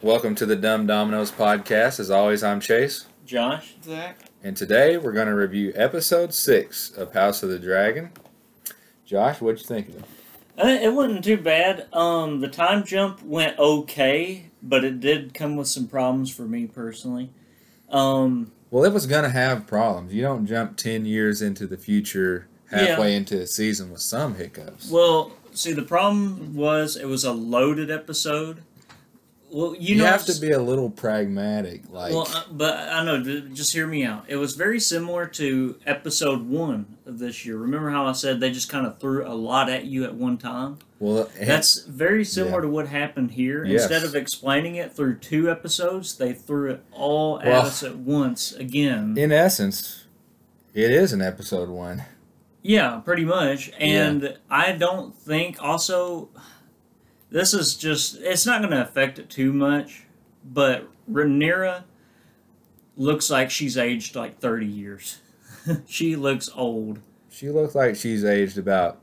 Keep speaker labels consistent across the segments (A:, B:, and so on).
A: Welcome to the Dumb Dominoes podcast. As always, I'm Chase,
B: Josh, Zach.
A: and today we're going to review episode six of House of the Dragon. Josh, what'd you think of it?
B: Uh, It wasn't too bad. Um, the time jump went okay, but it did come with some problems for me personally. Um,
A: Well, it was going to have problems. You don't jump 10 years into the future halfway into a season with some hiccups.
B: well, see, the problem was it was a loaded episode. Well, you,
A: you
B: know,
A: have to be a little pragmatic. Like,
B: Well, uh, but I know. ju- Just hear me out. It was very similar to episode one of this year. Remember how I said they just kind of threw a lot at you at one time?
A: well,
B: That's very similar to what happened here.
A: Yes.
B: Instead of explaining it through two episodes, they threw it all at
A: Well-
B: us at once again.
A: in essence, it is an episode one.
B: yeah, pretty much. And I don't think also this is just it's not going to affect it too much, but Rhaenyra looks like she's aged like 30 years. she looks old.
A: She looks like she's aged about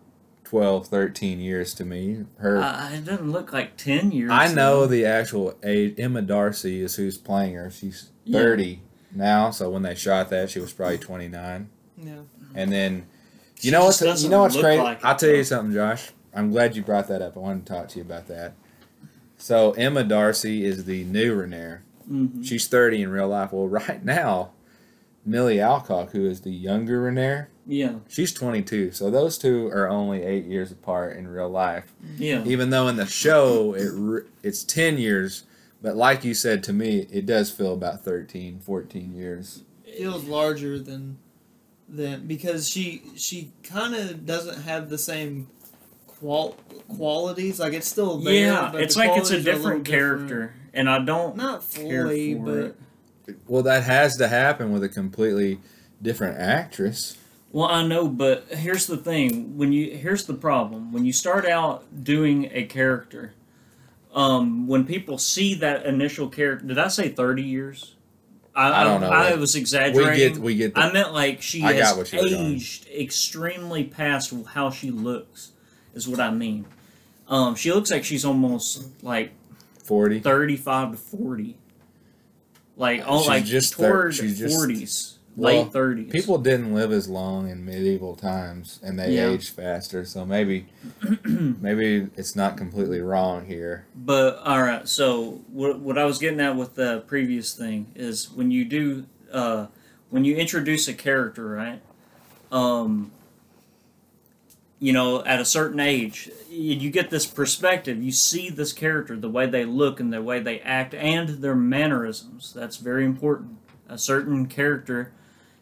A: 12, 13 years to me. Her
B: Uh, it doesn't look like 10 years.
A: I know
B: though.
A: the actual age. Emma Darcy is who's playing her. She's
B: Yeah.
A: 30 now, so when they shot that, she was probably 29.
C: Yeah.
A: And then, you
B: She
A: know what's
B: just doesn't
A: you know what's
B: look
A: crazy?
B: like it,
A: I'll tell
B: though.
A: you something, Josh. I'm glad you brought that up. I wanted to talk to you about that. So Emma Darcy is the new Renair.
B: Mhm.
A: She's 30 in real life. Well, right now, Millie Alcock, who is the younger Renair,
B: Yeah.
A: she's 22. So those two are only eight years apart in real life
B: Yeah.
A: even though in the show it re- it's 10 years but like you said to me it does feel about 13 14 years
C: Feels larger than than because she she kind of doesn't have the same qual qualities. Like it's still there.
B: yeah,
C: but
B: it's
C: the
B: like it's a
C: qualities are little
B: different character, and I don't
C: Not
B: care
C: fully,
B: for
C: but
B: it.
A: well that has to happen with a completely different actress
B: Well, I know, but here's the thing: when you here's the problem when you start out doing a character, um, when people see that initial character, did I say thirty years?
A: I don't know.
B: I was
A: we
B: exaggerating.
A: get we get
B: I
A: the,
B: meant like she
A: I got
B: has
A: what you were going.
B: aged extremely past how she looks, is what I mean. Um, she looks like she's almost like
A: 40
B: thirty-five to forty, like oh,
A: She's
B: like
A: just thir-
B: toward
A: she's just-
B: forties,
A: Well,
B: late thirties.
A: people didn't live as long in medieval times and they
B: Yeah.
A: aged faster so maybe maybe it's not completely wrong here
B: But all right, so what, what I was getting at with the previous thing is when you do uh, when you introduce a character, right? Um, you know, at a certain age, y- you get this perspective. You see this character, the way they look and the way they act, and their mannerisms. That's very important. A certain character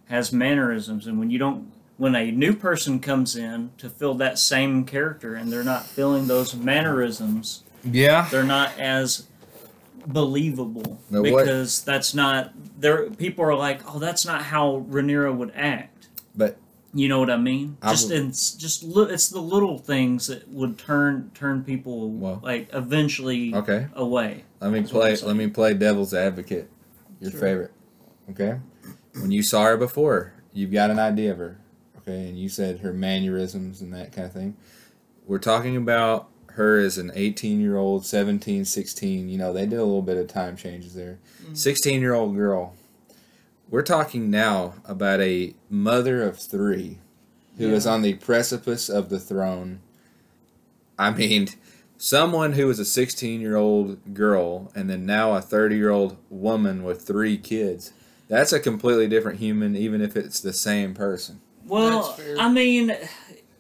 B: has mannerisms, and when you don't, when a new person comes in to fill that same character, and they're not filling those mannerisms
A: yeah
B: they're not as believable
A: No, what-
B: because that's not there people are like oh that's not how Rhaenyra would act
A: But-
B: you know what i mean
A: I
B: just
A: would-
B: in just li- it's the little things that would turn turn people
A: Well.
B: like eventually
A: okay
B: away
A: Let me
B: That's what
A: play.
B: I'm saying.
A: Let me play devil's advocate. Your
C: Sure.
A: favorite, okay? When you saw her before, you've got an idea of her, okay? And you said her mannerisms and that kind of thing. We're talking about her as an 18 year old, 17, 16. You know, they did a little bit of time changes there.
B: Mm.
A: 16 year old girl. We're talking now about a mother of three who is
C: Yeah.
A: on the precipice of the throne. I mean, someone who was a 16 year old girl and then now a 30 year old woman with three kids that's a completely different human even if it's the same person
B: well
C: That's fair.
B: i mean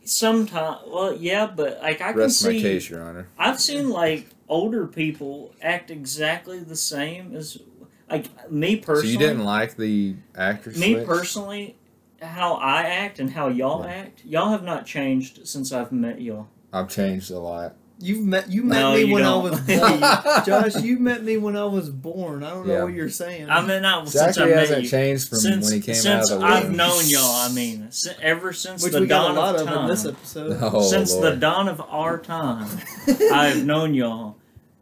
B: sometimes well yeah but like i can
A: rest my
B: see
A: case your honor
B: I've seen like older people act exactly the same as like me personally.
A: so you didn't like the actress
B: me
A: switch?
B: personally, how I act and how y'all
A: Yeah.
B: act, y'all have not changed since I've met y'all.
A: i've changed a lot
C: You've met you met
B: No,
C: me
B: you
C: when
B: don't.
C: I was born. Josh, you met me when I was born. I don't
A: Yeah.
C: know what you're saying.
B: I mean, not since I
A: zachary
B: met
A: hasn't
B: you.
A: changed from
B: since
A: when he came
B: since
A: out of the
B: I've
A: womb.
B: known y'all, I mean, si- ever since
C: which
B: the
C: we got
B: dawn
C: a lot
B: of
C: of
B: time,
C: in this episode.
A: oh,
B: since the
A: Lord.
B: dawn of our time, I've known y'all.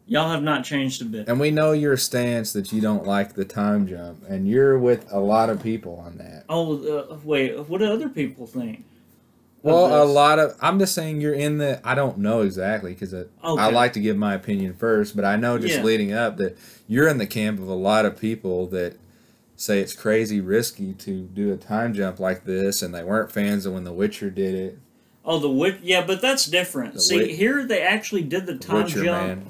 B: Y'all have not changed a bit.
A: and we know your stance that you don't like the time jump and you're with a lot of people on that
B: Oh, uh, wait, what do other people think?
A: Well, a
B: this.
A: lot of I'm just saying you're in the. I don't know exactly because I, I
B: Okay.
A: like to give my opinion first, but I know just
B: Yeah.
A: leading up that you're in the camp of a lot of people that say it's crazy risky to do a time jump like this, and they weren't fans of when The Witcher did it.
B: Oh, the witch. Yeah, but that's different.
A: The
B: See,
A: Wit-
B: here they actually did the
A: The
B: time
A: Witcher,
B: jump.
A: man.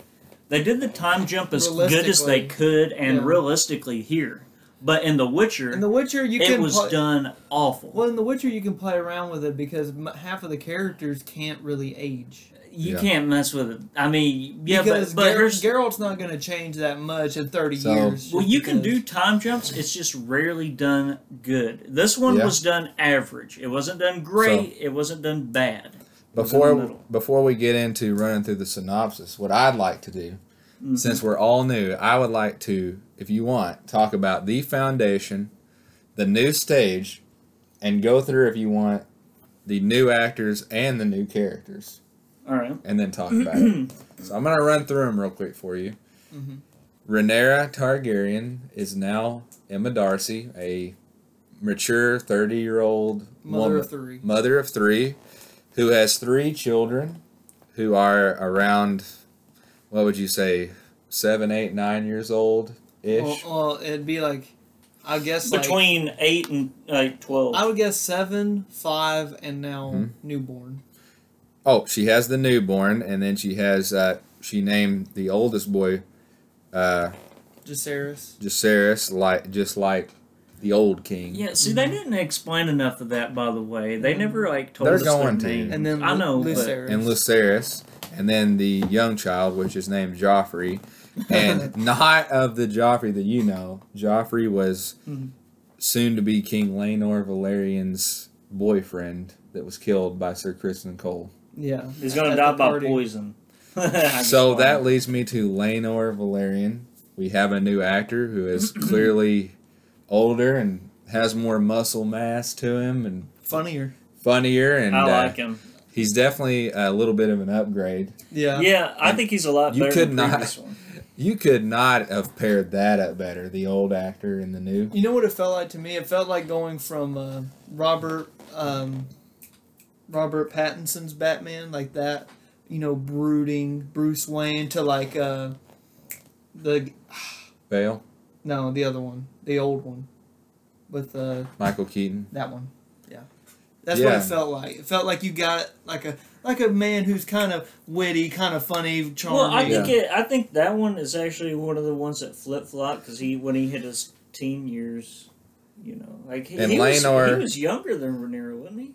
B: They did the time jump as good as they
C: Realistically.
B: could, and
C: Yeah.
B: realistically here. But in The Witcher,
C: In The Witcher, you
B: it
C: can
B: was
C: play-
B: done awful.
C: Well, in The Witcher, you can play around with it because m- half of the characters can't really age.
B: You
A: Yeah.
B: can't mess with it. I mean, yeah,
C: because
B: but but
C: Ger-
B: here's
C: Geralt's not going to change that much in thirty
A: So-
C: years. just
B: well, you can
C: because-
B: do time jumps. It's just rarely done good. This one
A: Yeah.
B: was done average. It wasn't done great. it wasn't done bad. It was in the
A: Before
B: middle.
A: before we get into running through the synopsis, what I'd like to do,
B: Mhm.
A: since we're all new, I would like to, if you want, talk about the foundation, the new stage, and go through if you want the new actors and the new characters,
B: all right.
A: and then talk about it. So I'm gonna run through them real quick for you.
C: Mhm.
A: Rhaenyra Targaryen is now Emma Darcy, a mature thirty year old
C: mother
A: woman
C: of three.
A: mother of three, who has three children, who are around, what would you say, seven, eight, nine years old
C: Well,
A: ish.
C: well, it'd be like, I guess like-
B: Between eight and like twelve.
C: I would guess seven, five, and now
A: Mhm.
C: newborn.
A: Oh, she has the newborn, and then she has uh, she named the oldest boy, uh,
C: Jaceres.
A: Jacerus, like just like the old king.
B: yeah. See, they didn't explain enough of that. By the way, they never like told
A: They're
B: us
A: going to.
B: their name.
C: And then
B: I know, but-
C: Lucerys.
A: Mm-hmm. And Lucerys, and then the young child, which is named Joffrey, and not of the Joffrey that you know. Joffrey was
B: Mm-hmm.
C: Mhm.
A: soon to be King Laenor Valerian's boyfriend that was killed by Sir Kristen Cole.
C: yeah,
B: He's gonna
C: At
B: die
C: the
B: by
C: party.
B: poison. I
A: so
B: just-
A: that leads me to Laenor Valerian. We have a new actor who is clearly older and has more muscle mass to him and
C: funnier.
A: funnier and
B: I
A: uh,
B: like him.
A: he's definitely a little bit of an upgrade
C: Yeah.
B: Yeah, I
A: and
B: think he's a lot
A: you
B: better
A: could
B: than
A: not-
B: the previous one.
A: You could not have paired that up better, the old actor and the new.
C: You know what it felt like to me? It felt like going from uh, Robert um, Robert Pattinson's Batman, like that, you know, brooding Bruce Wayne to like uh, the
A: Bale,
C: no, the other one, the old one, with uh,
A: Michael Keaton.
C: that one. Yeah, that's what
A: Yeah.
C: it felt like. It felt like you got like a like a man who's kind of witty, kind of funny, charming.
B: Well, I think it, I think that one is actually one of the ones that flip flop because he when he hit his teen years, you know, like he,
A: And
B: he was,
A: Lainor-
B: he was younger than Rhaenyra, wasn't he?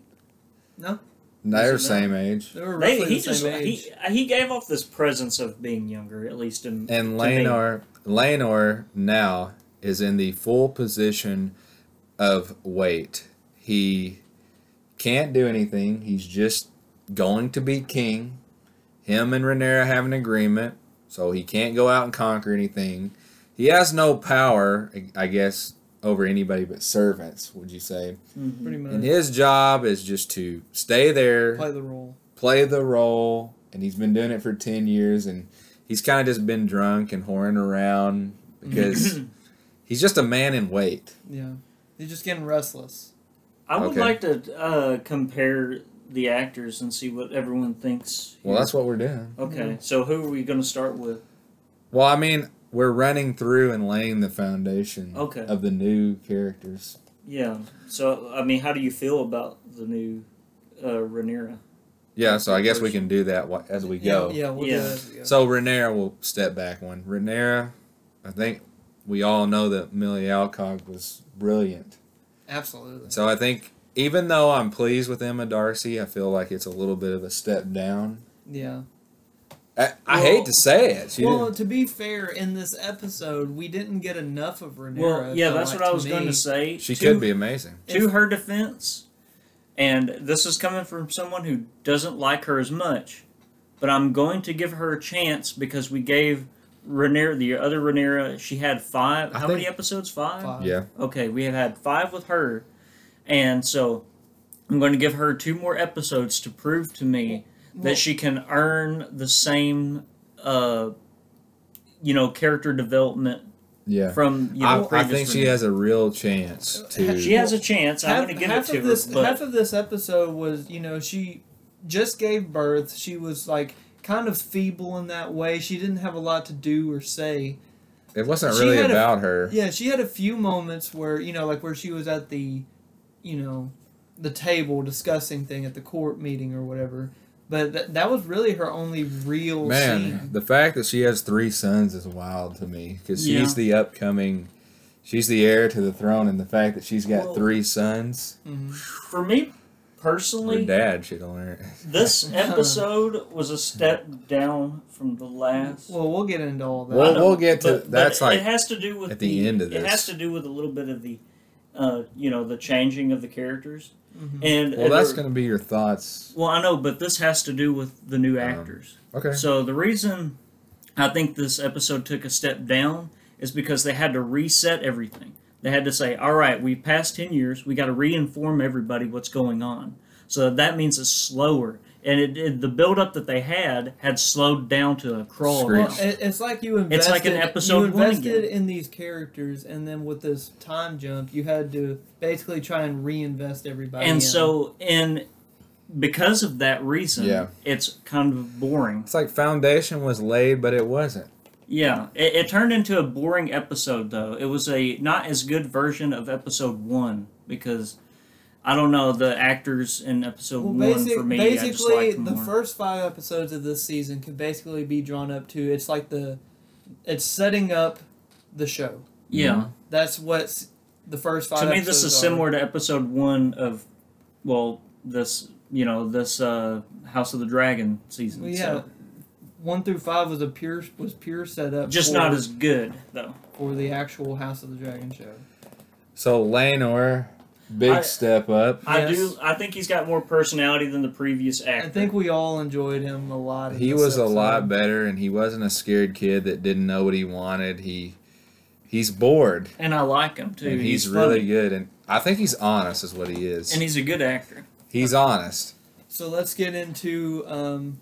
A: They're
B: Is it not?
A: same age.
C: they were roughly
B: They,
C: the
B: he just
C: same age.
B: he he gave off this presence of being younger, at least in
A: And
B: to me.
A: Lanor, Lanor now is in the full position of weight. He can't do anything. He's just going to be king. Him and Rhaenyra have an agreement, so he can't go out and conquer anything. He has no power, I- I guess, over anybody but servants. Would you say?
B: Mhm.
C: pretty much
A: And his job is just to stay there, play,
C: play the role.
A: the role, and he's been doing it for 10 years and he's kind of just been drunk and whoring around because he's just a man in wait.
C: Yeah, he's just getting restless.
B: I would
A: Okay.
B: like to uh, compare the actors and see what everyone thinks.
A: Well,
B: here.
A: that's what we're doing.
B: okay. So who are we going to start with?
A: Well, I mean, we're running through and laying the foundation
B: Okay.
A: of the new characters.
B: Yeah. So I mean, how do you feel about the new uh, Rhaenyra?
A: Yeah, so I guess we can do that wh- as we go.
C: Yeah, yeah we'll
B: Yeah.
C: do that. Yeah.
A: So Renera will step back one. Renera, I think we all know that Millie Alcog was brilliant.
C: Absolutely.
A: So I think even though I'm pleased with Emma Darcy, I feel like it's a little bit of a step down.
C: Yeah.
A: I, I
C: Well-
A: hate to say it. She
C: Well,
A: didn't-
C: to be fair, in this episode, we didn't get enough of Rhaenyra.
B: Well, yeah,
C: so,
B: that's
C: like,
B: what I was going
C: me-
B: to say.
A: she
B: To-
A: could be amazing.
B: to her defense, and this is coming from someone who doesn't like her as much, but I'm going to give her a chance because we gave Rhaenyra, the other Rhaenyra, she had five.
A: I
B: how many
A: think-
B: episodes? Five?
C: Five.
A: Yeah.
B: Okay, we have had five with her, and so I'm going to give her two more episodes to prove to me
C: Well-
B: that she can earn the same, uh, you know, character development
A: Yeah.
B: from you know,
A: I, I
B: previous
A: think she
B: reviews.
A: has a real chance to.
B: She has a chance. I'm
C: half,
B: going to give it
C: half
B: to
C: of this,
B: her, but
C: half of this episode was you know she just gave birth. She was like kind of feeble in that way. She didn't have a lot to do or say.
A: it wasn't
C: she
A: really
C: had a-
A: about her.
C: Yeah, she had a few moments where you know like where she was at the, you know, the table discussing thing at the court meeting or whatever. But that that was really her only real
A: Man,
C: scene.
A: the fact that she has three sons is wild to me because
B: Yeah.
A: she's the upcoming, she's the heir to the throne, and the fact that she's got
B: Well-
A: three sons,
C: Mhm.
B: for me
A: her
B: personally,
A: dad should learn.
B: this episode was a step down from the last.
C: Well, we'll get into all that.
A: Well,
B: I know,
A: we'll get to-
B: but- but
A: that's
B: it-
A: like
B: it has to do with
A: at the end of
B: It
A: this.
B: has to do with a little bit of the, uh, you know, the changing of the characters
C: Mhm.
B: and
A: Well,
B: and
A: that's
B: there-
A: gonna be your thoughts.
B: Well, I know, but this has to do with the new
A: Um,
B: actors.
A: Okay.
B: So the reason I think this episode took a step down is because they had to reset everything. They had to say, "All right, we've passed ten years. We got to reinform everybody what's going on." So that means it's slower, and it, it the buildup that they had had slowed down to a crawl.
A: Screech.
B: now.
C: Well, it- it's like you invested.
B: It's like an episode
C: You
B: one
C: invested
B: again.
C: in these characters, and then with this time jump, you had to basically try and reinvest everybody. in.
B: And so, and because of that reason,
A: Yeah.
B: it's kind of boring.
A: It's like foundation was laid, but it wasn't.
B: Yeah, it, it turned into a boring episode though. It was a not as good version of episode one because I don't know the actors in episode
C: well,
B: one
C: basic,
B: for me. I just
C: basically,
B: liked
C: the
B: more.
C: first five episodes of this season can basically be drawn up to it's like the, it's setting up the show.
B: yeah.
C: That's what's the first five.
B: To me, this is
C: episodes are.
B: similar to episode one of, well, this you know this uh House of the Dragon season.
C: Well, yeah,
B: so.
C: one through five was a pure was pure setup.
B: just
C: for,
B: not as good though.
C: for the actual House of the Dragon show.
A: So Lanor, big
B: I-
A: step up.
B: I
C: Yes.
B: do. I think he's got more personality than the previous actor.
C: I think we all enjoyed him a lot. in
A: He
C: this
A: was a
C: episode.
A: lot better, and he wasn't a scared kid that didn't know what he wanted. He, he's bored,
B: and I like him too.
A: and he's,
B: funny.
A: really good, and I think he's honest is what he is.
B: and he's a good actor.
A: he's honest.
C: So let's get into. Um,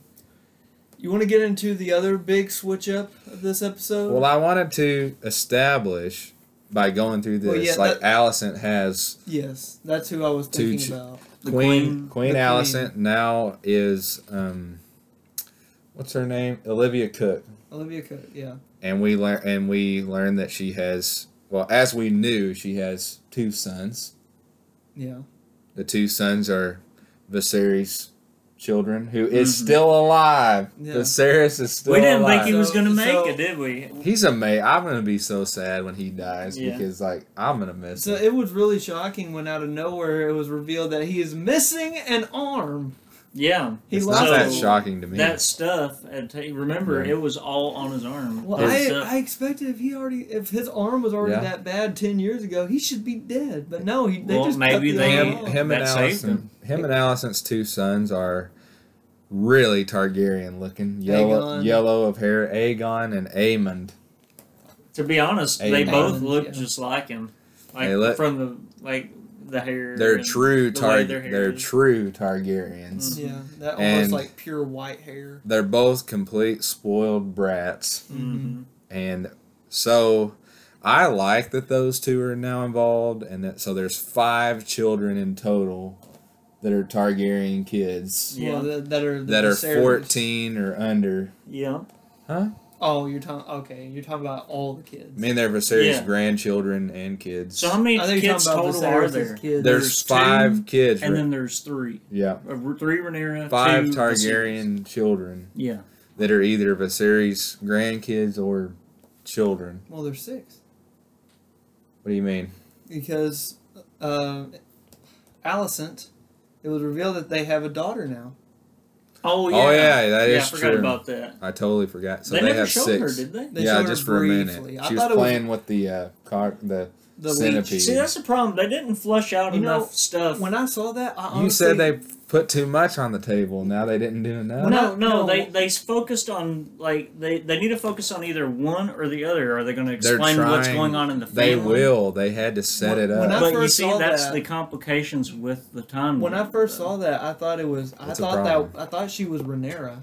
C: you want to get into the other big switch up of this episode?
A: Well, I wanted to establish by going through this,
C: Well, yeah,
A: like
C: that-
A: Allison has
C: yes, that's who I was
A: To
C: thinking
A: ch-
C: about.
B: The
A: Queen Queen,
C: The
A: Allison now is um, what's her name? Olivia Cook,
C: Olivia Cook. Yeah.
A: and we learn and we learn that she has well, as we knew, she has two sons.
C: Yeah.
A: The two sons are Viserys' children, who is
B: Mhm.
A: still alive.
C: Yeah.
A: Viserys is still
B: we didn't
A: alive.
B: think he was
C: So-
B: going to make
C: so-
B: it, did we?
A: He's amazing. I'm gonna be so sad when he dies
B: Yeah.
A: because like I'm gonna miss
C: So
A: him.
C: it was really shocking when out of nowhere it was revealed that he is missing an arm.
B: Yeah,
C: He
A: it's
C: lost
A: not that
B: So-
A: shocking to me.
B: that stuff. I tell you- remember,
A: Yeah.
B: it was all on his arm. uh,
C: Well,
B: His
C: I,
B: stuff.
C: I expected if he already if his arm was already
A: Yeah.
C: that bad ten years ago, he should be dead. But no, he they
B: Well,
C: just
B: maybe
C: cut the
B: they-
C: arm
A: him,
C: off.
A: him and
B: That saved
A: Allison, him and Allison's two sons are really Targaryen looking, yellow,
C: Aegon.
A: yellow of hair, Aegon and Aemond.
B: to be honest,
A: Hey,
B: they
A: man.
B: both look
C: Yeah.
B: just like him. Like
A: They look-
B: from the like the hair.
A: They're
B: and
A: true
B: the way
A: Tar,
B: their hair
A: they're
B: is.
A: true Targaryens.
B: Mhm.
C: Yeah, that
A: And-
C: almost like pure white hair.
A: They're both complete spoiled brats,
C: Mm-hmm.
B: Mhm.
A: and so I like that those two are now involved, and that so there's five children in total that are Targaryen kids
B: Yeah.
C: Well, that, that are the
A: that are
C: Viserys.
A: 14 or under.
B: Yeah.
C: Oh, you're talking. Okay, you're talking about all the kids.
A: I mean, they're Viserys'
B: Yeah.
A: grandchildren and kids.
B: So how many
C: I think you're
B: kids
C: talking about
B: total are
C: Viserys'
B: there?
A: There's,
C: kids.
B: There's two,
A: five kids.
B: And
A: Rick.
B: then there's three,
A: yeah,
B: Uh, three Rhaenyra,
A: five
B: two Viserys.
A: Targaryen children
B: Yeah.
A: that are either Viserys grandkids or children.
C: Well, there's six
A: What do you mean?
C: because uh, Alicent. It was revealed that they have a daughter now.
B: Oh yeah.
A: Oh yeah, that
B: yeah,
A: is
B: I forgot
A: true.
B: about that.
A: I totally forgot. So
B: they,
A: they,
B: never
A: have
B: showed
A: six.
B: her, did they?
C: They
A: yeah,
C: showed her
A: just for a
C: briefly.
A: minute.
C: I
A: She
C: thought
A: was
C: it was-
A: playing with the uh, car, the
C: The
A: centipede.
C: leech.
B: See, that's the problem. They didn't flush out
C: You know,
B: enough stuff.
C: When I saw that, I honestly,
A: you said they put too much on the table. Now they didn't do enough.
C: When I-
B: no, no,
C: no.
B: they they s- focused on like they they need to focus on either one or the other. Are they going to
A: They're
B: explain what's
A: trying-
B: going on in the
A: they
B: family?
A: will. They had to set
C: When-
A: it up.
C: when I
B: But you
C: first
B: see,
C: saw
B: that's
C: that-
B: the complications with the time.
C: When I
B: warp,
C: first
B: though.
C: saw that, I thought it was. I
A: It's a
C: thought
A: problem.
C: that I thought she was Renera.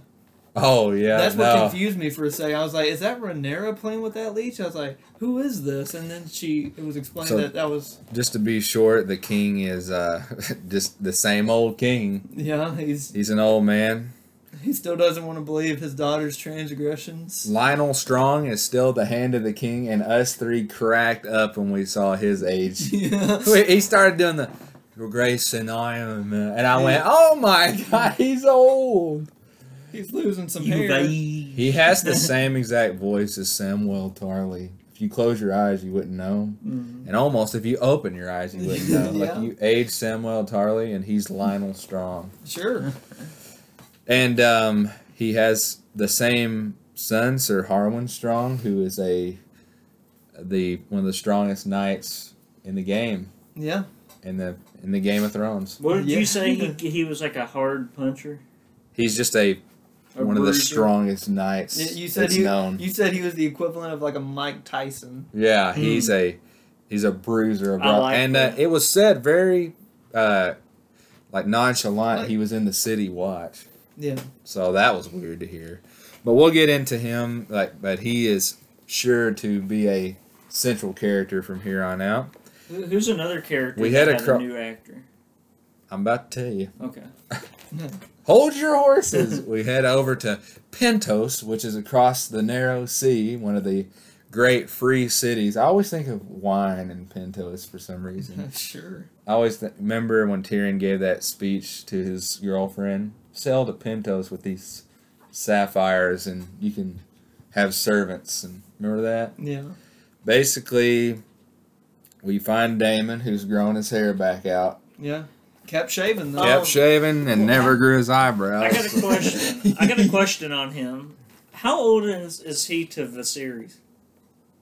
A: Oh yeah,
C: That's what
A: no.
C: confused me for a second. I was like, "Is that Renera playing with that leech?" I was like, "Who is this?" And then she it was explained
A: So-
C: that that was
A: Just to be short, the king is uh, just the same old king.
C: yeah. He's
A: He's an old man.
C: he still doesn't want to believe his daughter's transgressions.
A: Lionel Strong is still the hand of the king, and us three cracked up when we saw his age.
C: yeah.
A: Wait, he started doing the grace and I am, uh," and I went, "Oh my god, he's old."
C: He's losing some
B: You
C: hair.
B: guys.
A: He has the same exact voice as Samuel Tarley. If you close your eyes, you wouldn't know him,
B: Mhm.
A: and almost if you open your eyes, you wouldn't know.
C: Mm-hmm. Yeah.
A: Like you age Samuel Tarley, and he's Lionel Strong,
C: Sure.
A: and um, he has the same son, Sir Harwin Strong, who is a the one of the strongest knights in the game
C: Yeah.
A: in the in the Game of Thrones.
B: What did
C: Yeah.
B: you say? He, he was like a hard puncher.
A: He's just a
B: A
A: one of the
B: bruiser?
A: strongest knights
C: Y- You said
A: that's
C: he,
A: known.
C: you said he was the equivalent of like a Mike Tyson.
A: yeah, he's a he's a bruiser, a
B: Hmm. I
A: bro-
B: like
A: and uh,
B: that.
A: it was said very uh, like nonchalant.
C: Like-
A: he was in the city watch,
C: Yeah.
A: so that was weird to hear. But we'll get into him. Like, but he is sure to be a central character from here on out.
B: Who- Who's another character?
A: We
B: that
A: had a cro-
B: new actor.
A: I'm about to tell you.
B: Okay.
A: Hold your horses. we head over to Pentos, which is across the narrow sea, one of the great free cities. I always think of wine and Pentos for some reason.
C: sure.
A: I always th- remember when Tyrion gave that speech to his girlfriend sell to Pentos with these sapphires, and you can have servants. And remember that?
C: Yeah.
A: Basically, we find Damon, who's grown his hair back out,
C: Yeah. Kept shaving though.
A: kept shaving, and never grew his eyebrows.
B: I got a question. I got a question on him. How old is, is he to Viserys?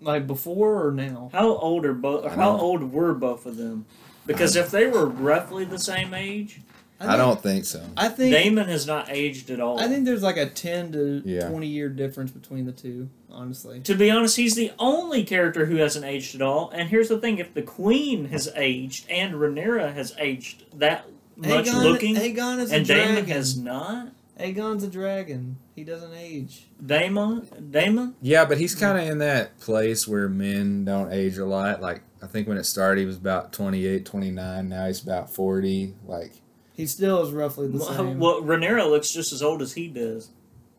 C: Like before or now?
B: How old are both?
A: I
B: How
A: don't-
B: old were both of them? Because if they were roughly the same age,
A: I don't think so.
C: I think
B: Damon has not aged at all.
C: I think there's like a ten to
A: Yeah.
C: twenty year difference between the two. Honestly.
B: to be honest, he's the only character who hasn't aged at all. And here's the thing: if the Queen has aged and Rhaenyra has aged that much
C: Aegon,
B: looking,
C: Aegon is
B: and
C: a
B: Damon
C: dragon.
B: has not,
C: Aegon's a dragon. He doesn't age.
B: Damon, Damon,
A: Yeah, but he's kind of in that place where men don't age a lot. Like, I think when it started, he was about 28, 29. Now he's about 40. Like,
C: He still is roughly the same. Well,
B: well, Rhaenyra looks just as old as he does.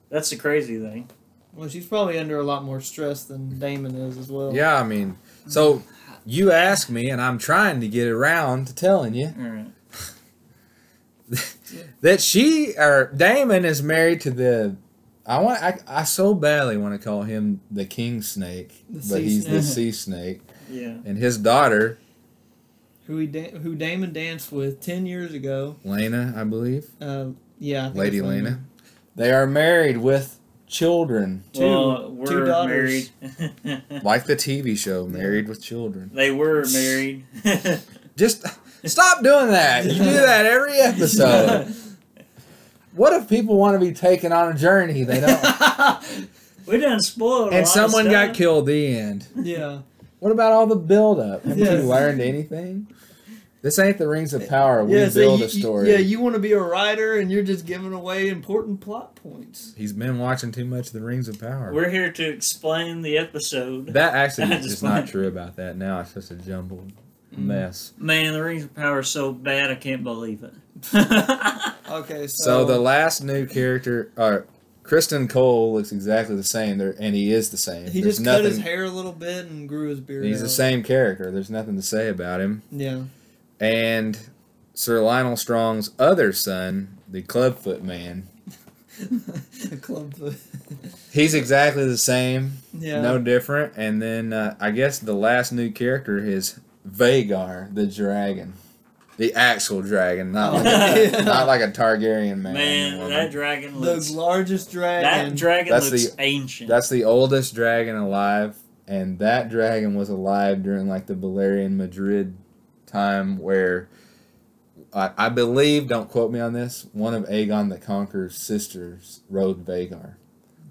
B: That's the crazy thing.
C: she's probably under a lot more stress than Damon is as well.
A: yeah, I mean, so you ask me, and I'm trying to get around to telling you
B: All right.
A: that she or Damon is married to the. I want. I, I so badly want to call him the king snake,
C: The
A: but
C: sea
A: he's the
C: snake.
A: sea snake,
B: Yeah.
A: and his daughter
C: Who he da- who Damon danced with ten years ago.
A: Lena, I believe,
C: Uh, yeah. I think
A: Lady
C: it's
A: Lena. They are married with children,
C: Two-
B: well,
C: two
B: we're
C: daughters.
B: married.
A: like the TV show Married with Children.
B: they were married.
A: Just stop doing that. You do that every episode. What if people want to be taken on a journey? They don't.
B: we done spoiled. a
A: and
B: lot
A: someone
B: of
A: got
B: stuff.
A: killed. The end.
C: yeah.
A: What about all the buildup? Haven't
C: Yes.
A: you learned anything? This ain't the Rings of Power. We
C: yeah, so
A: build
C: you-
A: a
C: you-
A: story.
C: yeah, you want to be a writer and you're just giving away important plot points.
A: He's been watching too much of the Rings of Power.
B: We're here to explain the episode.
A: that actually
B: That's
A: is just
B: fine.
A: not true about that. Now it's just a jumbled
C: Mm.
B: Mm.
A: mess.
B: Man, the Rings of Power is so bad, I can't believe it.
C: Okay, so,
A: So the last new character, uh, Kristen Cole, looks exactly the same. There, and he is the same.
C: he
A: There's
C: just
A: nothing,
C: cut his hair a little bit and grew his beard.
A: He's the
C: out.
A: same character. There's nothing to say about him.
C: Yeah.
A: And Sir Lionel Strong's other son, the clubfoot man,
C: the club foot.
A: he's exactly the same,
C: Yeah.
A: no different. And then uh, I guess the last new character is Vagar, the dragon, the actual dragon, not like a, not like a Targaryen man. or
B: Oh. Man,
A: woman.
B: that dragon
C: the
B: looks.
C: largest dragon.
B: that dragon
A: That's
B: looks
A: the-
B: ancient.
A: That's the oldest dragon alive, and that dragon was alive during like the Valerian Madrid time where I, I believe, don't quote me on this, one of Aegon the Conqueror's sisters rode Vagar.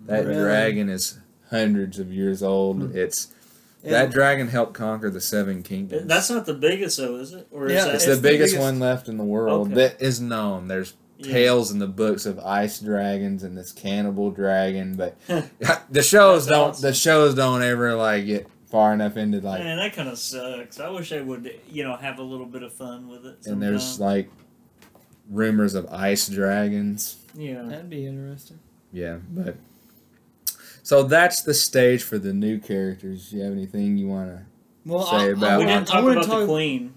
A: That
C: Really?
A: dragon is hundreds of years old.
B: Hmm.
A: It's
C: Yeah.
A: that dragon helped conquer the seven kingdoms.
B: That's not the biggest, though, is it? Or
C: Yeah,
B: is that,
A: it's,
C: it's
A: the,
C: the
A: biggest,
C: biggest-
A: one left in the world
B: Okay.
A: that is known. There's tales in the books of ice dragons and this cannibal dragon, but the shows
B: That's
A: don't
B: awesome.
A: the shows don't ever like get far enough into like
B: Man, that kind of sucks. I wish I would, you know, have a little bit of fun with it.
A: and
B: Sometime.
A: there's like rumors of ice dragons.
B: yeah,
C: That'd be interesting.
A: Yeah, but so that's the stage for the new characters. You have anything you want to?
C: Well,
A: Say
C: I,
A: about-
C: I,
B: we
A: wanna-
B: didn't
C: want to
B: talk
C: I wanna
B: about the queen,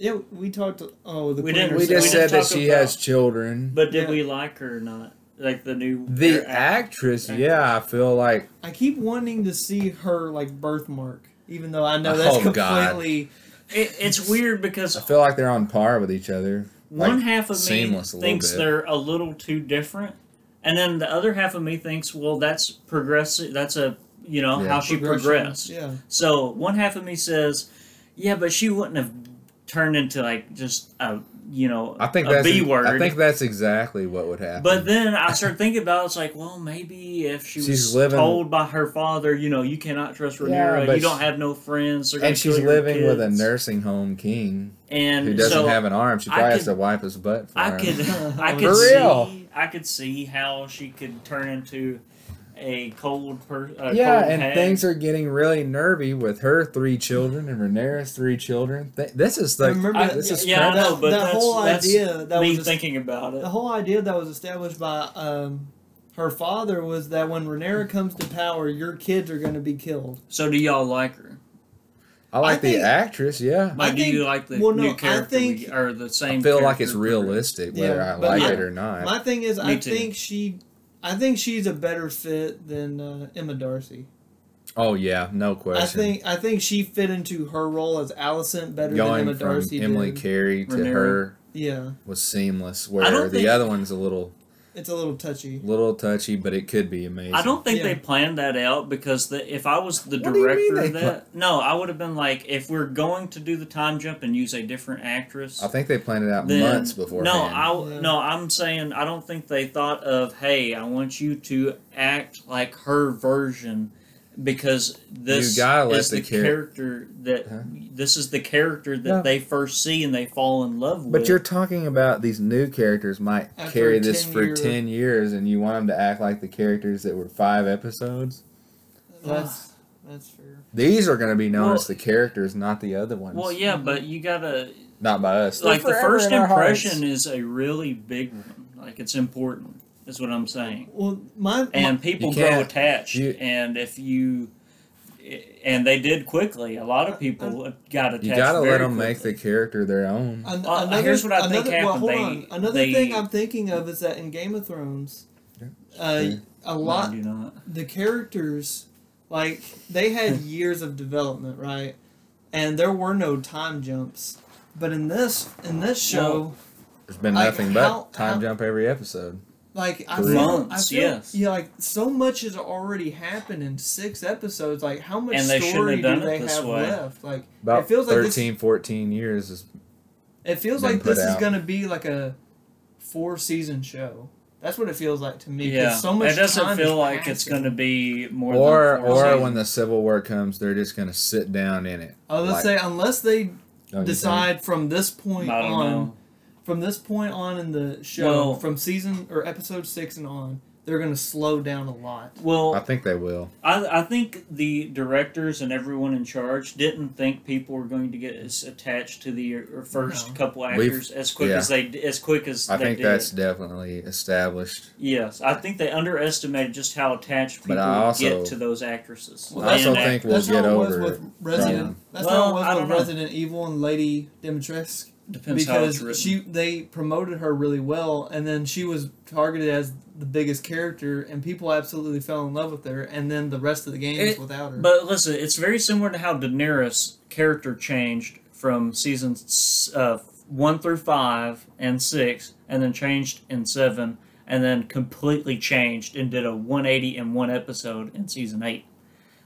C: Yeah, we talked. Oh, the
B: We
C: queen
B: didn't-
A: We
B: we
A: just
B: didn't
A: said that
B: talk
A: she
B: about-
A: has children.
B: but did
C: Yeah.
B: we like her or not? Like the new
A: The
B: her act-
A: actress,
B: actress.
A: yeah, I feel like
C: I keep wanting to see her like birthmark, even though I know that's
A: Oh, God.
C: completely.
B: It, it's weird because
A: I feel like they're on par with each other.
B: one
A: like,
B: half of me
A: seamless a little
B: thinks
A: bit.
B: they're a little too different, and then the other half of me thinks, well, that's progressive. That's a you know
A: Yeah.
B: how she
C: progression.
B: progressed.
C: Yeah,
B: So one half of me says, yeah, but she wouldn't have turned into like just a you know
A: I think
B: a
A: that's
B: B word.
A: I think that's exactly what would happen.
B: But then I started thinking about it, it's like, well, maybe if she
A: She's
B: was
A: living-
B: told by her father, you know, you cannot trust Rhaenyra,
A: but
B: you don't
A: she-
B: have no friends, they're gonna
A: and she's
B: kill your
A: living with a
B: kids.
A: nursing home king
B: and
A: who doesn't
B: so
A: have an arm. She
B: I
A: probably has
B: could-
A: to wipe his butt. For
B: I
A: her.
B: could, I
C: For
B: could
A: real.
B: see, I could see how she could turn into a cold person.
A: yeah, and things are getting really nervy with her three children and Rhaenyra's three children. Th- this is like
C: remember that-
A: this is
B: yeah, I
A: crazy.
B: know, but
C: that
B: that's,
C: whole
B: that's
C: idea that
B: me
C: was just-
B: thinking about it.
C: the whole idea that was established by um, her father was that when
B: Hmm.
C: Renera comes to power, your kids are going to be killed.
B: So do y'all like her?
A: I like
C: I
A: the
C: think-
A: actress. Yeah,
B: Like, do
C: think-
B: you like the
C: well, no,
B: new
C: I
B: character
C: think-
B: we- or the same?
A: I feel like it's
B: character?
A: realistic whether
C: Yeah,
A: I
C: but
A: like
B: my-
A: it or not.
C: My thing is,
B: Me
C: I
B: too.
C: think she, I think she's a better fit than uh, Emma Darcy.
A: oh yeah, no question.
C: I think I think she fit into her role as Allison better
A: Going
C: than Emma
A: from
C: Darcy.
A: Emily
C: did.
A: Carey to
B: Rhaenyra.
A: her
C: yeah,
A: was seamless,
B: I
A: where
B: don't
A: the
B: think-
A: other one's a little
C: it's a little touchy.
A: little touchy, but it could be amazing.
B: I don't think
C: Yeah.
B: they planned that out because the, if I was the
A: What do you mean
B: director
A: they
B: of that, no, I would have been like, if we're going to do the time jump and use a different actress,
A: I think they planned it out
B: then-
A: months beforehand.
B: No, I
C: Yeah.
B: no, I'm saying I don't think they thought of, hey, I want you to act like her version because this
A: gotta let
B: is
A: the
B: the,
A: char-
B: character that
A: Huh?
B: this is the character that
A: No.
B: they first see and they fall in love with.
A: But you're talking about these new characters might
C: After
A: carry
C: a
A: this
C: 10
A: for
C: year-
A: 10 years and you want them to act like the characters that were five episodes?
C: That's that's fair.
A: These are going to be known
B: Well-
A: as the characters, not the other ones.
B: well, yeah, but you gotta
A: not by us.
B: like the
A: They're forever
B: first
A: in our hearts.
B: impression is a really big one. Like it's important. Is what I'm saying.
C: Well, my, my
B: And people
A: You
B: grow
A: can't-
B: attached.
A: you-
B: and if you and they did quickly. A lot of people
C: Uh,
B: got attached.
A: You got to let
B: very
A: them make the
B: quickly.
A: character their own.
C: An-
B: Uh, here's what I think
C: another, Well,
B: happened.
C: hold
B: They-
C: on. Another
B: they-
C: thing I'm thinking of is that in Game of Thrones,
A: Yeah.
C: uh,
A: Yeah.
C: a
B: No,
C: lot
B: do not.
C: the characters like they had years of development, right? And there were no time jumps. But in this in this show,
A: There's been
C: like,
A: nothing
C: how-
A: but time
C: how-
A: jump every episode.
C: like I
A: Three.
C: feel,
B: Months,
C: I feel,
B: yes.
C: yeah, like so much has already happened in six episodes. Like how much
B: And they shouldn't
C: story
B: have done it
C: do they
B: this
C: have
B: way.
C: left? Like
A: About
C: feels like this-
A: 13, 14 years is
C: It feels
A: been
C: like
A: put
C: this is
A: out.
C: going to be like a four season show. That's what it feels like to me. 'cause
B: Yeah,
C: so much
B: it doesn't
C: time
B: feel
C: is
B: like it's
C: passing.
B: going to be more.
A: or
B: than four
A: or
B: seasons.
A: when the Civil War comes, they're just gonna sit down in it.
C: I was
A: like-
C: gonna say unless they
A: don't you
C: decide from this point
B: I don't
C: on,
B: know.
C: from this point on in the show,
B: Well-
C: from season or episode six and on, they're going to slow down a lot.
A: think? I
B: Well,
A: think they will.
B: I, I think the directors and everyone in charge didn't think people were going to get as attached to the uh, first
C: No.
B: couple
A: We've-
B: actors as quick
A: yeah.
B: as they d- as quick as
A: I
B: they
A: think
B: did.
A: that's definitely established.
B: yes. I think they underestimated just how attached
A: But
B: people
A: I also-
B: get to those actresses.
C: Well,
A: I also
B: And
C: that-
A: think
B: act-
A: we'll
C: that's
A: get
C: how it
A: over
C: was
A: it.
C: with Resident.
A: Right.
C: That's
B: Well, I
C: how it was
B: don't
C: with
B: know.
C: Resident Evil and Lady Dimitrescu
B: depends how it's written.
C: because she they promoted her really well, and then she was targeted as the biggest character, and people absolutely fell in love with her, and then the rest of the game is
B: It-
C: without her.
B: But listen, it's very similar to how Daenerys' character changed from seasons uh, one through five and six, and then changed in seven, and then completely changed and did a 180 in one episode in season eight.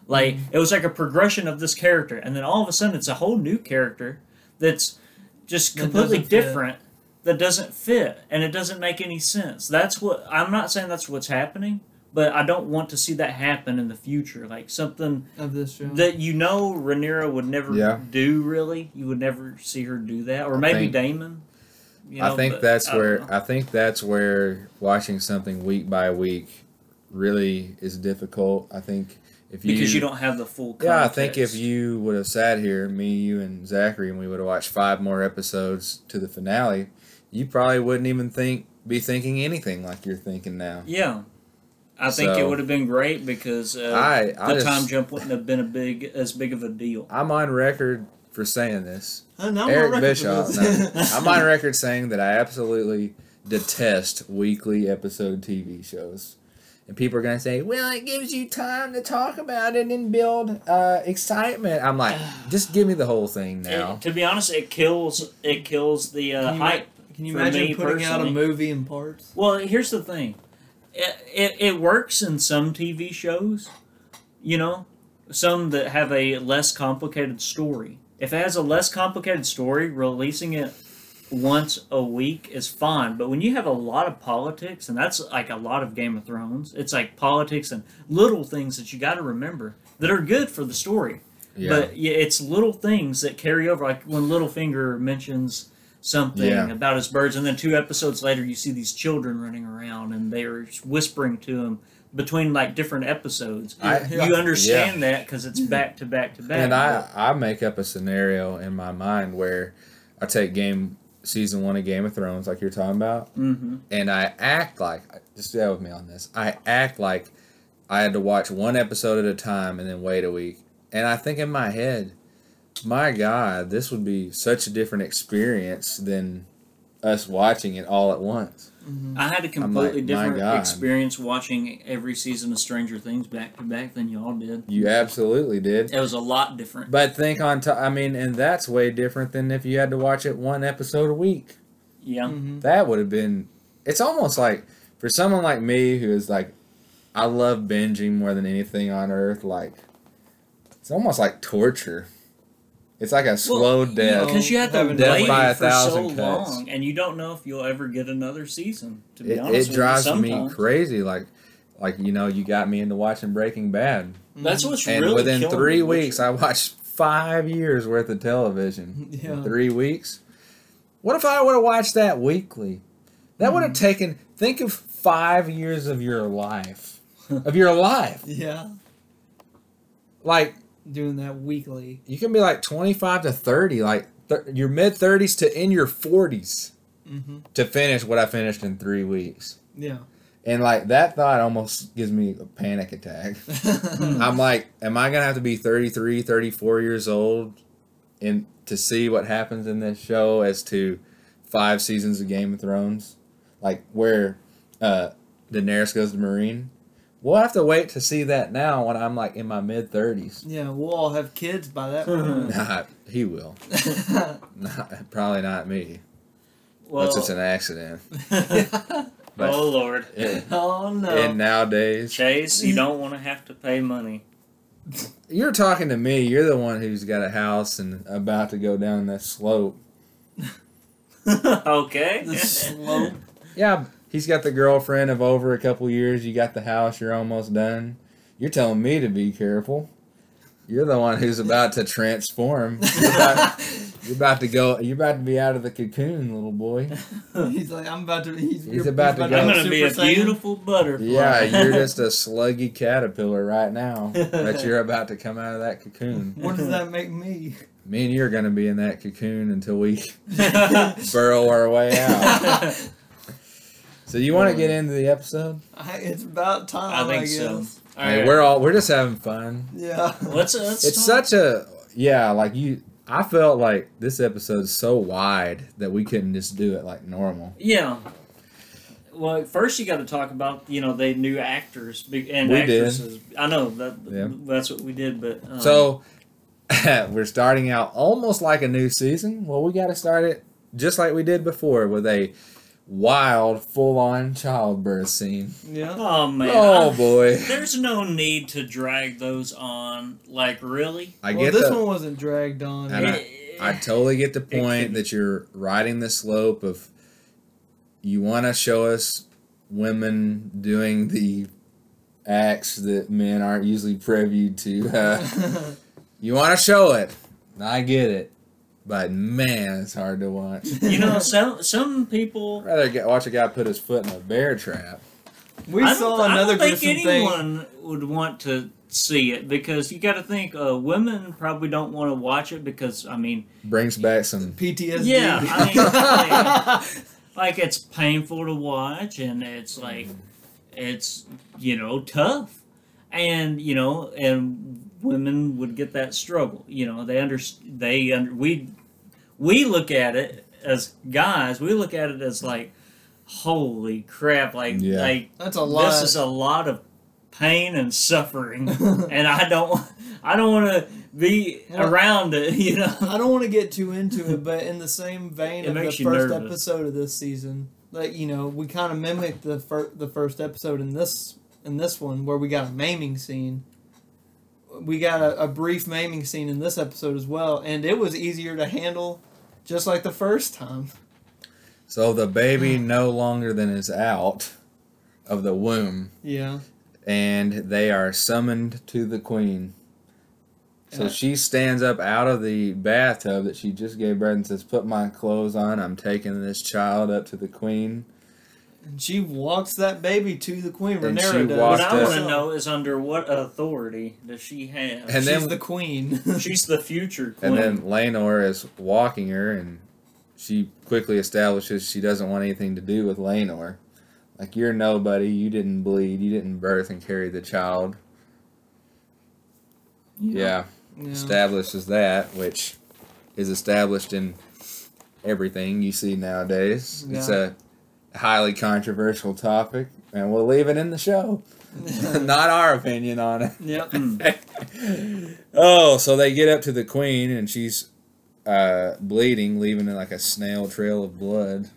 B: Like
C: Mm-hmm.
B: it was like a progression of this character, and then all of a sudden it's a whole new character that's just
C: That
B: completely
C: doesn't fit.
B: different. That doesn't fit, and it doesn't make any sense. That's what I'm not saying. That's what's happening, but I don't want to see that happen in the future. Like something
C: of this show,
B: that you know Rhaenyra would never
A: Yeah.
B: do. Really, you would never see her do that, or
A: I
B: maybe
A: think-
B: Damon. You know,
A: I think
B: but
A: that's
B: I don't
A: where
B: know.
A: I think that's where watching something week by week really is difficult. I think if you
B: because you don't have the full. Context.
A: yeah, I think if you would have sat here, me, you, and Zachary, and we would have watched five more episodes to the finale, you probably wouldn't even think be thinking anything like you're thinking now.
B: Yeah, I think it
A: So-
B: would have been great because uh,
A: I I
B: the time
A: just,
B: jump wouldn't have been a big as big of a deal.
A: I'm on record for saying this.
C: I know, I'm on
A: Eric
C: record for
A: Bischoff. no.
C: this.
A: I'm on record saying that I absolutely detest weekly episode TV shows. And people are going to say, well, it gives you time to talk about it and build uh, excitement. I'm like, just give me the whole thing now.
B: It- to be honest, it kills it kills the uh,
C: Can you ma-
B: hype.
C: Can you
B: For
C: imagine
B: me
C: putting out a
B: personally-
C: movie in parts?
B: Well, here's the thing. It, it, it works in some TV shows, you know, some that have a less complicated story. If it has a less complicated story, releasing it once a week is fine. But when you have a lot of politics, and that's like a lot of Game of Thrones, it's like politics and little things that you got to remember that are good for the story. But yeah, it's little things that carry over. Like when Littlefinger mentions something
A: Yeah.
B: about his birds, and then two episodes later, you see these children running around and they're just whispering to him between like different episodes.
A: I-
B: you understand that because it's back to back to back.
A: And I, I make up a scenario in my mind where I take game season one of Game of Thrones, like you're talking about,
B: hmm
A: and I act like just stay with me on this. I act like I had to watch one episode at a time and then wait a week. And I think in my head, my God, this would be such a different experience than us watching it all at once.
C: Mm-hmm.
B: I had a
A: my
B: completely different
A: God.
B: experience watching every season of Stranger Things back to back than y'all did.
A: You absolutely did.
B: It was a lot different.
A: But think on top, I mean, and that's way different than if you had to watch it one episode a week.
B: Yeah.
C: Mm-hmm.
A: That would have been, it's almost like for someone like me who is like, I love binging more than anything on earth, like, it's almost like torture. It's like a slow death.
B: Because you had to
C: Having
B: wait
A: death by a
B: for so
A: thousand cuts.
B: long, and you don't know if you'll ever get another season. To be
A: it,
B: honest,
A: it drives
B: with you,
A: me
B: sometimes.
A: crazy. Like, like you know, you got me into watching Breaking Bad,
B: That's what's
A: and
B: really
A: within
B: killing
A: three
B: The
A: weeks,
B: Witcher.
A: I watched five years worth of television. In
C: Yeah.
A: three weeks. What if I would have watched that weekly? That would have taken. Think of five years of your life, of your life.
C: Yeah,
A: Like
C: doing that weekly.
A: you can be like twenty five to thirty, like th- your mid thirties to in your forties
C: Mm-hmm.
A: to finish what I finished in three weeks.
C: Yeah.
A: And like that thought almost gives me a panic attack. I'm like, am I gonna have to be 33, 34 years old and to see what happens in this show as to five seasons of Game of Thrones? Like where uh Daenerys goes to Marine. We'll have to wait to see that now when I'm like in my mid thirties.
C: yeah, we'll all have kids by that point.
A: Nah, he will. Not, probably not me.
B: well,
A: Unless it's an accident. But
B: oh Lord,
A: in,
C: oh no.
A: in nowadays
B: Chase, you don't want to have to pay money.
A: you're talking to me, you're the one who's got a house and about to go down that slope.
B: okay.
C: the slope.
A: Yeah, he's got the girlfriend of over a couple years. You got the house. You're almost done. You're telling me to be careful. You're the one who's about to transform. You're about, you're about to go. You're about to be out of the cocoon, little boy.
C: He's like, I'm about to. He's,
A: He's about to go.
B: I'm gonna be a
C: Super Saiyan.
B: beautiful butterfly.
A: Yeah, you're just a sluggy caterpillar right now. But you're about to come out of that cocoon.
C: What does that make me?
A: Me and you are gonna be in that cocoon until we burrow our way out. So you want to get into the episode?
C: I, it's about time.
B: I
C: I,
B: think
C: guess.
B: so. All
A: Hey,
B: right.
A: we're all we're just having fun.
C: Yeah.
B: let's, let's
A: it's
B: talk-
A: such a yeah like you i felt like this episode's so wide that we couldn't just do it like normal
B: yeah. Well, first you got to talk about you know they new actors be- and
A: We did.
B: actresses. I know that
A: Yeah.
B: that's what we did, but
C: Uh-huh.
B: um,
A: so we're starting out almost like a new season well we got to start it just like we did before with a wild full-on childbirth scene
C: Yeah.
B: oh man,
A: oh
B: I-
A: boy
B: There's no need to drag those on. Like, really? Eh.
A: i
C: well,
A: get
C: this
A: the,
C: one wasn't dragged on.
A: And I- I totally get the point
B: couldn't.
A: that you're riding the slope of you want to show us women doing the acts that men aren't uh, usually privy to. you want to show it. I get it. But man, it's hard to watch.
B: You know, some some people.
A: I'd rather get, watch a guy put his foot in a bear trap.
C: We
B: I don't,
C: saw
B: I
C: another
B: don't think
C: gruesome thing.
B: anyone would want to see it because you got to think uh, women probably don't want to watch it because I mean,
A: Brings back some.
C: PTSD.
B: yeah, I like it's painful to watch and it's like
A: Mm-hmm.
B: it's you know tough and you know and women would get that struggle you know they under they under we we look at it as guys we look at it as like holy crap like
A: Yeah.
B: like
C: That's a lot.
B: this is a lot of pain and suffering and i don't i don't want to be
C: Well,
B: around it you know
C: I don't want to get too into it, but in the same vein
B: It
C: of the
B: makes
C: first
B: you nervous.
C: episode of this season, like you know, we kind of mimicked the fir- the first episode in this in this one where we got a maiming scene. We got a, a brief maiming scene in this episode as well, and it was easier to handle, just like the first time.
A: So the baby no longer than is out of the womb,
C: Yeah,
A: and they are summoned to the queen. So
C: Yeah.
A: she stands up out of the bathtub that she just gave birth and says, "Put my clothes on. I'm taking this child up to the queen."
C: and she walks that baby to the queen.
A: And
C: Renera
A: she
C: does.
B: what
A: walked
B: i
A: it.
B: want to know is under what authority does she have
A: And
C: She's
A: then-
C: the queen.
B: she's the future queen
A: And then Lanor is walking her, and she quickly establishes she doesn't want anything to do with Lanor. Like, you're nobody. You didn't bleed. You didn't birth and carry the child. Yeah.
C: yeah.
A: Establishes that, which is established in everything you see nowadays. It's
C: Yeah.
A: a highly controversial topic, and we'll leave it in the show. Not our opinion on it.
C: yep.
B: Hmm.
A: oh, so they get up to the queen and she's uh, bleeding, leaving like a snail trail of blood.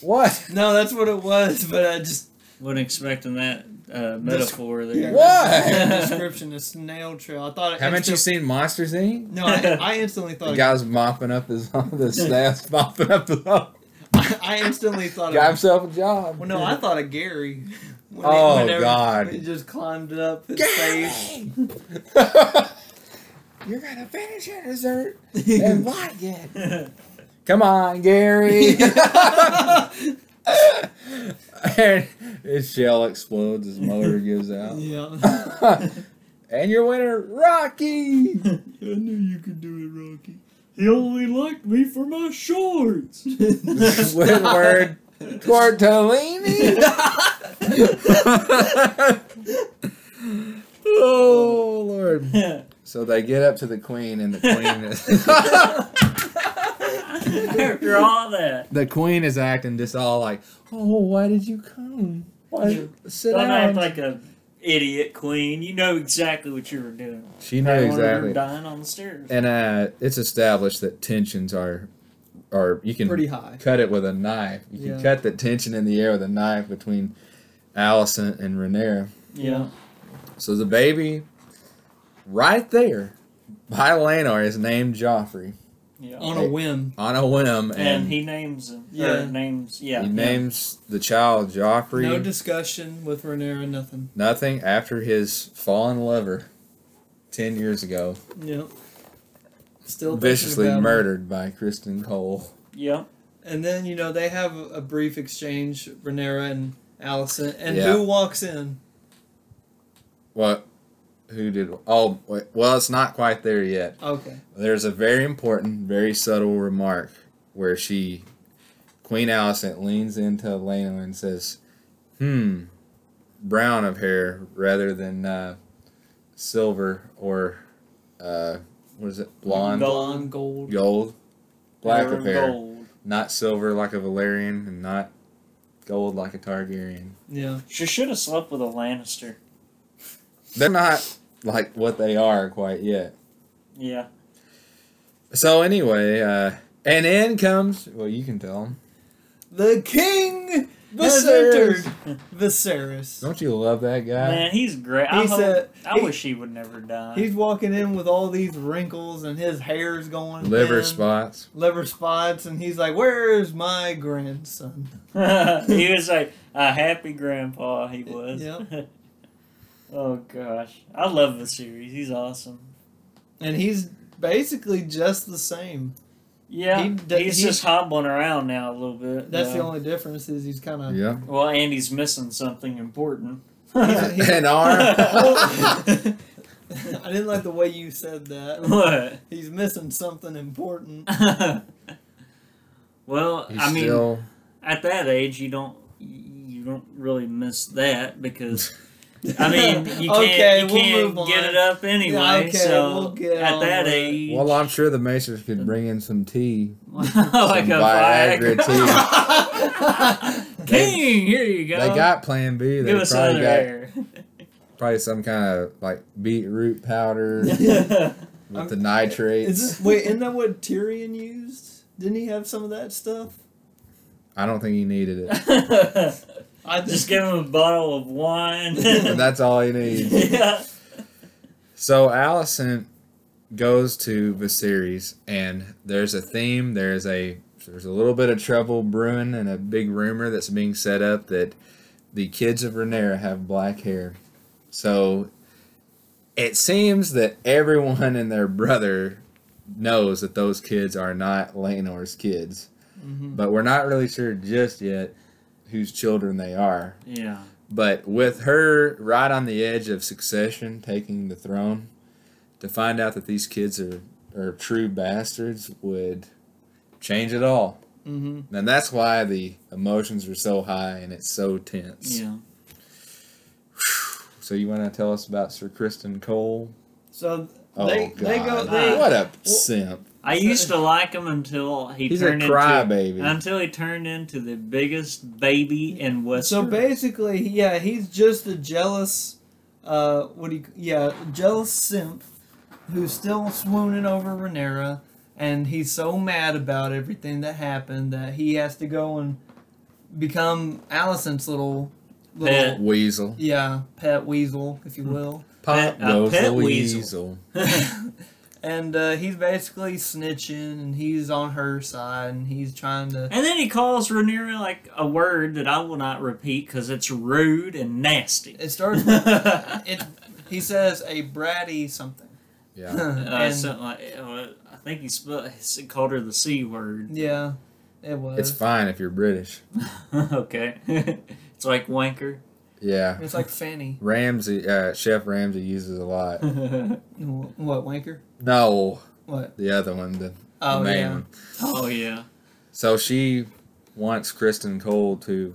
A: What?
C: No, that's what it was, but I just
B: wasn't expecting that uh, metaphor there
A: Why?
C: description a snail trail. I thought. it
A: Haven't you
C: instant-
A: seen Monsters Inc?
C: No, I, I instantly
A: The
C: thought. It,
A: guy's mopping up his the snail's mopping up the blood.
C: I instantly thought.
A: Got
C: Of,
A: himself a job.
C: well, no, I thought of Gary. When he-
A: Oh,
C: whenever
A: God.
C: He just climbed up his face.
A: Gary! You're gonna finish your dessert and what again? Come on, Gary. and his shell explodes, his motor gives out.
C: yeah.
A: and your winner, Rocky!
C: I knew you could do
B: he only liked me for my shorts
C: it,
A: Squidward Tortellini! oh, Lord. So they get up to the queen, and the queen is.
B: after all that
A: the queen is acting just all like, oh, why did you come? Why
C: Yeah.
A: sit
B: don't
A: down.
B: act like a idiot queen you know exactly what you were doing
A: she knew exactly.
B: Her dying on the stairs.
A: And uh, it's established that tensions are, are you can
C: Pretty high.
A: cut it with a knife. You
C: Yeah.
A: can cut the tension in the air with a knife between Allison and Renera.
B: Yeah.
A: So the baby, right there, by Lanor, is named Joffrey
B: Yeah.
C: On a whim.
A: on a whim, and,
B: and, he names him.
C: Yeah.
B: Yeah. names. Yeah.
A: he names the child Joffrey.
C: No discussion with Renera. Nothing.
A: nothing after his fallen lover, ten years ago,
C: Yep. Still thinking
A: viciously
C: about it.
A: murdered by Kristen Cole.
B: Yeah.
C: And then you know they have a brief exchange, Renera and Allison, and
A: Yeah.
C: who walks in?
A: What? Who did? Oh, wait, well, it's not quite there yet.
C: Okay.
A: There's a very important, very subtle remark where she, Queen Alicent, leans into Elena and says, hmm, brown of hair rather than uh, silver or, uh, what is it, blonde,
B: Gold.
C: Blonde gold.
A: gold, black
B: They're
A: of hair,
B: Gold.
A: not silver like a Valerian and not gold like a Targaryen.
C: Yeah.
B: She should have slept with a Lannister.
A: They're not like what they are quite yet.
B: Yeah.
A: So anyway, uh, and in comes, well, you can tell 'em.
C: The king has
A: Viserys.
C: entered. Viserys.
A: Don't you love that guy?
B: Man, he's great. I,
C: He's
B: hope,
C: a-
B: I
C: he-
B: wish he would never die.
C: He's walking in with all these wrinkles and his hair's going
A: Liver
C: thin,
A: spots.
C: liver spots, and he's like, "Where's my grandson?"
B: he was like a happy grandpa. He was.
C: Yep.
B: oh gosh, I love the series. He's awesome.
C: And he's basically just the same.
B: Yeah,
C: He d-
B: he's
C: he-
B: just hobbling around now a little bit.
C: That's
B: yeah.
C: the only difference is he's kind of
A: Yeah.
B: Well, Andy's missing something important.
C: He's-
A: An arm.
C: I didn't like the way you said that.
B: what?
C: He's missing something important.
B: well,
A: He's
B: I mean,
A: still
B: at that age, you don't you don't really miss that because I mean, you can't
C: Okay,
B: you
C: we'll
B: can't
C: move
B: get
C: on.
B: it up anyway.
C: Yeah, okay,
B: so
C: we'll get
B: at
C: on
B: that
C: that.
B: age,
A: Well, I'm sure the Masons could bring in some tea.
B: like a
A: some Viagra
B: Viagra.
A: They,
B: King, here you go.
A: they got Plan B. They
B: Give us
A: probably
B: another
A: got
B: air.
A: probably some kind of like beetroot powder with
C: I'm-
A: the nitrates.
C: Is this wait? Isn't that what Tyrion used? Didn't he have some of that stuff?
A: I don't think he needed it.
C: I
B: Just
C: just
B: give him a bottle of wine.
A: But that's all he needs.
B: yeah.
A: So Allison goes to Viserys, and there's a theme. There's a there's a little bit of trouble brewing, and a big rumor that's being set up that the kids of Renera have black hair. So it seems that everyone and their brother knows that those kids are not Lanor's kids, but we're not really sure just yet whose children they are.
B: Yeah.
A: But with her right on the edge of succession, taking the throne, to find out that these kids are, are true bastards would change it all.
C: hmm
A: And that's why the emotions are so high and it's so tense.
B: Yeah.
A: So you want to tell us about Sir Kristen Cole?
C: so
A: Oh
C: they
A: God!
C: they go they,
A: what a simp!
B: I used to like him until he
A: He's a
B: turned into
A: crybaby.
B: until he turned into the biggest baby in West.
C: So basically, yeah, he's just a jealous, uh, what do you, yeah, jealous simp who's still swooning over Renera, and he's so mad about everything that happened that he has to go and become Allison's little, little
B: Pet.
A: Weasel.
C: yeah, pet weasel, if you
A: Hmm.
C: will.
A: Pop
B: Pet- a
A: goes the
B: pet
A: weasel.
B: weasel.
C: And uh, he's basically snitching, and he's on her side, and he's trying to.
B: and then he calls Rhaenyra like a word that I will not repeat because it's rude and nasty.
C: It starts. With,
B: uh,
C: it. He says a bratty something.
A: Yeah.
C: And-
B: something like, uh, I think he, sp- he called her the c word.
C: yeah, it was.
A: it's fine if you're British.
B: okay, it's like wanker.
A: Yeah.
C: It's like Fanny.
A: Ramsey, uh, Chef Ramsey uses a lot.
C: Oh, Wh- What wanker?
A: No,
C: What?
A: the other one, the, the
C: Oh
A: main
C: yeah.
A: one.
B: oh yeah,
A: So she wants Kristen Cole to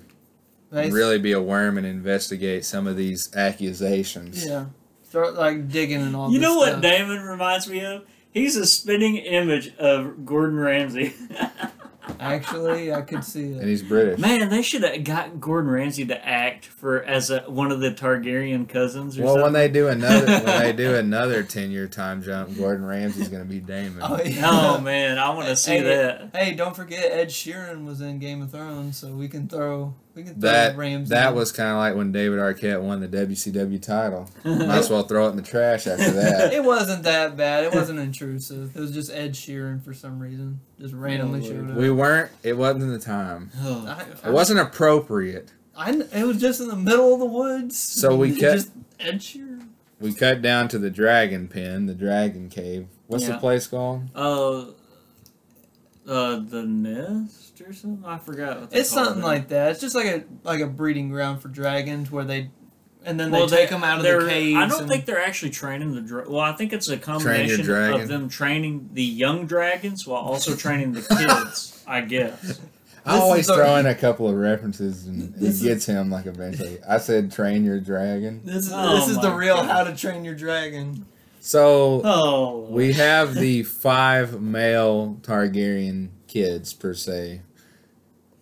C: They-
A: really be a worm and investigate some of these accusations.
C: Yeah. Start like digging and all.
B: you
C: this
B: know what
C: stuff.
B: Damon reminds me of? He's a spinning image of Gordon Ramsay.
C: Actually, I could see
A: And
C: it.
A: he's British.
B: Man, they should have got Gordon Ramsay to act for as a, one of the Targaryen cousins or
A: well, when
B: something.
A: they do another when they do another ten year time jump, Gordon Ramsay's gonna be Damon.
C: Oh yeah.
B: oh man, I want to see
C: Hey,
B: that.
C: Hey, don't forget Ed Sheeran was in Game of Thrones, so we can throw we can throw
A: That
C: Rams.
A: that
C: in.
A: was kind of like when David Arquette won the WCW title. Might as well throw it in the trash after that.
C: It wasn't that bad. It wasn't intrusive. It was just Ed Sheeran for some reason, just randomly showed up.
A: We weren't. It wasn't the time.
B: Oh,
C: I,
A: It wasn't appropriate.
C: I, it was just in the middle of the woods.
A: So we kept-
C: just Ed Sheeran.
A: We cut down to the dragon pen, the dragon cave. What's the
B: Yeah.
A: place called?
B: uh, uh, the nest or something. I forgot. What they
C: It's
B: called
C: something
B: it.
C: like that. It's just like a like a breeding ground for dragons where they, and then
B: Well,
C: they take them out of
B: they're-
C: the caves.
B: I don't
C: and-
B: think they're actually training the. Dra- well, I think it's a combination
A: dragon.
B: of them training the young dragons while also training the kids. I guess.
A: I
C: This
A: always
C: is the-
A: throw in a couple of references and
C: This is-
A: it gets him like eventually. I said train your dragon.
C: this is
B: Oh
C: this is the
B: my
C: real
B: God.
C: How to Train Your Dragon.
A: So
B: Oh,
A: we have the five male Targaryen kids per se.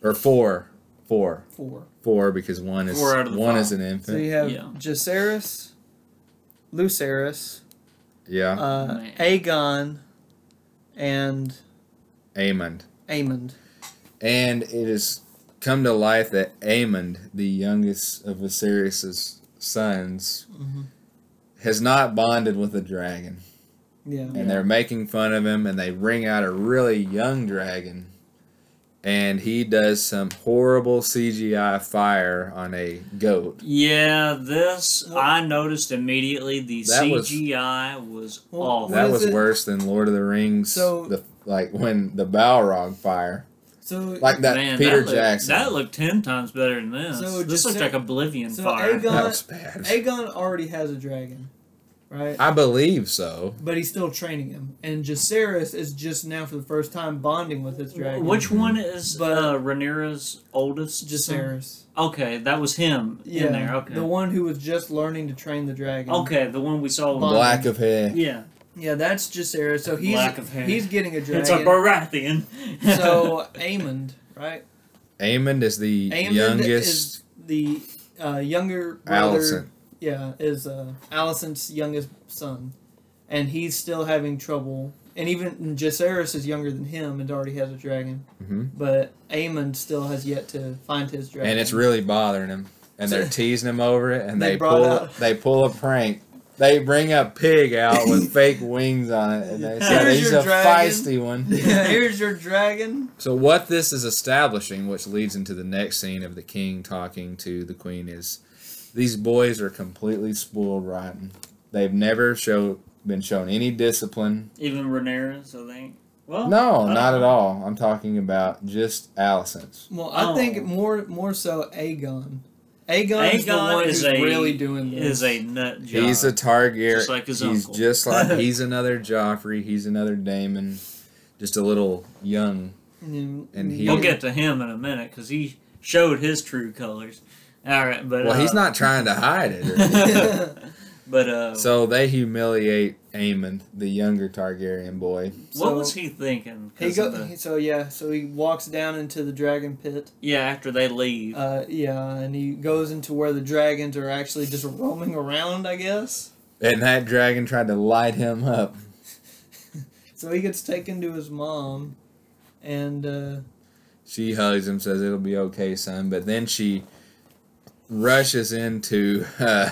A: Or four. Four.
C: Four.
A: Four because one is
B: Four out of the
A: one
B: five.
A: is an
C: So
A: infant.
C: you have
B: Yeah.
C: Jacerys, Lucerys,
A: Yeah.
C: uh,
B: Man.
C: Aegon, and
A: Aemond.
C: Aemond.
A: And it has come to light that Aemond, the youngest of Viserys' sons,
C: Mhm.
A: has not bonded with a dragon.
C: Yeah.
A: and they're making fun of him and they bring out a really young dragon and he does some horrible CGI fire on a goat.
B: Yeah, this
C: Well-
B: I noticed immediately. The
A: That was-
B: CGI was,
C: Well,
B: awful.
C: What
A: that
C: is
A: was
C: it?
A: worse than Lord of the Rings
C: So-
A: the like when the Balrog fire,
C: So
A: like that
B: Man,
A: Peter
B: that looked,
A: Jackson.
B: That looked ten times better than this.
C: So
B: this
C: just
B: looked
C: say-
B: like Oblivion
C: so
B: fire.
A: That
C: Aegon-
A: was bad.
C: Aegon already has a dragon, right?
A: I believe so.
C: But he's still training him, and Jacerys is just now for the first time bonding with his dragon.
B: Which one is
C: But-
B: uh, Rhaenyra's oldest? son?
C: Jacerys?
B: Okay, that was him
C: Yeah,
B: in there. Okay.
C: the one who was just learning to train the dragon.
B: okay, the one we saw.
C: Bond.
A: Black of hair.
B: Yeah,
C: yeah, that's Jacerys. So he's
B: Lack of hair.
C: he's getting a dragon.
B: it's a Baratheon.
C: so Aemond, right?
A: Aemond is the
C: Aemond
A: youngest
C: is the uh, younger brother.
A: Allison.
C: Yeah, is uh, Allison's youngest son, and he's still having trouble. And even Jacerys is younger than him and already has a dragon,
A: hmm
C: but Aemon still has yet to find his dragon.
A: And it's really bothering him. And they're teasing him over it. And
C: They
A: they,
C: brought
A: pull
C: out-
A: they pull a prank. They bring a pig out with fake wings on it. And they say
C: Here's
A: he's
C: your
A: a
C: dragon."
A: feisty one.
C: yeah, here's your dragon.
A: So what this is establishing, which leads into the next scene of the king talking to the queen, is these boys are completely spoiled rotten. They've never show been shown any discipline.
B: Even Rhaenyra's, I think. Well, uh,
A: No,
B: I
A: not
B: don't
A: at
B: know.
A: all. I'm talking about just Allison's.
C: Well, I
B: Oh.
C: think more more so Aegon. Aegon, is the
B: Aegon
C: one
B: is
C: who's
B: a
C: really doing this.
B: Is a nut job.
A: He's a Targaryen.
B: Just like his
A: he's
B: uncle.
A: just like he's another Joffrey. He's another Damon. Just a little young.
C: Mm,
A: and he-
B: we'll get to him in a minute because he showed his true colors. All right, but
A: Well,
B: uh,
A: he's not trying to hide it. or anything.
C: yeah.
B: But uh,
A: so they humiliate Aemon, the younger Targaryen boy.
B: what
C: so-
B: was he thinking? 'Cause
C: he
B: of
C: go,
B: the-
C: so yeah, so he walks down into the dragon pit.
B: yeah, after they leave,
C: Uh, yeah, and he goes into where the dragons are actually just roaming around, I guess.
A: And that dragon tried to light him up.
C: So he gets taken to his mom, and uh,
A: She hugs him, says it'll be okay, son. But then she rushes into uh,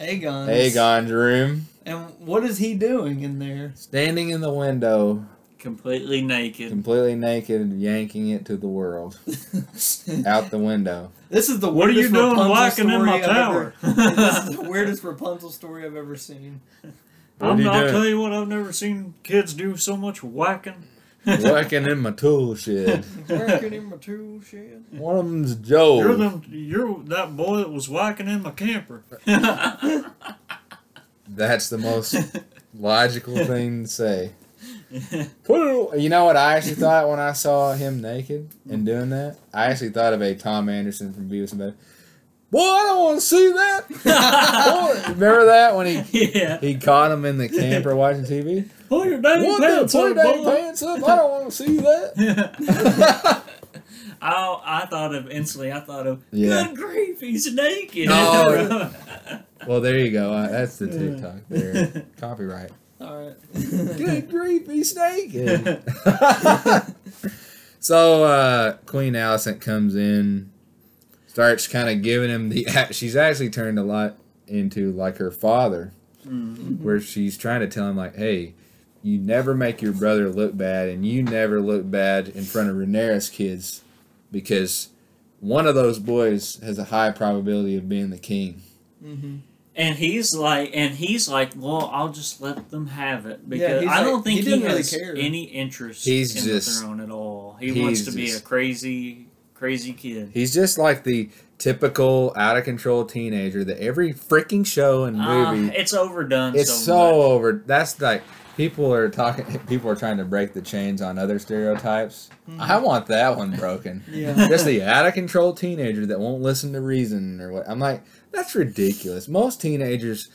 C: Aegon.
A: Aegon's room,
C: And what is he doing in there?
A: standing in the window,
B: completely naked.
A: completely naked, and yanking it to the world
C: this
A: out the window.
C: is the
B: What are you
C: weirdest
B: doing
C: Rapunzel
B: walking in
C: story
B: my
C: I've
B: tower?
C: ever- this is the weirdest Rapunzel story I've ever seen.
A: What
B: I'm,
A: are you
B: I'll
A: doing?
B: tell you what, I've never seen kids do so much whacking.
A: Working in my tool shed.
C: Working in my tool shed.
A: One of them's Joel.
B: You're the you're that boy that was whacking in my camper.
A: That's the most logical thing to say. Poo! You know what I actually thought when I saw him naked and doing that? I actually thought of a Tom Anderson from Beavis and Butt. Boy, I don't want to see that. Boy, remember that when he
B: yeah.
A: he caught him in the camper watching TV?
B: Pull your damn
A: What the
B: pants
A: put
B: up,
A: that
B: boy.
A: pants up? I don't want to see that.
B: Oh, I thought of instantly. I thought of
A: Yeah.
B: good grief, he's naked.
A: No. Well, there you go. Uh, That's the TikTok there. Copyright.
C: All right.
A: Good grief, he's naked. so uh, Queen Alicent comes in, starts kind of giving him the. She's actually turned a lot into like her father,
C: Hmm.
A: where she's trying to tell him like, "Hey, you never make your brother look bad, and you never look bad in front of Rhaenyra's kids, because one of those boys has a high probability of being the king."
C: mm-hmm.
B: and he's like, and he's like, well, I'll just let them have it because
C: he's
B: I don't
C: like-
B: think
C: he
B: he,
C: didn't really
B: has
C: care.
B: any interest
A: He's
B: in
A: just-
B: the throne at all. He
A: he's
B: wants to be a
A: just-
B: crazy, crazy kid.
A: He's just like the typical out of control teenager that every freaking show and
B: Ah,
A: movie
B: it's overdone.
A: it's
B: so,
A: so
B: much.
A: over that's like people are talking people are trying to break the chains on other stereotypes i
B: Mm-hmm.
A: want that one broken
C: Mm-hmm. Yeah.
A: just the out of control teenager that won't listen to reason or what i'm like that's ridiculous most teenagers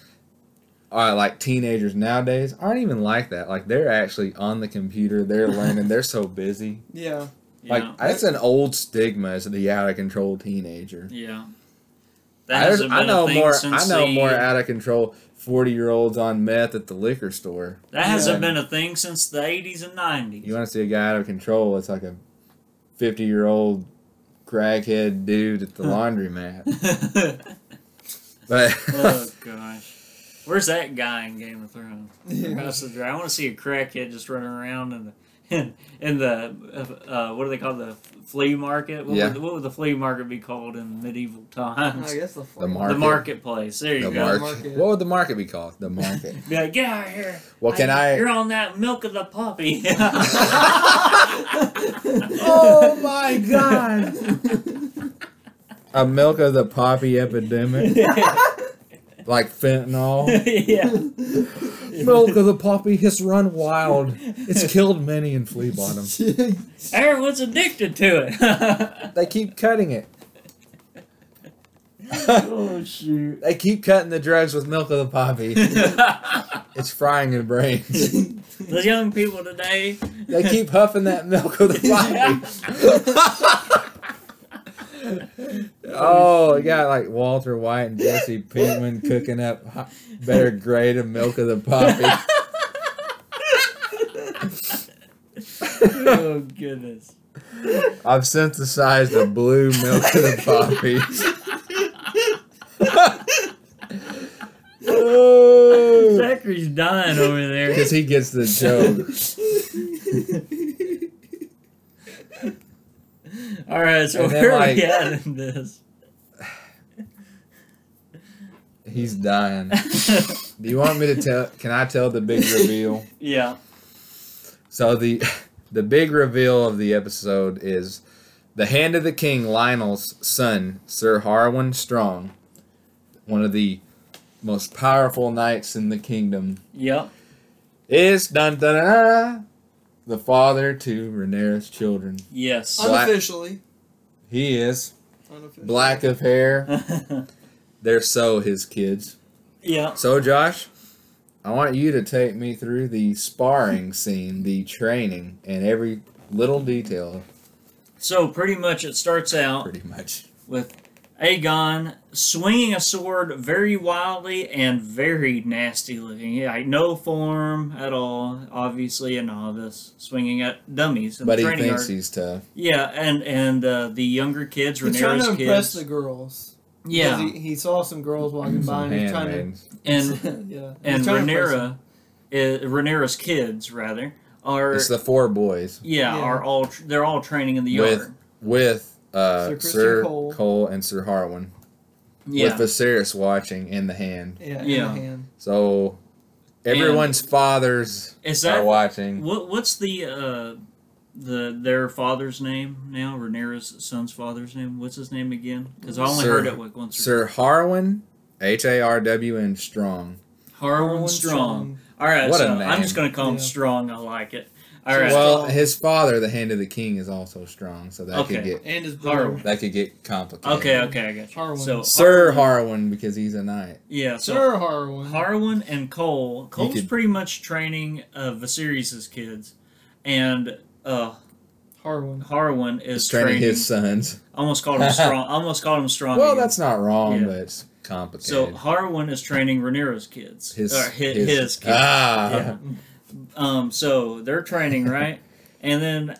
A: are like teenagers nowadays aren't even like that like they're actually on the computer they're learning they're so busy
C: Yeah.
A: like
B: yeah.
A: that's an old stigma as the out of control teenager
B: yeah.
A: I-
B: That hasn't
A: I
B: been a
A: know
B: thing
A: more. I
B: since
A: know
B: the-
A: more out of control forty year olds on meth at the liquor store.
B: That hasn't
A: Yeah.
B: been a thing since the 80s and 90s.
A: You want to see a guy out of control? It's like a fifty year old crackhead dude at the laundromat. But
B: oh gosh, where's that guy in Game of Thrones?
C: Yeah.
B: House of the Dra- I want to see a crackhead just running around and in, in the uh, uh, what do they call the flea market? What,
A: Yeah.
B: would, what would the flea market be called in medieval times?
C: I guess the, fuck-
A: The
B: the
A: market.
B: marketplace. There you
A: The
B: go.
A: market.
C: Market.
A: What would the market be called? The market.
B: Be like, get out of here.
A: Well, can I?
B: You're on that milk of the puppy.
A: oh my god! A milk of the poppy epidemic, like fentanyl.
B: yeah.
A: Milk of the poppy has run wild. It's killed many in Flea Bottom.
B: Everyone's addicted to it.
A: They keep cutting it.
B: oh shoot.
A: They keep cutting the drugs with milk of the poppy. It's frying their brains.
B: the young people today.
A: They keep huffing that milk of the poppy. Oh, it got like Walter White and Jesse Pinkman cooking up hot- better grade of milk of the poppy.
B: oh goodness.
A: I've synthesized a blue milk of the poppy. Oh.
B: Zachary's dying over there.
A: Because he gets the joke.
B: All right, so
A: And then,
B: where are
A: like-
B: we at in this?
A: He's dying. Do you want me to tell? Can I tell the big reveal?
B: yeah.
A: So the the big reveal of the episode is the hand of the king Lionel's son, Sir Harwin Strong, one of the most powerful knights in the kingdom,
B: Yep.
A: is dun dun dun, the father to Rhaenyra's children.
B: Yes.
A: Black-
C: unofficially.
A: He is
C: unofficially.
A: black of hair. They're so his kids.
B: yeah.
A: So Josh, I want you to take me through the sparring scene, the training, and every little detail,
B: So pretty much it starts out
A: pretty much.
B: with Aegon swinging a sword very wildly and very nasty looking. Yeah, like no form at all. Obviously a novice swinging at dummies in
A: But
B: the
A: he
B: training
A: thinks
B: yard.
A: he's tough.
B: Yeah, and and uh, the younger kids,
C: He's trying
B: Rhaenyra's
C: to impress
B: kids.
C: the girls. 'Cause
B: yeah,
C: He, he saw some girls walking by
A: Some
C: and he's trying
A: handmaidens.
B: and
C: to. yeah. He's
B: and
C: trying to impress them.
B: Rhaenyra, uh, Rhaenyra's kids rather are
A: It's the four boys
B: yeah,
C: Yeah.
B: are all tr- they're all training in the
A: With-
B: yard.
A: with uh, Sir,
C: Sir Christian Cole.
A: Cole. and Sir Harwin
B: yeah,
A: with Viserys watching in the hand.
C: Yeah.
B: Yeah.
C: In the hand.
A: So everyone's fathers
B: is
A: are
B: that
A: watching.
B: what? What's the uh, the their father's name now? Rhaenyra's son's father's name. What's his name again? Because I only
A: Sir-
B: heard it like once. or-
A: Sir Harwin, H A R W N Strong.
B: Harwin
C: Harwin
B: Strong. All right,
A: What a
B: so I'm
A: name.
B: just gonna call him
C: Yeah.
B: Strong. I like it. All right,
A: Well,
C: Strong.
A: his father, the Hand of the King, is also strong, so that
B: Okay.
A: could get
C: And his brother.
B: Harwin.
A: That could get complicated.
B: okay, okay, I got you.
C: Harwin.
B: So
A: Sir Harwin, because he's a knight.
B: yeah, so
C: Sir Harwin.
B: Harwin and Cole. Cole's
A: could-
B: pretty much training uh, Viserys' kids, and uh,
C: Harwin.
B: Harwin is
A: He's
B: training.
A: training his sons.
B: Almost called him strong. almost called him strong.
A: Well,
B: again.
A: that's not wrong,
B: Yeah.
A: but it's
B: so
A: complicated.
B: Harwin is training Rhaenyra's kids.
A: his,
B: or hi- his,
A: his,
B: kids.
A: Ah,
B: Yeah. Um. So they're training right, and then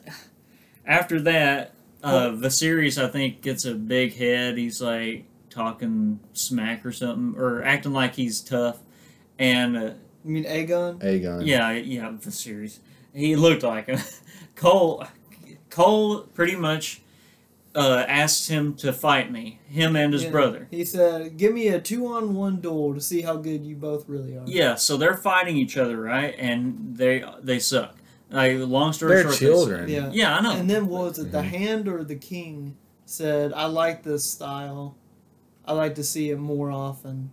B: after that, uh, Viserys I think gets a big head. He's like talking smack or something, or acting like he's tough, and. Uh,
C: You mean Aegon?
A: Aegon.
B: Yeah, yeah, the series. He looked like him. Cole, Cole pretty much uh, asked him to fight me, him and his
C: Yeah.
B: brother.
C: He said, "Give me a two-on-one duel to see how good you both really are."
B: Yeah, so they're fighting each other, right? And they they suck. Like long story
A: They're
B: short, they
A: children.
C: Yeah.
B: suck. Yeah, I know.
C: And then what was it? The
A: Mhm.
C: hand or the king said, "I like this style. I like to see it more often."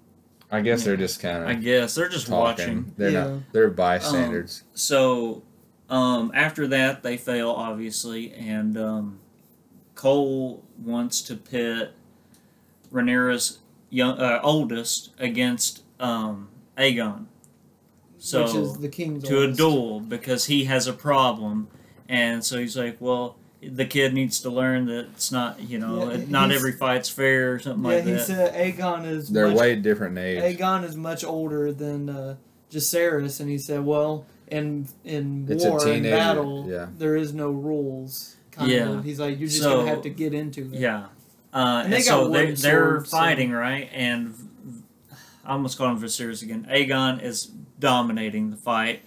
A: I guess
B: Yeah.
A: they're just kind
B: I
A: of
B: guess they're just
A: talking.
B: watching.
A: They're
C: Yeah. Um,
A: not. They're bystanders.
B: So um, after that, they fail obviously, and um, Cole wants to pit Rhaenyra's young, uh, oldest against um, Aegon. So
C: which is the king's
B: to a
C: oldest.
B: duel because he has a problem, and so he's like, well. The kid needs to learn that it's not, you know,
C: Yeah,
B: not
C: he's-
B: every fight's fair or something
C: Yeah,
B: like
C: he
B: that.
C: said Aegon is
A: they're
C: much,
A: way different in age.
C: Aegon is much older than uh, Jacerys, and he said, "Well, in in
A: It's a
C: war and
A: teenager,
C: battle,
A: yeah.
C: there is no rules." Kind
B: Yeah.
C: of. He's like, "You're just
B: So-
C: gonna have to get into it."
B: Yeah. Uh,
C: And
B: and
C: they
B: so
C: got
B: they,
C: wooden
B: they're
C: swords, so-
B: fighting, right? And v- I almost called him Viserys again. Aegon is dominating the fight.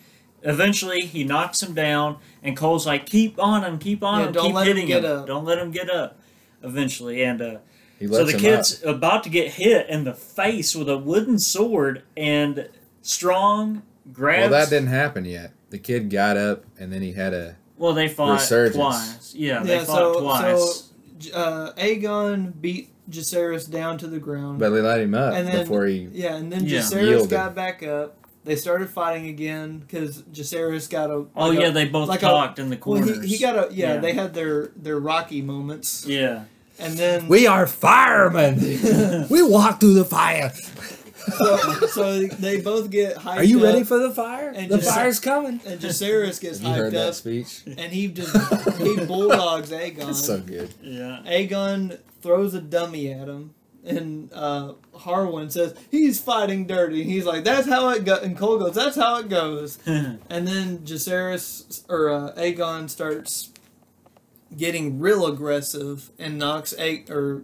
B: Eventually, he knocks him down, and Cole's like, "Keep on him, keep on
C: Yeah,
B: him,
C: don't
B: keep
C: let him
B: hitting
C: get up."
B: Don't let him get up." Eventually, and uh,
A: He
B: so
A: lets
B: the
A: him
B: kid's about to get hit in the face with a wooden sword, and Strong
A: up.
B: grabs.
A: Well, that didn't happen yet. The kid got up and then he had a
B: Well, they fought
A: Resurgence.
B: twice. Yeah, they
C: Yeah,
B: fought
C: so-
B: twice.
C: so- J- Uh, Aegon beat Jacerys down to the ground.
A: but they let him up
C: And then-
A: before he
C: yeah, and then
B: Yeah.
C: Jacerys
A: Yielded.
C: got back up. They started fighting again because Jacerys got a.
B: oh
C: like a-
B: yeah, they both
C: like a-
B: talked in the
C: Well,
B: corners.
C: he, he got a yeah,
B: Yeah.
C: They had their their rocky moments,
B: yeah.
C: and then
A: We are firemen. we walk through the fire.
C: so, so they both get hyped.
A: Are you
C: up,
A: ready for the fire?
C: And
A: the
C: just-
A: fire's coming.
C: And Jacerys gets
A: You heard
C: hyped
A: that
C: up,
A: speech?
C: and he just he bulldogs Aegon.
A: It's so good.
B: Yeah.
C: Aegon throws a dummy at him, and uh, Harwin says he's fighting dirty. And he's like, "That's how it goes." And Cole goes, "That's how it goes." And then Jacerys or uh, Aegon starts getting real aggressive and knocks A- or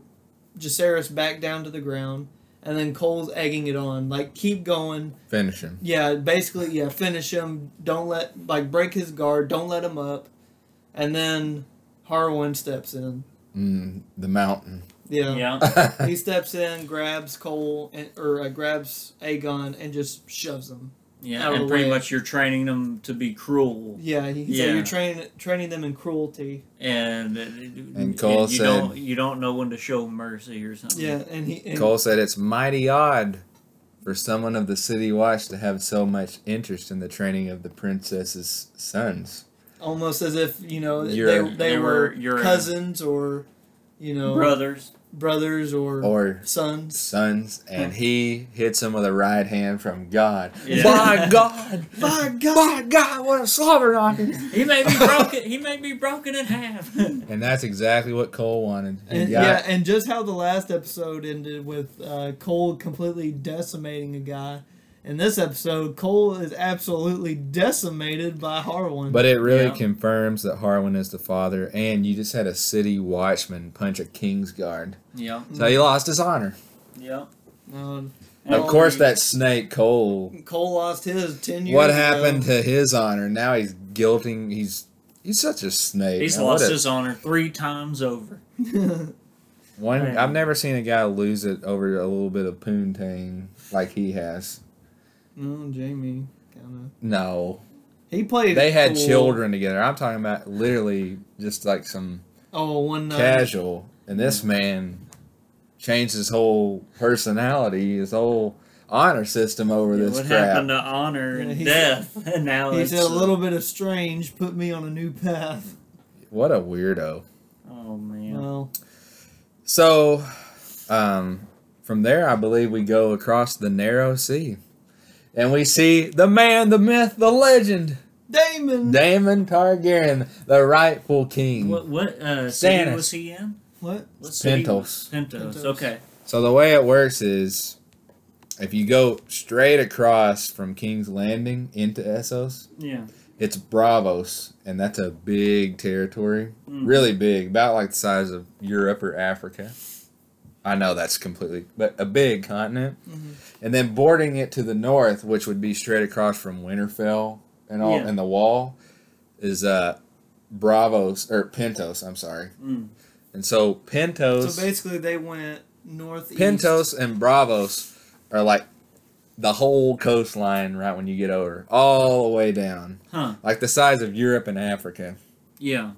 C: Jacerys back down to the ground. And then Cole's egging it on, like keep going.
A: Finish him.
C: Yeah, basically, yeah, finish him. Don't let like break his guard. Don't let him up. And then Harwin steps in.
A: Mm, the mountain.
B: yeah.
C: He steps in, grabs Cole, and, or uh, grabs Aegon, and just shoves him.
B: Yeah,
C: out of
B: and
C: the
B: pretty
C: way.
B: much you're training them to be cruel,
C: Yeah, he, so
B: Yeah.
C: you're training training them in cruelty.
B: and
A: And
B: and
A: Cole
B: you
A: said-
B: don't you don't know when to show mercy or something.
C: Yeah, and he and,
A: Cole said it's mighty odd for someone of the city watch to have so much interest in the training of the princess's sons.
C: almost as if you know they,
A: You're-
C: they,
B: They
C: were,
B: were- you're-
C: cousins or you know
B: brothers.
C: brothers or,
A: Or
C: sons.
A: sons, and he hits him with a right hand from God.
B: Yeah.
A: By God!
C: By God,
A: By God, what a sovereign knocking!
B: He may be broken. he may be broken in half.
A: And that's exactly what Cole wanted. He
C: and,
A: got-
C: yeah, and just how the last episode ended with uh, Cole completely decimating a guy. In this episode, Cole is absolutely decimated by Harwin.
A: But it really
B: Yeah.
A: confirms that Harwin is the father, and you just had a city watchman punch a king's guard.
B: yeah.
A: So
C: Mm.
A: he lost his honor.
B: Yeah.
C: Um,
A: Of
C: Oh,
A: course,
C: he-
A: that snake, Cole.
C: Cole lost his ten years.
A: What
C: ago.
A: happened to his honor? Now he's guilting. He's he's such a snake.
B: He's
A: man. What
B: lost
A: a-
B: his honor three times over.
A: one.
B: Man.
A: I've never seen a guy lose it over a little bit of poontang like he has.
C: No, Jamie kind
A: No,
C: of. He played.
A: they had
C: cool.
A: children together. I'm talking about literally just like some
C: Oh, one night.
A: casual, and this man changed his whole personality, his whole honor system over
B: Yeah,
A: this
B: what
A: crap.
B: happened to honor
C: Yeah,
B: and
C: he said-
B: death? and now
C: He
B: it's
A: uh,
C: said a little bit of strange put me on a new path.
A: What a weirdo.
B: Oh man.
C: Well,
A: So, um, from there, I believe we go across the narrow sea, and we see the man, the myth, the legend,
C: Damon.
A: Damon Targaryen, the rightful king.
B: What what uh, city
A: Stannis.
B: was he in?
C: what?
B: What city
A: Pentos.
B: was- Pentos.
C: Pentos.
B: Okay.
A: So the way it works is, if you go straight across from King's Landing into Essos,
B: Yeah.
A: it's Bravos, and that's a big territory,
B: Mhm.
A: really big, about like the size of Europe or Africa. I know that's completely, but a big continent.
C: Mhm.
A: And then bordering it to the north, which would be straight across from Winterfell and all,
B: Yeah.
A: and the wall, is uh, Bravos or Pentos. I'm sorry.
B: Mm.
A: And so Pentos,
C: So basically, they went northeast.
A: Pentos, and Bravos are like the whole coastline. Right when you get over, all the way down,
B: Huh.
A: like the size of Europe and Africa.
B: Yeah.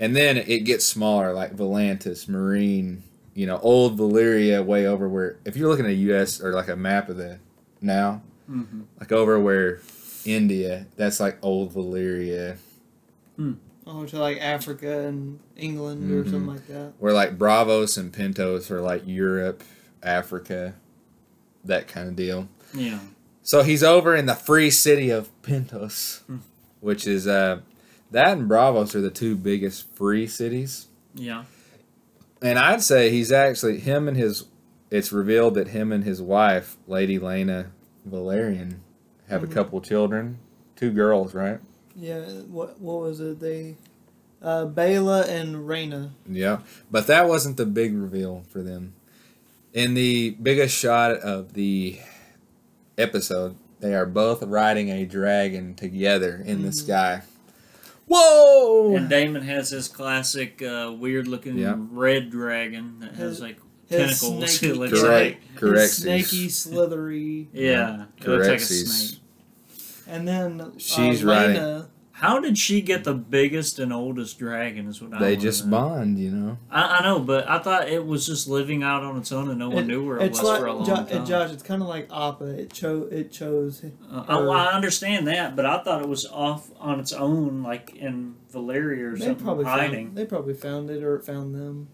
A: And then it gets smaller, like Volantis, Marine, you know, old Valyria, way over where, if you're looking at US or like a map of the now,
B: Mhm.
A: like over where India, that's like old Valyria,
C: Oh, to like Africa and England or
A: Mhm.
C: something like that.
A: where like Bravos and Pintos are like Europe, Africa, that kind of deal.
B: Yeah.
A: So he's over in the free city of Pintos,
B: Hmm.
A: which is, uh, that and Bravos are the two biggest free cities.
B: Yeah.
A: And I'd say he's actually him and his. It's revealed that him and his wife, Lady Lena Valerian, have
C: Mhm.
A: a couple children, two girls, right?
C: Yeah. What? What was it? They, uh, Bela and Reyna.
A: Yeah. But that wasn't the big reveal for them. In the biggest shot of the episode, They are both riding a dragon together
C: Mm-hmm.
A: in the sky. Whoa!
B: And Damon has his classic uh, weird looking
A: Yeah.
B: red dragon that has like
C: His
B: tentacles.
C: snaky-
B: It looks
A: Correct.
B: like,
A: Correct.
C: snaky, slithery,
B: yeah, it looks like a
A: Correctsies.
B: snake.
C: and then
A: She's
C: uh,
A: riding-
C: Lena,
B: How did she get the biggest and oldest dragon? Is what I
A: they
B: wanna
A: just
B: know.
A: bond, you know.
B: I, I know, but I thought it was just living out on its own and no one
C: It-
B: knew where it
C: It's
B: was
C: like
B: for a long
C: Jo-
B: time.
C: Josh. It's kind of like Appa. It chose. It chose.
B: Uh, I, I understand that, but I thought it was off on its own, like in Valeria or
C: They
B: something,
C: probably
B: hiding.
C: found, they probably found it or it found them,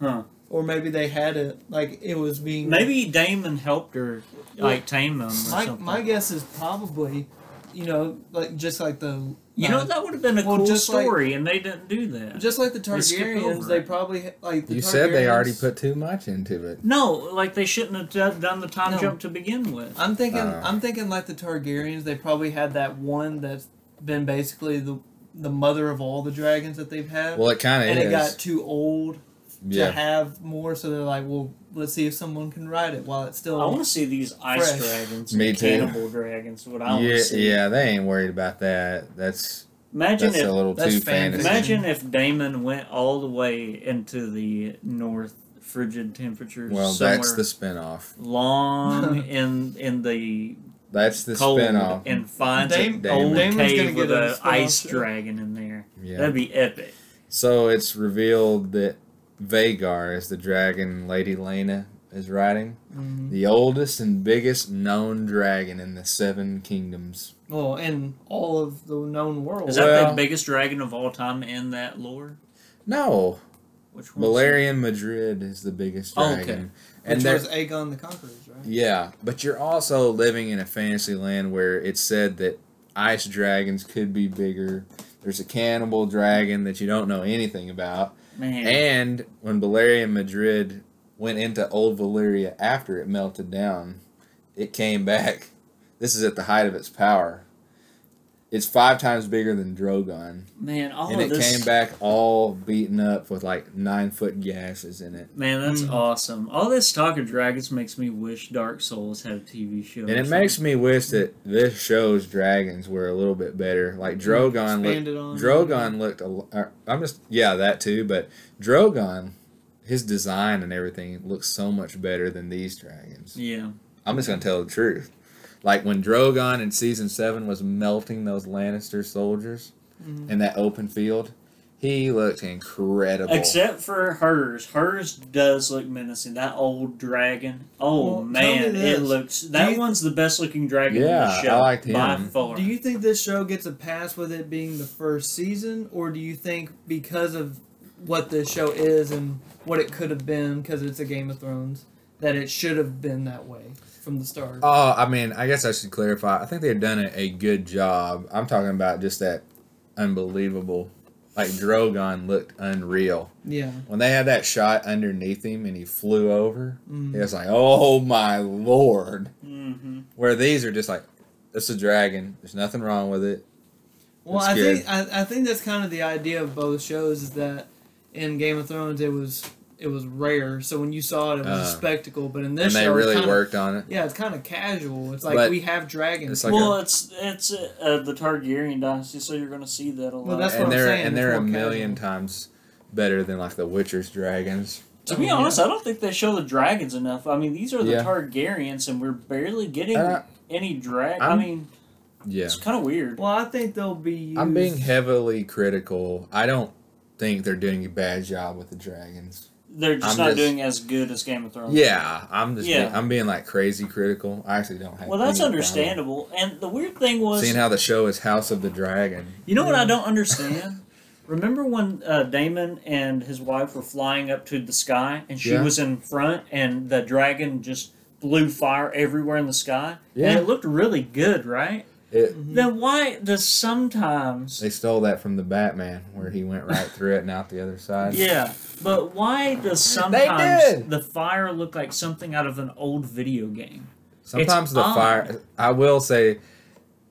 B: Huh.
C: or maybe they had it. Like it was being.
B: Maybe Damon helped her, like tame them or
C: My
B: something.
C: my guess is probably, you know, like just like the
B: you know that would have been a
C: Well,
B: cool
C: just like-
B: story, and they didn't do that.
C: just like the
B: They skipped
C: Targaryens.
B: over
C: They
B: it.
C: probably like the
A: You said they already
C: Targaryens-
A: put too much into it.
B: no, like they shouldn't have d- done the time
C: No.
B: jump to begin with.
C: I'm thinking.
A: Uh.
C: I'm thinking like the Targaryens. They probably had that one that's been basically the the mother of all the dragons that they've had,
A: Well, it kind of
C: and
A: is.
C: it got too old to
A: yeah.
C: have more. So they're like, well, let's see if someone can ride it while it's still.
B: I want to see these ice
C: Fresh.
B: dragons,
A: Me
B: and
A: too.
B: cannibal dragons. What I want
A: Yeah,
B: to see.
A: yeah, they ain't worried about that. That's
B: Imagine
A: that's
B: if
A: a little
C: that's
A: too
C: fan
A: fantasy.
C: fiction.
B: Imagine if Damon went all the way into the north frigid temperatures
A: Well,
B: somewhere
A: that's the spinoff.
B: long in in the
A: That's the
B: cold
A: spinoff.
B: and finds
C: Dame-
B: an old
C: Damon's gonna
B: cave
C: get
B: with
C: a
B: an
C: spin-off
B: ice
C: show.
B: dragon in there.
A: yeah.
B: That'd be epic.
A: So it's revealed that Vagar is the dragon Lady Lena is riding.
C: Mhm.
A: The oldest and biggest known dragon in the Seven Kingdoms.
C: Well, in all of the known world.
B: Is that
A: Well-
B: the biggest dragon of all time in that lore?
A: No,
B: Which one?
A: Valerian Madrid is the biggest
B: Oh, okay.
A: dragon. And
C: Which
A: there,
C: was Aegon the Conqueror's, right?
A: yeah, but you're also living in a fantasy land where it's said that ice dragons could be bigger. There's a cannibal dragon that you don't know anything about.
B: Man,
A: And when Valeria Madrid went into old Valeria after it melted down, it came back. This is at the height of its power. It's five times bigger than Drogon.
B: man, all
A: and
B: of
A: it
B: Oh, this.
A: came back all beaten up with like nine foot gashes in it.
B: Man, that's
C: Mm.
B: awesome. All this talk of dragons makes me wish Dark Souls had a TV show.
A: And it makes me wish that this show's dragons were a little bit better. Like Drogon looked
C: Expanded on.
A: Drogon looked a lo- uh, I'm just yeah, that too, but Drogon his design and everything looks so much better than these dragons.
B: Yeah.
A: I'm just gonna tell the truth. Like when Drogon in season seven was melting those Lannister soldiers
C: Mhm.
A: in that open field, he looked incredible.
B: Except for hers. Hers does look menacing. That old dragon. Oh
C: Well, tell me
B: man,
C: this.
B: it looks that
C: you-
B: one's the best looking dragon in
A: Yeah,
B: the show.
A: I liked
B: by
A: him.
B: far.
C: Do you think this show gets a pass with it being the first season, or do you think because of what this show is and what it could have been because it's a Game of Thrones, that it should have been that way from the start?
A: Oh, I mean, I guess I should clarify. I think they've done a, a good job. I'm talking about just that unbelievable. Like Drogon looked unreal
C: yeah.
A: when they had that shot underneath him and he flew over.
C: Mm.
A: It was like, oh my lord!
B: hmm
A: Where these are just like, it's a dragon. There's nothing wrong with it.
C: Well,
A: That's
C: I think I, I think that's kind of the idea of both shows is that in Game of Thrones it was it was rare, so when you saw it, it was
A: Uh,
C: a spectacle. But in
A: And
C: this
A: they
C: show, it's
A: really
C: kinda-
A: worked on it.
C: Yeah, it's kind of casual. It's like
A: But
C: we have dragons.
A: it's like
B: well,
A: a-
B: it's it's uh, the Targaryen dynasty, so you're gonna see that a lot.
C: Well, that's what
A: and
C: I'm
A: they're
C: saying,
A: and
C: it's
A: they're a
C: more
A: million times better than like the Witcher's dragons.
B: to be
C: Oh, yeah.
B: honest, I don't think they show the dragons enough. I mean, these are the
A: Yeah.
B: Targaryens, and we're barely getting
A: Uh,
B: any drag. I
A: I'm-
B: mean,
A: Yeah,
B: it's kind of weird.
C: well, I think they'll be. Used,
A: I'm being heavily critical. I don't think they're doing a bad job with the dragons.
B: They're just
A: I'm
B: not
A: just-
B: doing as good as Game of Thrones.
A: Yeah, I'm just
B: Oh. Yeah.
A: Being, I'm being like crazy critical. I actually don't have.
B: Well, that's
A: any problem
B: understandable. And the weird thing was
A: Seeing how the show is House of the Dragon.
B: You know what I
C: Yeah.
B: don't understand? Remember when uh, Damon and his wife were flying up to the sky, and she
A: Yeah.
B: was in front, and the dragon just blew fire everywhere in the sky, and
A: Yeah.
B: it looked really good, right?
A: It,
C: Mhm.
B: Then why does sometimes?
A: they stole that from the Batman, where he went right through it and out the other side.
B: Yeah, but why does
A: They
B: sometimes
A: did.
B: the fire look like something out of an old video game?
A: Sometimes the
B: odd.
A: fire. I will say,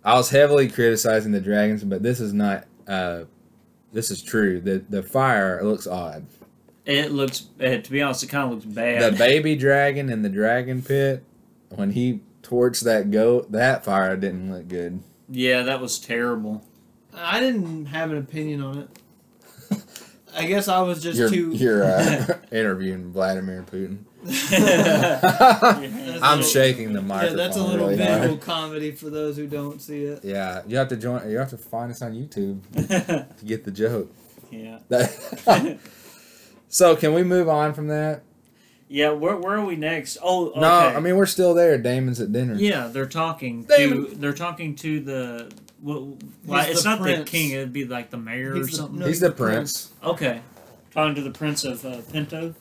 A: I was heavily criticizing the dragons, but this is not. Uh, this is true. The the fire looks odd.
B: It looks, eh, to be honest, it kind of looks bad.
A: The baby dragon in the dragon pit, when he torch that goat. That fire didn't look good.
B: Yeah, that was terrible.
C: I didn't have an opinion on it. I guess I was just
A: you're
C: too.
A: you're uh, interviewing Vladimir Putin.
C: That's a
A: I'm
C: little-
A: shaking the
C: Yeah,
A: microphone.
C: that's a little
A: really hard.
C: visual comedy for those who don't see it.
A: Yeah, you have to join. You have to find us on YouTube
B: yeah.
A: to get the joke. so can we move on from that?
B: Yeah, where, where are we next? Oh, okay.
A: No, I mean we're still there. Damon's at dinner.
B: Yeah, they're talking to
A: David.
B: they're talking to the well, well
C: He's
B: it's
C: the
B: not
C: prince.
B: the king, it'd be like the mayor
C: He's
B: or
C: the-
B: something.
C: no.
A: He's the prince,
B: Okay. Talking to the prince of uh, Pinto.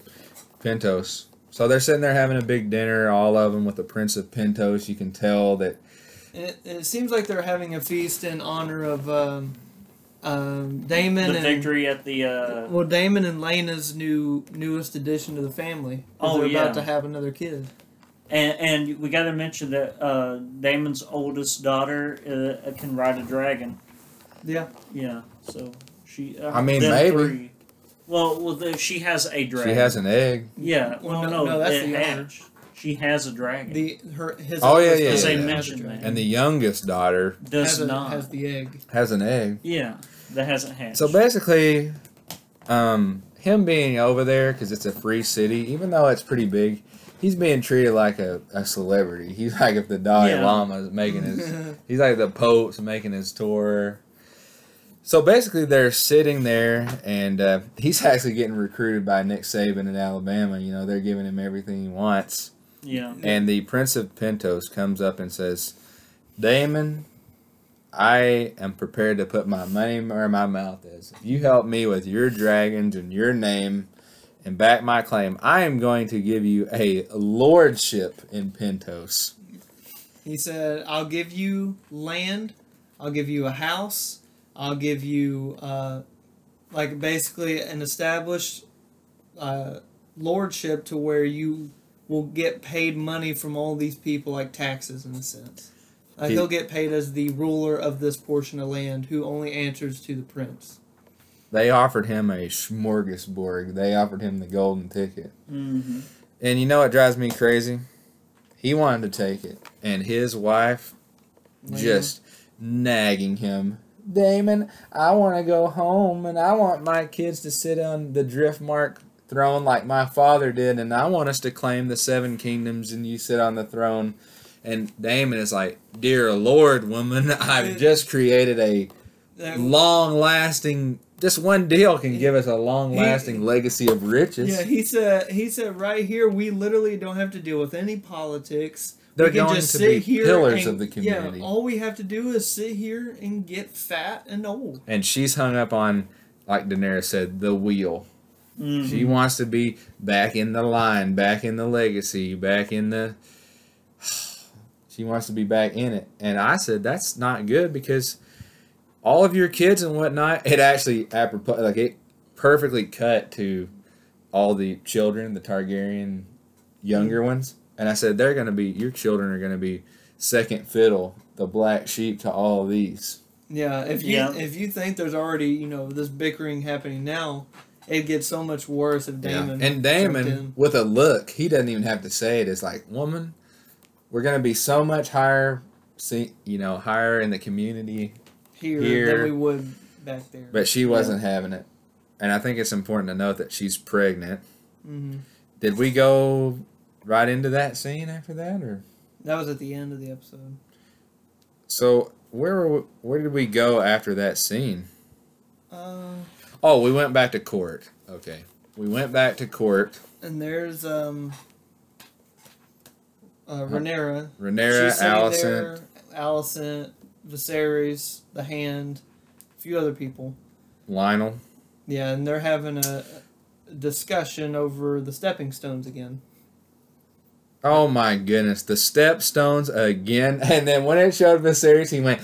A: Pentos. So they're sitting there having a big dinner, all of them with the prince of Pentos. You can tell that
C: And it, and it seems like they're having a feast in honor of um, um,
B: The
C: Damon and
B: victory at the uh,
C: well, Damon and Lena's new newest addition to the family. 'cause
B: Oh,
C: they're
B: yeah.
C: about to have another kid.
B: and, and we got to mention that uh, Damon's oldest daughter uh, can ride a dragon.
C: Yeah,
B: Yeah, so she. Uh,
A: I mean,
B: them
A: maybe.
B: three. Well, well, the, she has a dragon.
A: she has an egg.
B: Yeah. Well,
C: Well,
B: no,
C: no- no, that's
B: it
C: the other.
B: hatched. She has a dragon.
C: the her his.
A: Oh, yeah, yeah,
C: oldest daughter
A: yeah, yeah.
C: has a
B: Mention
C: dragon.
B: that.
A: And the youngest daughter
B: Does
C: has, a-
B: not.
C: has the egg.
A: has an egg.
B: yeah, that hasn't hatched.
A: So basically, um, him being over there because it's a free city, even though it's pretty big, he's being treated like a, a celebrity. He's like if the Dalai
B: Yeah.
A: Lama is making his, he's like the Pope's making his tour. So basically, they're sitting there, and uh, he's actually getting recruited by Nick Saban in Alabama. You know, they're giving him everything he wants.
B: yeah.
A: And the Prince of Pentos comes up and says, Damon, I am prepared to put my money where my mouth is. If you help me with your dragons and your name and back my claim, I am going to give you a lordship in Pentos.
C: He said, "I'll give you land. I'll give you a house. I'll give you uh, like basically an established uh, lordship to where you will get paid money from all these people, like taxes in a sense. Like
A: He-
C: he'll get paid as the ruler of this portion of land, who only answers to the prince.
A: They offered him a smorgasbord, they offered him the golden ticket.
B: Mm-hmm.
A: And you know what drives me crazy? He wanted to take it, and his wife
C: Lena.
A: just nagging him. Damon, I want to go home and I want my kids to sit on the Driftmark throne like my father did, and I want us to claim the seven kingdoms and you sit on the throne. And Damon is like, Dear Lord, woman, I've just created a
C: That-
A: long lasting, just one deal can give us a long lasting legacy of riches.
C: yeah, he said. He said right here, we literally don't have to deal with any politics.
A: They're
C: we can
A: going
C: just
A: to
C: sit
A: be
C: here
A: pillars
C: and-
A: of the community.
C: Yeah, all we have to do is sit here and get fat and old.
A: And she's hung up on, like Daenerys said, the wheel.
B: mm-hmm.
A: She wants to be back in the line, back in the legacy, back in the. She wants to be back in it. And I said, that's not good because all of your kids and whatnot, it actually apropos, like it perfectly cut to all the children, the Targaryen younger ones. And I said, they're going to be, your children are going to be second fiddle, the black sheep to all of these.
C: Yeah, if you
B: Yeah.
C: if you think there's already you know this bickering happening now, it gets so much worse if Damon
A: Yeah. And
C: jumped
A: Damon,
C: in.
A: with a look, he doesn't even have to say it. It's like, woman, we're gonna be so much higher, see, you know, higher in the community.
C: here,
A: here.
C: than we would back there.
A: But she wasn't having it, and I think it's important to note that she's pregnant.
C: hmm
A: Did we go right into that scene after that, or
C: That was at the end of the episode.
A: so? Where were we, where did we go after that scene?
C: Uh,
A: Oh, we went back to court. Okay, we went back to court.
C: and there's um, uh, Rhaenyra.
A: Renera,
C: She's sitting
A: Allison,
C: there, Allison, Viserys, the Hand, a few other people.
A: Lionel.
C: Yeah, and they're having a a discussion over the stepping stones again.
A: Oh my goodness, the stepstones again. And then when it showed Viserys, he went,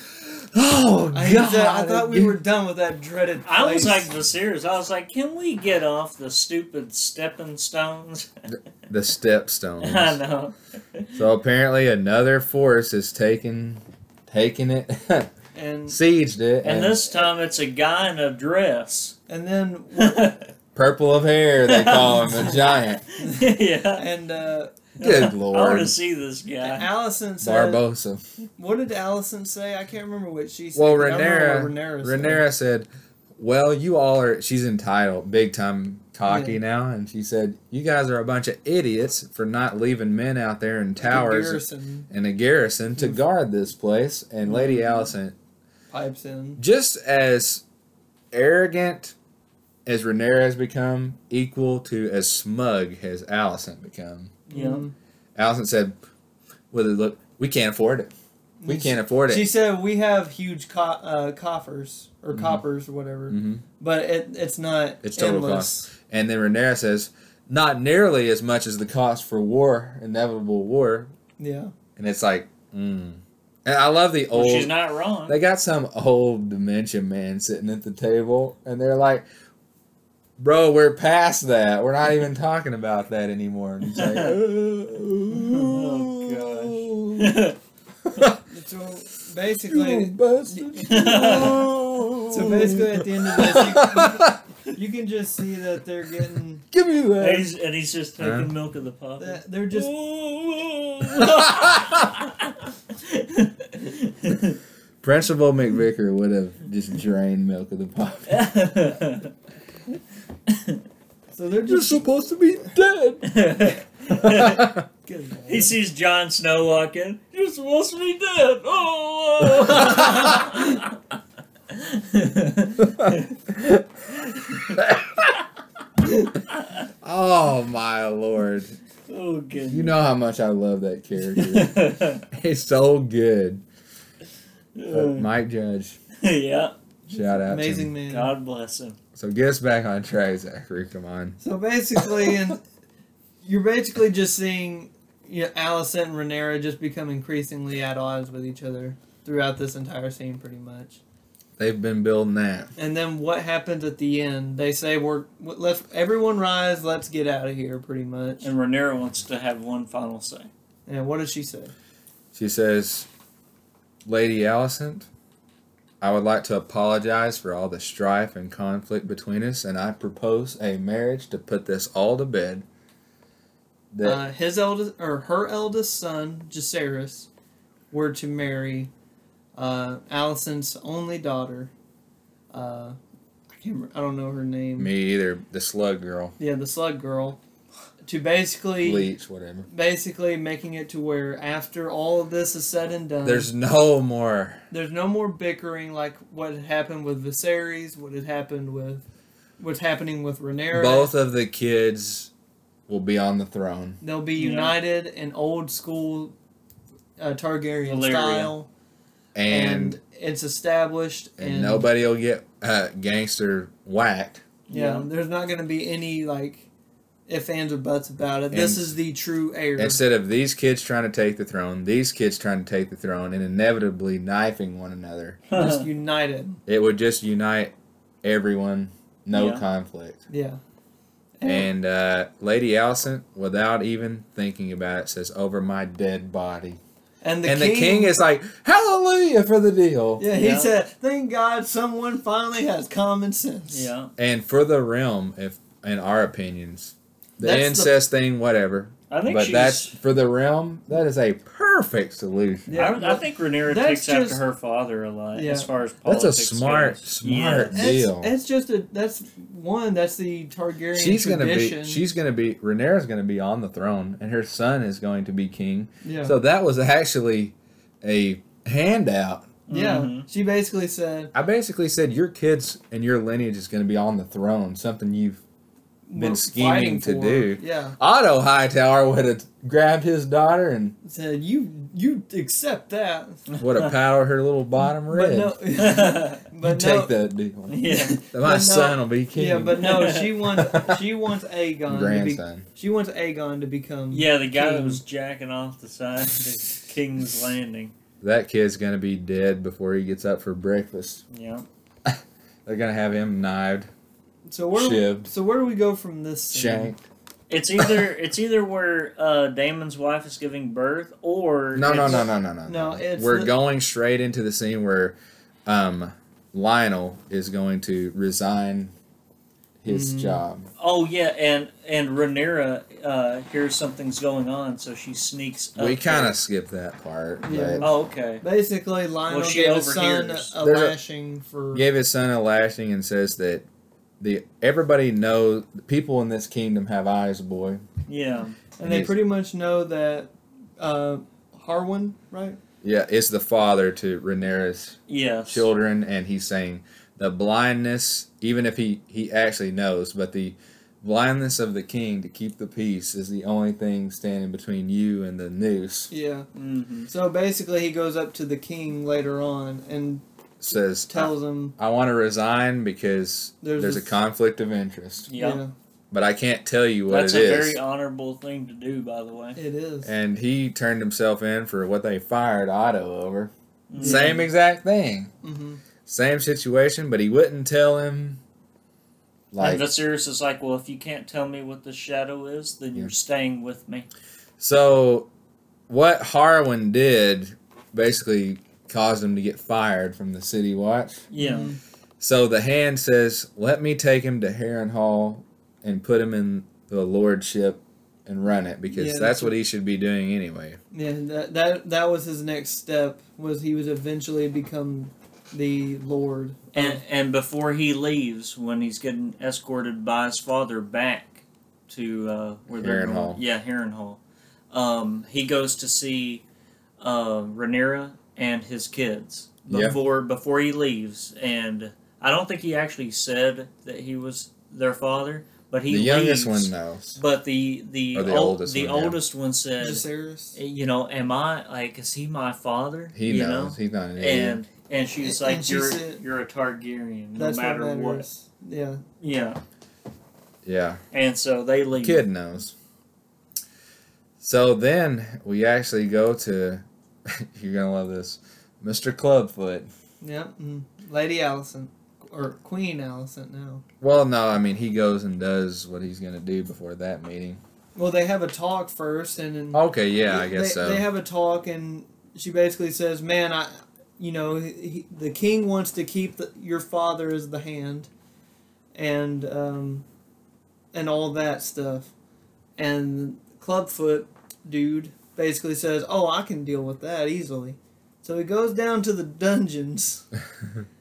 A: Oh,
C: I,
A: God.
C: said- I thought we
A: again."
C: were done with that dreaded. Place.
B: I was like Viserys. I was like, can we get off the stupid stepping stones?
A: The
B: I
A: stepstones.
B: know.
A: so apparently, another force is taking, taking it,
C: and
A: sieged it,
B: And this time it's a guy in a dress.
C: and then
B: yeah.
A: purple of hair, they call him a giant.
C: and uh,
A: Good
B: I want to
A: lord.
B: see this guy.
C: Allison said,
A: Barbosa.
C: "What did Allison say? I can't remember what she said.
A: Well,
C: but I remember what Rhaenyra said.
A: Renera said, Well, you all are she's entitled, big time cocky
C: Yeah.
A: now, and she said, You guys are a bunch of idiots for not leaving men out there in towers
C: Garrison
A: and a garrison to guard this place. And Lady Allison
C: pipes in.
A: just as arrogant as Renera has become, equal to as smug has Allison become.
B: Yeah.
C: Mm-hmm.
A: Allison said, "With a look, we can't afford it. We can't afford
C: She
A: it."
C: said we have huge co- uh, coffers or
A: Mhm.
C: coppers or whatever,
A: hmm
C: but it, it's not.
A: It's total
C: endless.
A: And then Renera says, "Not nearly as much as the cost for war, inevitable war."
C: Yeah.
A: And it's like, mm. and I love the
B: Well,
A: old.
B: she's not wrong.
A: They got some old dementia man sitting at the table, and they're like, "Bro, we're past that. We're not even talking about that anymore." And he's like,
B: Oh,
A: "Oh
C: So basically, so
A: so
C: basically, at the end of this, you, you can just see that they're getting
A: give me that.
B: and, he's, and he's just taking
A: Huh?
B: milk of the puppet.
C: that they're just
A: Principal McVicker would have just drained milk of the pot.
C: so they're just
A: supposed to be dead.
C: good lord.
B: he sees Jon Snow walking. You're supposed to be dead. Oh.
A: oh my lord!
B: oh goodness.
A: You know how much I love that character. He's so good.
B: Uh,
A: But Mike Judge,
B: yeah.
A: shout out. To
C: amazing
A: him.
C: man.
B: God bless him.
A: So get us back on track, Zachary. Come on.
C: So basically, and you're basically just seeing you know, Allison and Renera just become increasingly at odds with each other throughout this entire scene, pretty much.
A: They've been building that.
C: And then what happens at the end? They say we're let's everyone rise, let's get out of here, pretty much.
B: And Renera wants to have one final say.
C: And what does she say?
A: She says, Lady Allison, I would like to apologize for all the strife and conflict between us, and I propose a marriage to put this all to bed. That
C: Uh, his eldest or her eldest son, Jacerus, were to marry uh, Allison's only daughter. Uh, I can't. Remember, I don't know her name.
A: me either, the slug girl,
C: Yeah, the slug girl. To basically,
A: bleach, whatever.
C: basically making it to where after all of this is said and done,
A: There's no more.
C: there's no more bickering like what had happened with Viserys, what had happened with, what's happening with Rhaenyra.
A: Both of the kids will be on the throne.
C: They'll be
B: Yeah.
C: united in old school uh, Targaryen
B: Valyria.
C: style,
A: And and,
C: it's established. And,
A: nobody will get uh, gangster whacked.
C: yeah,
B: Yeah.
C: there's not going to be any like ifs ands or buts about it. this
A: And-
C: is the true heir.
A: Instead of these kids trying to take the throne, these kids trying to take the throne and inevitably knifing one another.
C: Just united.
A: It would just unite everyone, no
B: Yeah.
A: conflict.
C: Yeah.
A: And uh, Lady Allison, without even thinking about it, says, "Over my dead body."
C: and the
A: and
C: king,
A: the king is like, "Hallelujah for the deal,
C: Yeah, he
B: Yeah.
C: said, "Thank God someone finally has common sense."
B: yeah.
A: and for the realm." If in our opinions, the
C: That's the-
A: incest thing, whatever,
B: I think
A: but
B: she's.
A: that's for the realm. That is a perfect solution.
C: Yeah,
B: I, I think Rhaenyra
C: that's
B: takes after
C: just-
B: her father a lot
C: Yeah.
B: as far as
A: That's
B: politics.
A: a smart-
B: goes.
A: smart-
B: Yeah.
C: that's,
A: Deal.
C: that's just a that's one. That's the Targaryen
A: She's gonna
C: tradition.
A: be. She's gonna be. Rhaenyra's gonna be on the throne, and her son is going to be king.
C: yeah,
A: So that was actually a handout.
C: yeah.
B: Mhm.
C: She basically said,
A: I basically said your kids and your lineage is going to be on the throne, something you've Been
C: "We're
A: scheming
C: fighting
A: to
C: for."
A: do.
C: Yeah,
A: Otto Hightower would have grabbed his daughter and
C: said you you accept that,
A: would have powdered her little bottom
C: but
A: red.
C: no,
A: You
C: but no,
A: take that deal.
B: Yeah.
A: My
C: no-
A: son will be king.
C: yeah, but no. She wants she wants Aegon. To
A: grandson.
C: be, she wants Aegon to become.
B: Yeah, the guy that
C: King.
B: was jacking off the side of King's Landing.
A: That kid's going to be dead before he gets up for breakfast.
B: Yeah.
A: They're going to have him knived,
C: So where do we,
A: shivved,
C: so where do we go from this? scene?
A: shanked.
B: It's either it's either where uh, Damon's wife is giving birth or
A: No, no,
B: it's-
A: no, no, no, no.
C: No, it's
A: We're
C: the-
A: going straight into the scene where um, Lionel is going to resign his
C: Mm-hmm.
A: job.
B: Oh yeah, and and Rhaenyra uh, hears something's going on, so she sneaks. Up
A: We kind
B: there.
A: of skipped that part.
C: Oh, Yeah.
A: But
B: Oh okay.
C: Basically, Lionel
B: she
C: gave his son
B: overhears.
C: a
A: There's a-
C: lashing for.
A: gave his son a lashing and says that the everybody knows the people in this kingdom have eyes, boy.
B: Yeah.
C: and they
A: Yes.
C: pretty much know that uh, Harwin, right?
A: Yeah, is the father to Rhaenyra's
B: Yes.
A: children and he's saying the blindness even if he he actually knows but the blindness of the king to keep the peace is the only thing standing between you and the noose
C: Yeah.
B: hmm
C: So basically, he goes up to the king later on and
A: says
C: tells him
A: i, want to resign because
C: There's
A: there's,
C: a-
A: a, conflict of interest
B: Yeah.
C: "Yeah,
A: but i can't tell you what
B: That's
A: it
B: a
A: is
B: very honorable thing to do, by the way.
C: it is.
A: and he turned himself in for what they fired otto over
B: Mhm.
A: same exact thing
C: hmm
A: same situation but he wouldn't tell him like
B: and Viserys is like, well, if you can't tell me what the shadow is, then you're staying with me.
A: So, what Harwin did basically caused him to get fired from the city watch.
B: Yeah.
C: Mhm.
A: So the hand says, "Let me take him to Heron Hall and put him in the lordship and run it because
C: Yeah,
A: that's,
C: that's
A: what he should be doing anyway."
C: Yeah, that, that that was his next step. Was he would eventually become the Lord? of-
B: And and before he leaves, when he's getting escorted by his father back to uh, where they're
A: Harrenhal.
B: going, yeah, Harrenhal, um, he goes to see uh, Rhaenyra and his kids
A: Yeah.
B: before before he leaves. And I don't think he actually said that he was their father, but he
A: the youngest one
B: leaves,
A: knows.
B: But the the,
A: Or the
B: ol-
A: oldest
B: the
A: one, yeah.
B: oldest one said,
C: Viserys.
B: you know, am I like is he my father?
A: He
B: you
A: knows. He's not an
B: know?
A: idiot.
B: And and she's
C: And
B: like,
C: she
B: you're
C: said-
B: you're a Targaryen, no
C: That's
B: matter
C: what
B: what,
C: matters. Yeah,
B: Yeah,
A: yeah,
B: and so they leave.
A: kid knows. So then we actually go to. you're gonna love this, Mr. Clubfoot.
C: yeah. Mm. Lady Allison or Queen Allison now.
A: Well, no, I mean he goes and does what he's gonna do before that meeting.
C: Well, they have a talk first, and then
A: Okay, Oh, yeah, I guess
C: they,
A: so.
C: They have a talk, and she basically says, "Man, I, you know, he, he- the king wants to keep the, your father as the hand, and um, and all that stuff." And Clubfoot dude basically says, "Oh, I can deal with that easily." So he goes down to the dungeons,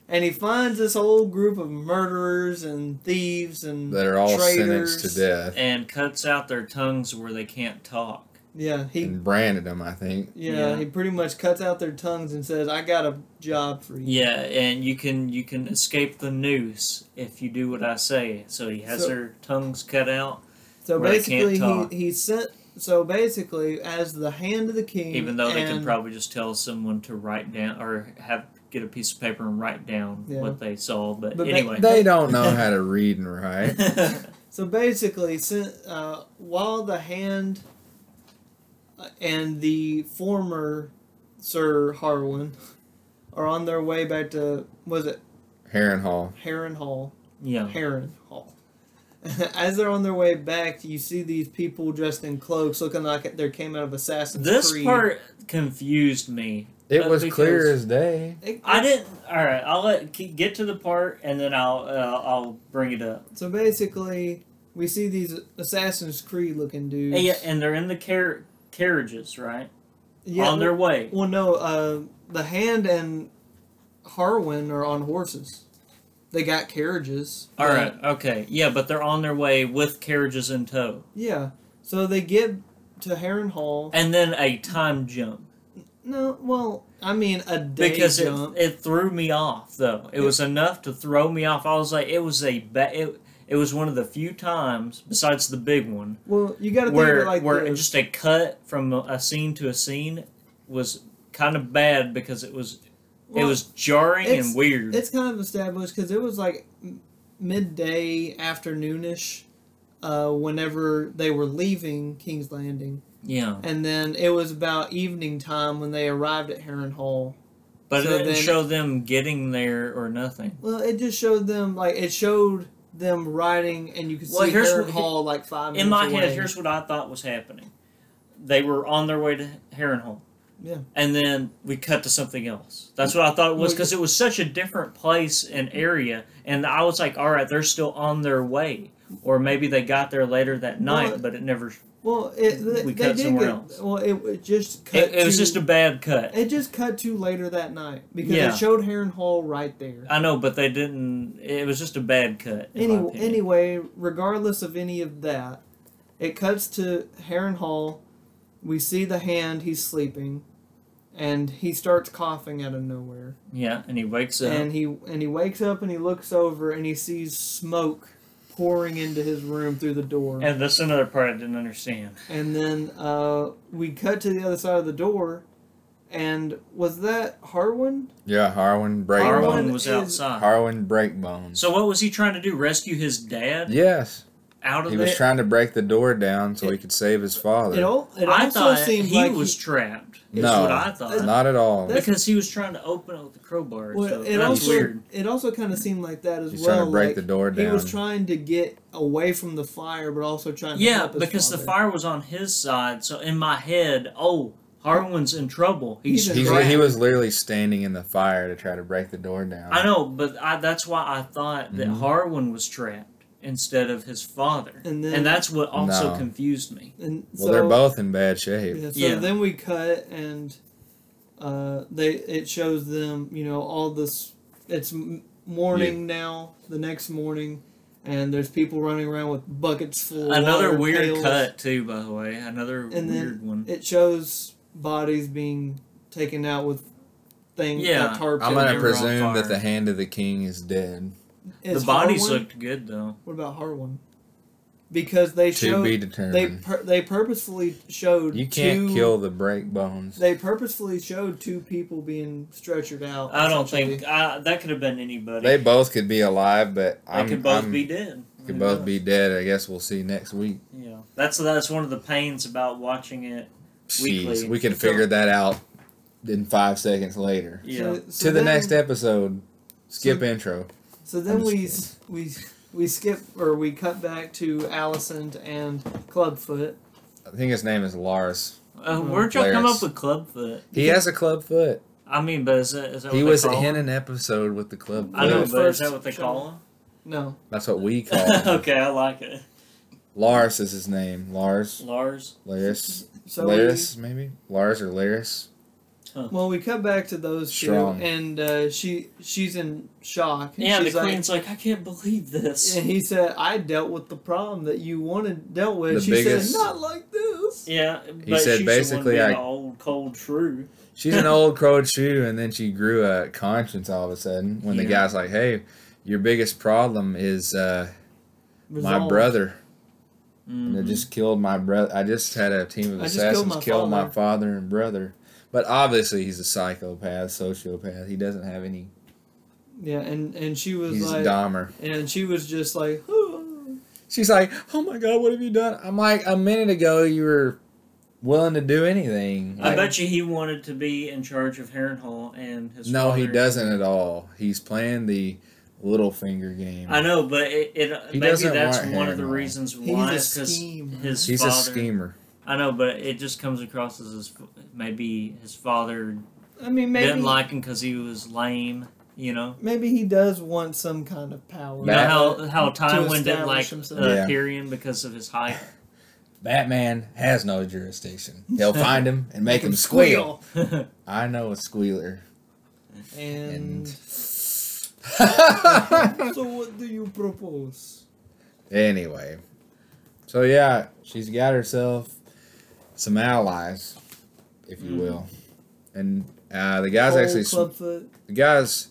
C: and he finds this whole group of murderers and thieves and
A: that are all sentenced
C: traitors.
A: to death
B: and cuts out their tongues where they can't talk.
C: Yeah, he
A: and branded them. I think.
C: Yeah,
B: Yeah.
C: he pretty much cuts out their tongues and says, "I got a job for you."
B: Yeah, and you can you can escape the noose if you do what I say. So he has
C: So-
B: their tongues cut out,
C: So
B: Where they can't
C: basically,
B: talk.
C: he, he sent. So basically, as the hand of the king,
B: even though they can
C: and-
B: probably just tell someone to write down or have get a piece of paper and write down
C: Yeah.
B: what they saw. But,
C: But they-
B: anyway,
A: They don't know how to read and write.
C: So basically, sent uh, while the hand uh, and the former Sir Harwin are on their way back to was it
A: Heron Hall.
C: Heron Hall?
B: yeah.
C: Heron Hall. As they're on their way back, you see these people dressed in cloaks, looking like they came out of Assassin's
B: This
C: Creed.
B: part confused me.
A: It
B: Uh,
A: was clear
B: because
A: as day.
C: It-
B: I didn't. All right, I'll let ke- get to the part and then I'll uh, I'll bring it up.
C: So basically, we see these Assassin's Creed looking dudes.
B: And, yeah, and they're in the car- carriages, right?
C: Yeah,
B: On their way.
C: well, no, uh, the Hand and Harwin are on horses. They got carriages.
B: All right. Okay. Yeah, but they're on their way with carriages in tow,
C: Yeah. So they get to Heron Hall.
B: and then a time jump
C: No, well, I mean a day
B: because it,
C: jump.
B: it threw me off though. It was enough to throw me off. I was like, it was a ba- it, it was one of the few times besides the big one
C: well, you got to think of
B: where
C: it like
B: where
C: this.
B: just a cut from a- a scene to a scene was kind of bad because it was
C: Well,
B: it was jarring
C: it's-
B: and weird.
C: It's kind of established because it was like m- midday afternoonish, uh, whenever they were leaving King's Landing.
B: yeah,
C: and then it was about evening time when they arrived at Heron Hall.
B: but
C: so
B: it didn't
C: then-
B: show them getting there or nothing.
C: Well, it just showed them like it showed them riding, and you could
B: Well,
C: see
B: here's
C: Heron
B: what-
C: Hall like five minutes
B: In my
C: away.
B: head, here's what I thought was happening: they were on their way to Harrenhal.
C: Yeah.
B: And then we cut to something else. That's what I thought it was because it was such a different place and area. And I was like, all right, they're still on their way. Or maybe they got there later that night,
C: Well,
B: but it never.
C: Well, it they,
B: We
C: they
B: cut
C: did
B: somewhere
C: get-
B: else.
C: Well, it, it just cut.
B: It, it was
C: to-
B: just a bad cut.
C: It just cut to later that night because
B: Yeah.
C: it showed Heron Hall right there.
B: I know, but they didn't. It was just a bad cut. In my
C: Any,
B: opinion.
C: anyway, regardless of any of that, it cuts to Heron Hall. We see the hand, he's sleeping, and he starts coughing out of nowhere.
B: yeah, and he wakes up.
C: And he and he wakes up and he looks over and he sees smoke pouring into his room through the door.
B: And that's another part I didn't understand.
C: And then uh, we cut to the other side of the door, and was that Harwin?
A: Yeah, Harwin
C: Harwin-
A: Breakbone.
B: Arwen was
C: is-
B: outside.
A: Harwin Breakbone.
B: so what was he trying to do? Rescue his dad
A: Yes,
B: out of
A: he
B: the
A: was trying to break the door down so he could save his
C: It,
A: father.
C: all, it
B: I
C: also
B: thought
C: seemed
B: he
C: like
B: was trapped. Is
A: No.
B: what I thought.
A: Not at all.
C: That's-
B: because he was trying to open it with the crowbar.
C: Well,
B: so
C: it
B: that's
C: also
B: weird.
C: it also kind of seemed like that as
A: He's
C: well.
A: trying to break
C: like,
A: the door
C: He was
A: down.
C: trying to get away from the fire, but also trying. to
B: Yeah,
C: help his
B: because the
C: father.
B: fire was on his side. So in my head, oh, Harwin's in trouble. He's,
C: He's in
A: He's,
B: trapped.
A: he was literally standing in the fire to try to break the door down.
B: I know, but I, that's why I thought that
A: Mhm.
B: Harwin was trapped instead of his father.
C: And then-
B: and that's what also
A: No.
B: confused me.
C: And so,
A: Well, they're both in bad shape.
C: Yeah, so
B: Yeah.
C: then we cut and uh, they it shows them you know all this. It's m- morning now. The next morning. And there's people running around with buckets full. of
B: Another
C: water,
B: weird
C: pails.
B: cut too, by the way. Another
C: And then-
B: weird one.
C: It shows bodies being taken out with things.
B: Yeah.
C: like tarps
A: I'm gonna
B: they
C: and
B: were on
C: everything.
A: presume that
B: fire.
A: the hand of the king is dead.
C: Is
B: the bodies
C: Harwin-
B: looked good though.
C: What about Harwin? Because they
A: To
C: showed
A: be
C: they
A: determined.
C: pur- they purposefully showed
A: you can't
C: two,
A: kill the break bones.
C: They purposefully showed two people being stretchered out.
B: I don't
C: essentially.
B: think I, that could have been anybody.
A: They both could be alive, but
B: They
A: I'm,
B: could both
A: I'm-
B: be dead.
A: could
B: Who
A: both
B: knows?
A: be dead. I guess we'll see next week.
B: Yeah, that's that's one of the pains about watching it. Weekly.
A: Jeez, we can
B: So-
A: figure that out in five seconds later.
B: Yeah,
C: So, so
A: to the
C: then-
A: next episode. Skip
C: So-
A: intro.
C: So
A: I'm
C: then
A: just
C: we s- we we skip or we cut back to Allison and Clubfoot.
A: I think his name is Lars.
B: uh,
C: mm-hmm.
B: where'd y'all come
A: Players.
B: up with clubfoot?
A: He has a club foot.
B: I mean, but is that, is that
A: He
B: what
A: was
B: they call
A: in
B: him?
A: an episode with the club
B: I know,
A: foot.
C: Yeah.
B: but is that what they
C: First-
B: call him?
C: No,
A: That's what we call him.
B: okay, I like it.
A: Lars is his name. Lars.
B: Lars.
A: Laris.
C: so
A: Laris, maybe? Lars or Laris?
C: We, well, we cut back to those
A: Strong.
C: two, and uh, she she's in shock. and
B: Yeah, the
C: she's like-
B: queen's like, I can't believe this.
C: And he said, "I dealt with the problem that you wanted dealt with."
A: The
C: she
A: biggest-
C: said, "Not like this."
B: Yeah,
A: He
B: but
A: said
B: she's
A: basically,
B: the one being
A: I-
B: the old cold true.
A: She's an old crowed shoe, and then she grew a conscience all of a sudden when the
B: Yeah.
A: guy's like, hey, your biggest problem is uh, my
C: Resolved.
A: brother.
B: Mm.
A: And they just killed my brother. I just had a team of
C: I just killed
A: assassins
C: my
A: kill my
C: father.
A: father and brother. But obviously, he's a psychopath, sociopath. He doesn't have any.
C: Yeah, and and she was
A: He's
C: like,
A: Dahmer.
C: and she was just like, "Huh."
A: She's like, "Oh my god, what have you done?" I'm like, "A minute ago, you were willing to do anything."
B: I
A: Like,
B: bet you he wanted to be in charge of Heron Hall and his.
A: no, he
B: father.
A: doesn't at all. He's playing the little finger game.
B: I know, but it, it
A: He
B: maybe
A: doesn't
B: that's
A: want
B: one
A: Heron
B: of the
A: Hall.
B: reasons why is
C: he's a
B: 'cause
C: schemer."
B: his
A: He's
B: father.
A: a schemer.
B: I know, but it just comes across as his, maybe his father
C: I mean, maybe
B: didn't like him because he was lame. You know,
C: maybe he does want some kind of power.
A: You
B: you know
A: That-
B: how how Tywin didn't
C: establish
B: like uh,
C: himself.
A: Yeah.
B: Tyrion because of his height.
A: Batman has no jurisdiction. He'll find him and make him squeal.
B: I
A: I know a squealer.
C: And
A: And-
C: so, what do you propose?
A: Anyway, so yeah, she's got herself some allies, if you
B: Mhm.
A: will, and uh, the guys
C: Whole
A: actually
C: Clubfoot.
A: the guys,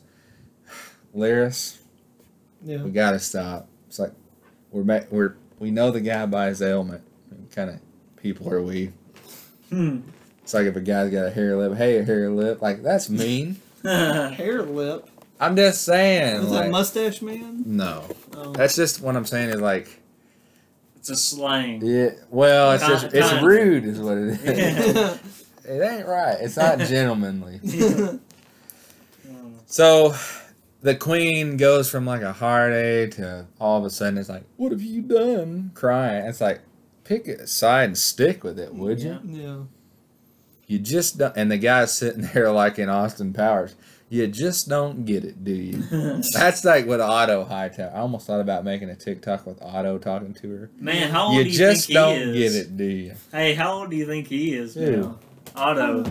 A: Laris,
C: Yeah.
A: we gotta stop. It's like we're ma- we're we know the guy by his ailment. What kind of people are we? It's like if a guy's got a hairy lip, hey, a hairy lip, like that's mean.
C: Hair lip.
A: I'm just saying,
C: Is that
A: like,
C: mustache man?
A: no,
C: Oh.
A: that's just what I'm saying is like.
B: it's a slang.
A: Yeah, well, it's
B: Con-
A: just it's
B: con-
A: rude, is what it is.
B: Yeah.
A: it ain't right. It's not gentlemanly.
B: Mm.
A: So, the queen goes from like a hard A to all of a sudden it's like, "What have you done?" Crying. It's like, pick a side and stick with it, would
B: Yeah.
A: you?
C: yeah.
A: You just don't, and the guy's sitting there like in Austin Powers. You just don't get it, do you? That's like what Otto Hightower. I almost thought about making a TikTok with Otto talking to her.
B: Man, how old
A: you
B: do you
A: just
B: think
A: don't
B: he is?
A: get it, do you?
B: Hey, how old do you think he is
A: Who?
B: now? Otto.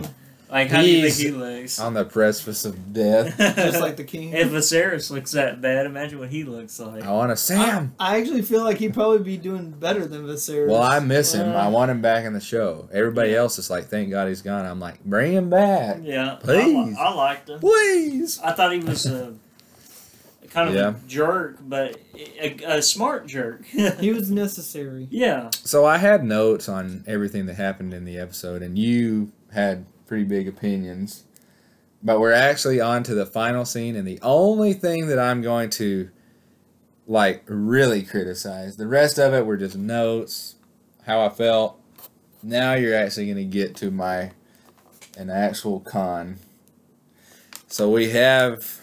B: Like, how do you think
A: He's-
B: he looks?
A: On the precipice of death.
C: just like the king.
B: if Viserys looks that bad, imagine what he looks like.
A: I want to Sam.
C: I actually feel like he'd probably be doing better than Viserys.
A: Well, I miss him.
B: Uh,
A: I want him back in the show. Everybody
B: yeah.
A: else is like, thank God he's gone. I'm like, bring him back,
B: Yeah, I li-
A: Please.
B: I, liked him.
A: please.
B: I thought he was a kind of
A: Yeah.
B: a jerk, but a, a smart jerk.
C: he was necessary.
B: yeah,
A: So I had notes on everything that happened in the episode, and you had pretty big opinions. But we're actually on to the final scene, and the only thing that I'm going to like really criticize. The rest of it were just notes, how I felt. Now you're actually going to get to my an actual con. So we have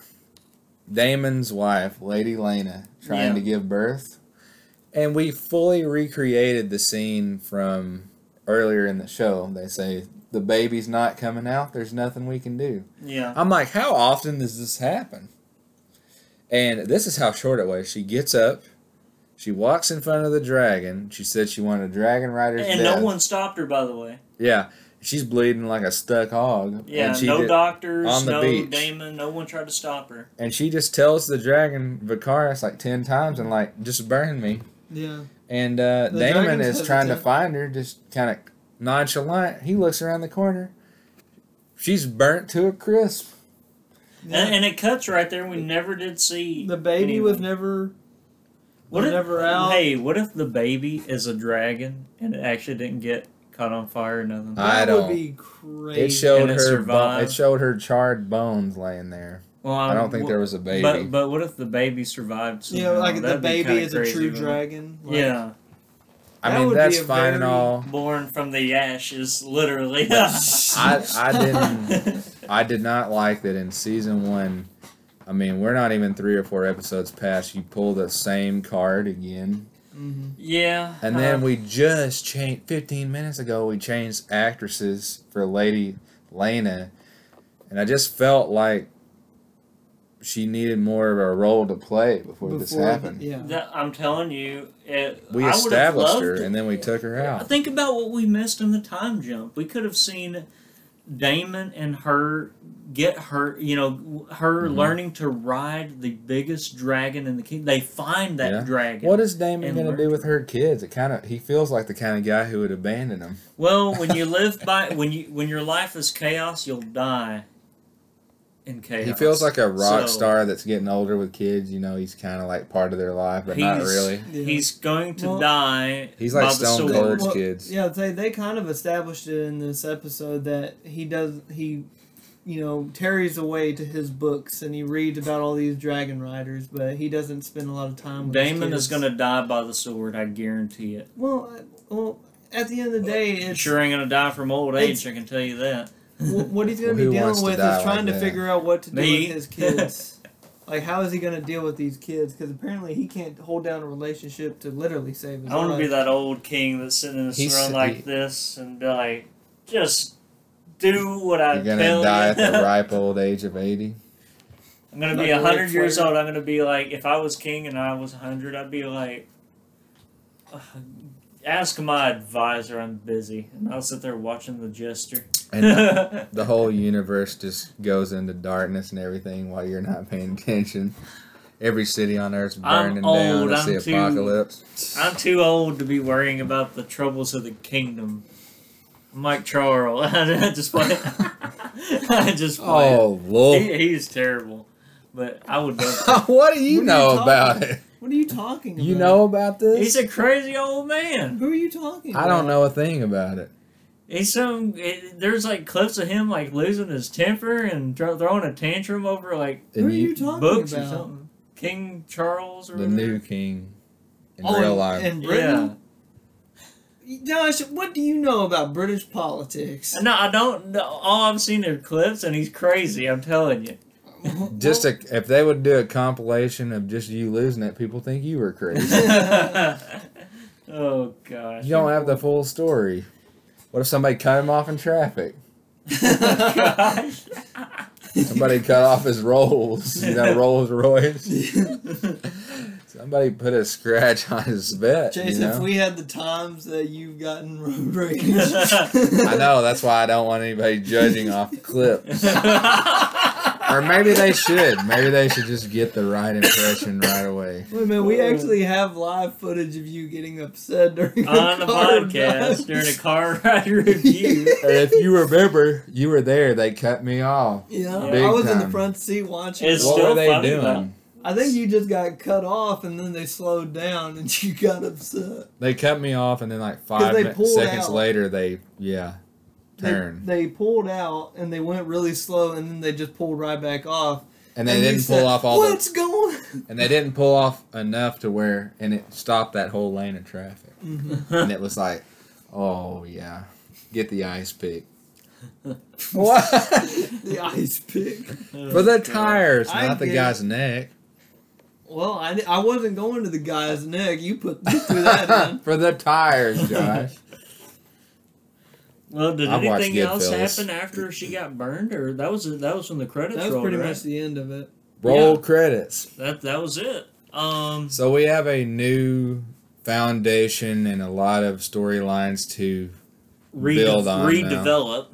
A: Damon's wife, Lady Lena, trying
B: Yeah.
A: to give birth. And we fully recreated the scene from earlier in the show. They say the baby's not coming out, there's nothing we can do.
B: yeah.
A: I'm like, how often does this happen? And this is how short it was. She gets up, she walks in front of the dragon. She said she wanted a dragon rider's
B: And
A: death.
B: no one stopped her, by the way.
A: yeah, she's bleeding like a stuck hog.
B: Yeah,
A: and she
B: no
A: did-
B: doctors,
A: on the
B: no
A: beach.
B: Damon, no one tried to stop her.
A: And she just tells the dragon Vicarius like ten times and like just burn me.
C: Yeah.
A: And uh,
C: The
A: Damon
C: dragon's
A: is trying to
C: hesitant.
A: find her, just kind of nonchalant. He looks around the corner. She's burnt to a crisp.
C: yeah.
B: And, and it cuts right there. We never did see
C: the baby
B: anyone.
C: was never
B: What
C: was
B: if,
C: never out.
B: Hey, what if the baby is a dragon and it actually didn't get caught on fire or nothing?
A: I
C: that
A: don't-
C: would be
A: It
C: crazy.
A: showed
B: And it
A: her. Bo-
B: survived.
A: it showed her charred bones laying there.
B: Um, well,
A: I don't think
B: wh-
A: there was a baby.
B: But but what if the baby survived?
C: Yeah,
B: somehow?
C: like the
B: That'd be
C: baby
B: kinda
C: is a
B: crazy,
C: true
B: wouldn't it?
C: dragon. Like,
B: yeah,
A: I
C: That
A: mean,
C: would
A: that's
C: be a
A: fine and
C: very-
A: all.
B: born from the ashes, literally.
A: I, I didn't. I did not like that in season one. I mean, we're not even three or four episodes past. You pull the same card again,
C: hmm
B: yeah, uh,
A: and then we just changed. Fifteen minutes ago, we changed actresses for Lady Lena, and I just felt like she needed more of a role to play before, this happened.
C: Yeah.
B: That, I'm telling you, it,
A: We
B: I would've
A: established
B: loved
A: her,
B: it.
A: and then we took her out.
B: Think about what we missed in the time jump. We could have seen Damon and her get her, you know, her
A: Mhm.
B: learning to ride the biggest dragon in the kingdom. They find that
A: Yeah.
B: dragon.
A: What is Damon
B: And
A: gonna
B: learn
A: do with her kids? It kind of he feels like the kind of guy who would abandon them.
B: Well, when you live by when you when your life is chaos, you'll die in chaos.
A: He feels like a rock
B: So-
A: star that's getting older with kids. You know, he's kind of like part of their life, but not
B: He's-
A: really.
C: Yeah.
B: He's going to
C: Well-
B: die.
A: He's like
B: by the
A: Stone
B: sword.
A: Cold's kids.
C: Yeah, they they kind of established it in this episode that he does he, you know, tarries away to his books and he reads about all these dragon riders, but he doesn't spend a lot of time. with his
B: Damon is
C: kids.
B: going to die by the sword. I guarantee it.
C: Well, I- well, at the end of the day,
B: He
C: it's
B: sure ain't going to die from old
C: It's-
B: age. I can tell you that.
C: wh- what he's going
A: Who
C: to be
A: wants
C: dealing
A: to
C: with
A: die
C: is trying
A: like
C: to
A: that?
C: figure out what to do
B: Me?
C: with his kids. like, how is he going to deal with these kids? Because apparently, he can't hold down a relationship to literally save his
B: I want to
C: life.
B: be that old king that's sitting in his
A: He's-
B: throne like this and be like, just do what I
A: You're gonna
B: tell
A: die at
B: you.
A: the ripe old age of eighty.
B: I'm gonna
C: Like
B: be a
C: Ric
B: hundred years
C: Flair.
B: old. I'm gonna be like, if I was king and I was a hundred, I'd be like, "Ugh, ask my advisor. I'm busy, and I'll sit there watching the jester.
A: And the whole universe just goes into darkness and everything while you're not paying attention. Every city on earth's
B: I'm
A: burning down.
B: old,
A: It's the
B: I'm too-
A: apocalypse.
B: I'm too old to be worrying about the troubles of the kingdom. I'm like Charles. I just play. I just play.
A: Oh Lord!
B: He, he's terrible, but I would love.
A: what do you
C: What are
A: know
C: you
A: about
C: talking
A: it?
C: What are you talking about?
A: You know about this?
B: He's a crazy old man.
C: Who are you talking about?
A: I don't know a thing about it.
B: He's some. It, there's like clips of him like losing his temper and thro- throwing a tantrum over like
C: Who are
A: And you-
C: you talking
B: books or
C: about?
B: something. King Charles or
A: the
B: whatever.
A: new king in
C: Oh,
A: real
C: in-
A: life.
C: in
B: yeah.
C: Britain? Josh, what do you know about British politics?
B: No, I don't. know. All I've seen are clips, and he's crazy. I'm telling you.
A: Just a, if they would do a compilation of just you losing it, people think you were crazy.
B: oh gosh. Oh,
A: you don't have the full story. What if somebody cut him off in traffic?
B: Gosh.
A: Somebody cut off his rolls. You know, Rolls Royce. Somebody put a scratch on his vet. you
C: Chase,
A: know?
C: if we had the times that you've gotten road rage,
A: I know. That's why I don't want anybody judging off clips. Or maybe they should. Maybe they should just get the right impression right away.
C: Wait a minute, we actually have live footage of you getting upset during
B: on
C: a
B: the
C: car
B: podcast
C: ride.
B: during a car ride review.
A: And if you remember, you were there. They cut me off.
C: Yeah,
B: Big
C: I was in the
A: time.
C: front seat watching.
B: It's
C: it.
A: what
B: still
A: were they
B: funny,
A: doing?
B: though.
C: I think you just got cut off, and then they slowed down, and you got upset.
A: They cut me off, and then like five
C: they
A: mi-
C: pulled
A: seconds
C: out.
A: later, they yeah
C: They,
A: turn,
C: they pulled out, and they went really slow, and then they just pulled right back off.
A: and they
C: and you
A: didn't pull
C: said,
A: off all the
C: What's going?
A: and they didn't pull off enough to where and it stopped that whole lane of traffic.
C: Mm-hmm.
A: and it was like, oh yeah, get the ice pick. what
C: the ice pick.
A: for the tires,
C: I
A: not the
C: get-
A: guy's neck.
C: Well, I, I wasn't going to the guy's neck. You put you threw that in.
A: for the tires, Josh.
B: Well, did
A: I've watched
B: anything else
A: Goodfellas.
B: happen after she got burned, or that was that was when the credits
C: That was
B: rolled,
C: pretty
B: right?
C: much the end of it.
A: Roll credits.
B: That that was it. Um,
A: So we have a new foundation and a lot of storylines to
B: rede-
A: Build on now.
B: redevelop.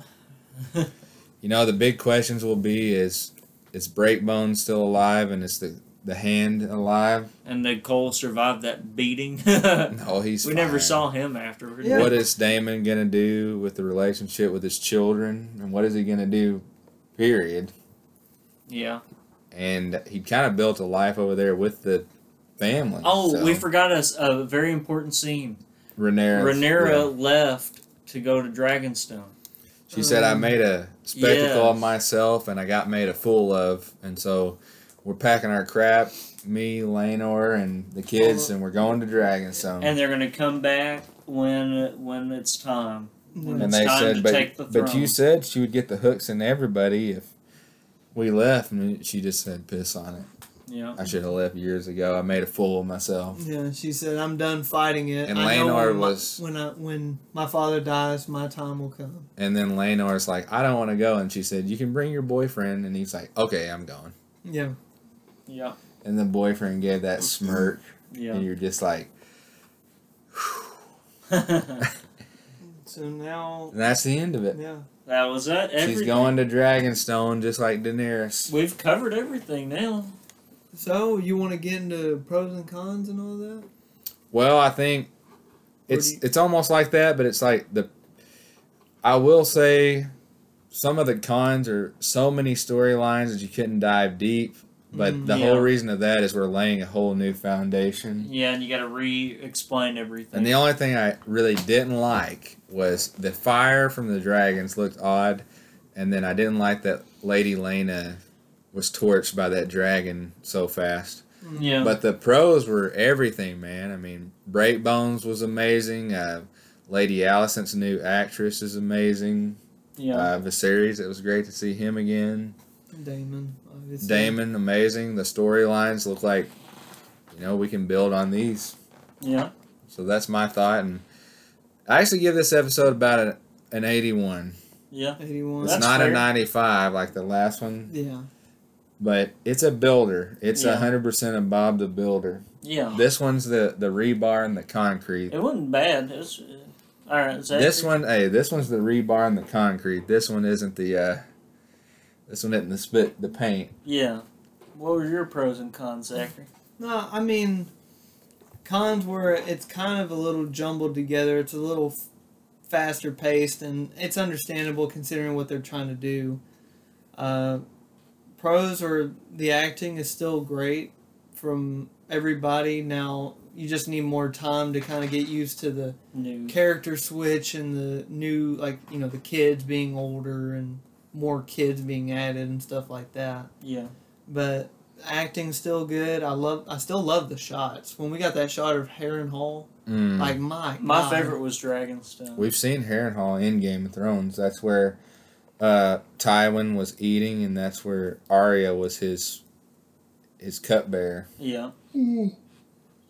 A: You know, the big questions will be is is Breakbone still alive and is the the hand alive?
B: And Nicole survived that beating.
A: No, he's
B: we never
A: fine.
B: saw him afterward.
C: Yeah.
A: What is Damon gonna do with the relationship with his children and what is he gonna do period?
B: Yeah.
A: And he kind of built a life over there with the family.
B: Oh,
A: so-
B: we forgot a, s- a very important scene.
A: Rhaenyra.
B: Renera
A: yeah.
B: left to go to Dragonstone.
A: She said
B: um,
A: I made a spectacle
B: Yeah.
A: of myself and I got made a fool of and so we're packing our crap, me, Lanor, and the kids, and we're going to Dragonstone.
B: And they're gonna come back when when it's time. When
A: and
B: it's
A: they
B: time
A: said,
B: to
A: but,
B: take the
A: but you
B: throne."
A: said she would get the hooks in everybody if we left. And she just said, piss on it.
B: Yeah.
A: I should have left years ago. I made a fool of myself.
C: Yeah, she said, "I'm done fighting it."
A: And
C: I know
A: Laenor
C: when my-
A: was-
C: when I when my father dies, my time will come.
A: And then Lanore's like, I don't want to go. And she said, you can bring your boyfriend. And he's like, okay, I'm going.
C: Yeah,
B: Yeah.
A: And the boyfriend gave that smirk. And
B: Yeah.
A: you're just like,
B: that
C: so now,
A: and that's the end of it.
C: yeah,
B: was it.
A: She's
B: Everything-
A: going to Dragonstone just like Daenerys.
B: We've covered everything now.
C: so you want to get into pros and cons and all that?
A: Well, I think it's
C: do you-
A: it's almost like that, but it's like the I will say some of the cons are so many storylines that you couldn't dive deep, but
C: Mm.
A: the whole
B: Yeah.
A: reason of that is we're laying a whole new foundation.
B: Yeah, and you got to re-explain everything.
A: And the only thing I really didn't like was the fire from the dragons looked odd, and then I didn't like that Lady Lena was torched by that dragon so fast.
B: yeah.
A: But the pros were everything, man. I mean, Breakbones was amazing. Uh, Lady Allison's new actress is amazing.
B: yeah.
A: Uh, Viserys, it was great to see him again.
C: Damon, obviously.
A: Damon, amazing. The storylines look like, you know, we can build on these.
B: yeah.
A: So that's my thought. And I actually give this episode about a, an 81.
B: Yeah.
C: eighty-one.
A: It's
B: That's
A: not
B: fair.
A: a 95 like the last one,
C: yeah,
A: but it's a builder. It's a
B: Yeah.
A: 100% a Bob the Builder.
B: Yeah.
A: This one's the, the rebar and the concrete.
B: It wasn't bad. It was, uh, all right. Zach,
A: This one, hey, this one's the rebar and the concrete. This one isn't the. uh This one isn't the spit, the paint.
B: Yeah. What were your pros and cons, Zachary?
C: no, I mean, cons were it's kind of a little jumbled together. It's a little f- faster paced, and it's understandable considering what they're trying to do. Uh, pros are the acting is still great from everybody. Now you just need more time to kind of get used to the
B: New.
C: character switch and the new like you know the kids being older and more kids being added and stuff like that
B: Yeah.
C: but acting's still good i love i still love the shots when we got that shot of heron hall
A: Mm.
C: like my
B: My
C: God.
B: favorite was Dragonstone.
A: We've seen Harrenhal in Game of Thrones. That's where uh Tywin was eating, and that's where Arya was his his cupbearer.
B: yeah.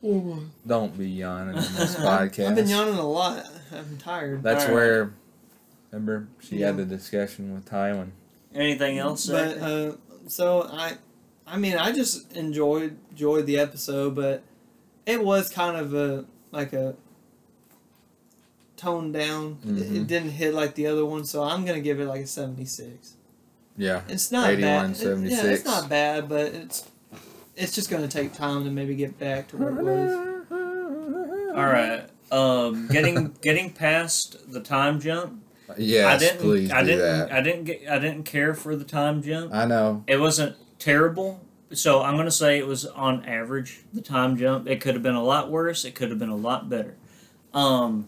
A: Don't be yawning on this
B: I've
A: podcast.
C: i've been yawning a lot i'm tired
A: That's
B: Alright.
A: where Remember, she had the discussion with Tywin.
B: Anything else?
C: But
B: Zach?
C: uh, so I, I mean, I just enjoyed enjoyed the episode, but it was kind of a like a toned down. It,
A: Mhm.
C: it didn't hit like the other one, so I'm gonna give it like a seventy six.
A: Yeah,
C: It's not
A: 81,
C: bad. It- yeah, it's
A: 76.
C: not bad, but it's it's just gonna take time to maybe get back to where it was.
B: All right. Um, getting getting past the time jump.
A: Yes,
B: I didn't.
A: please
B: I
A: do
B: didn't.
A: that.
B: I didn't get. I didn't care for the time jump.
A: I know.
B: It wasn't terrible. So I'm gonna say it was on average. The time jump. It could have been a lot worse. It could have been a lot better. Um,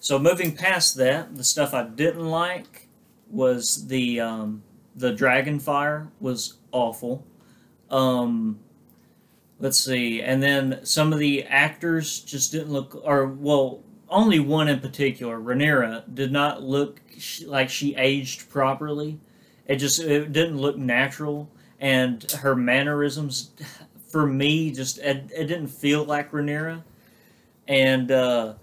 B: so moving past that, the stuff I didn't like was the um, the dragon fire was awful. Um, let's see, and then some of the actors just didn't look, or well, only one in particular, Rhaenyra, did not look sh- like she aged properly. It just it didn't look natural, and her mannerisms, for me, just it, it didn't feel like Rhaenyra, and uh,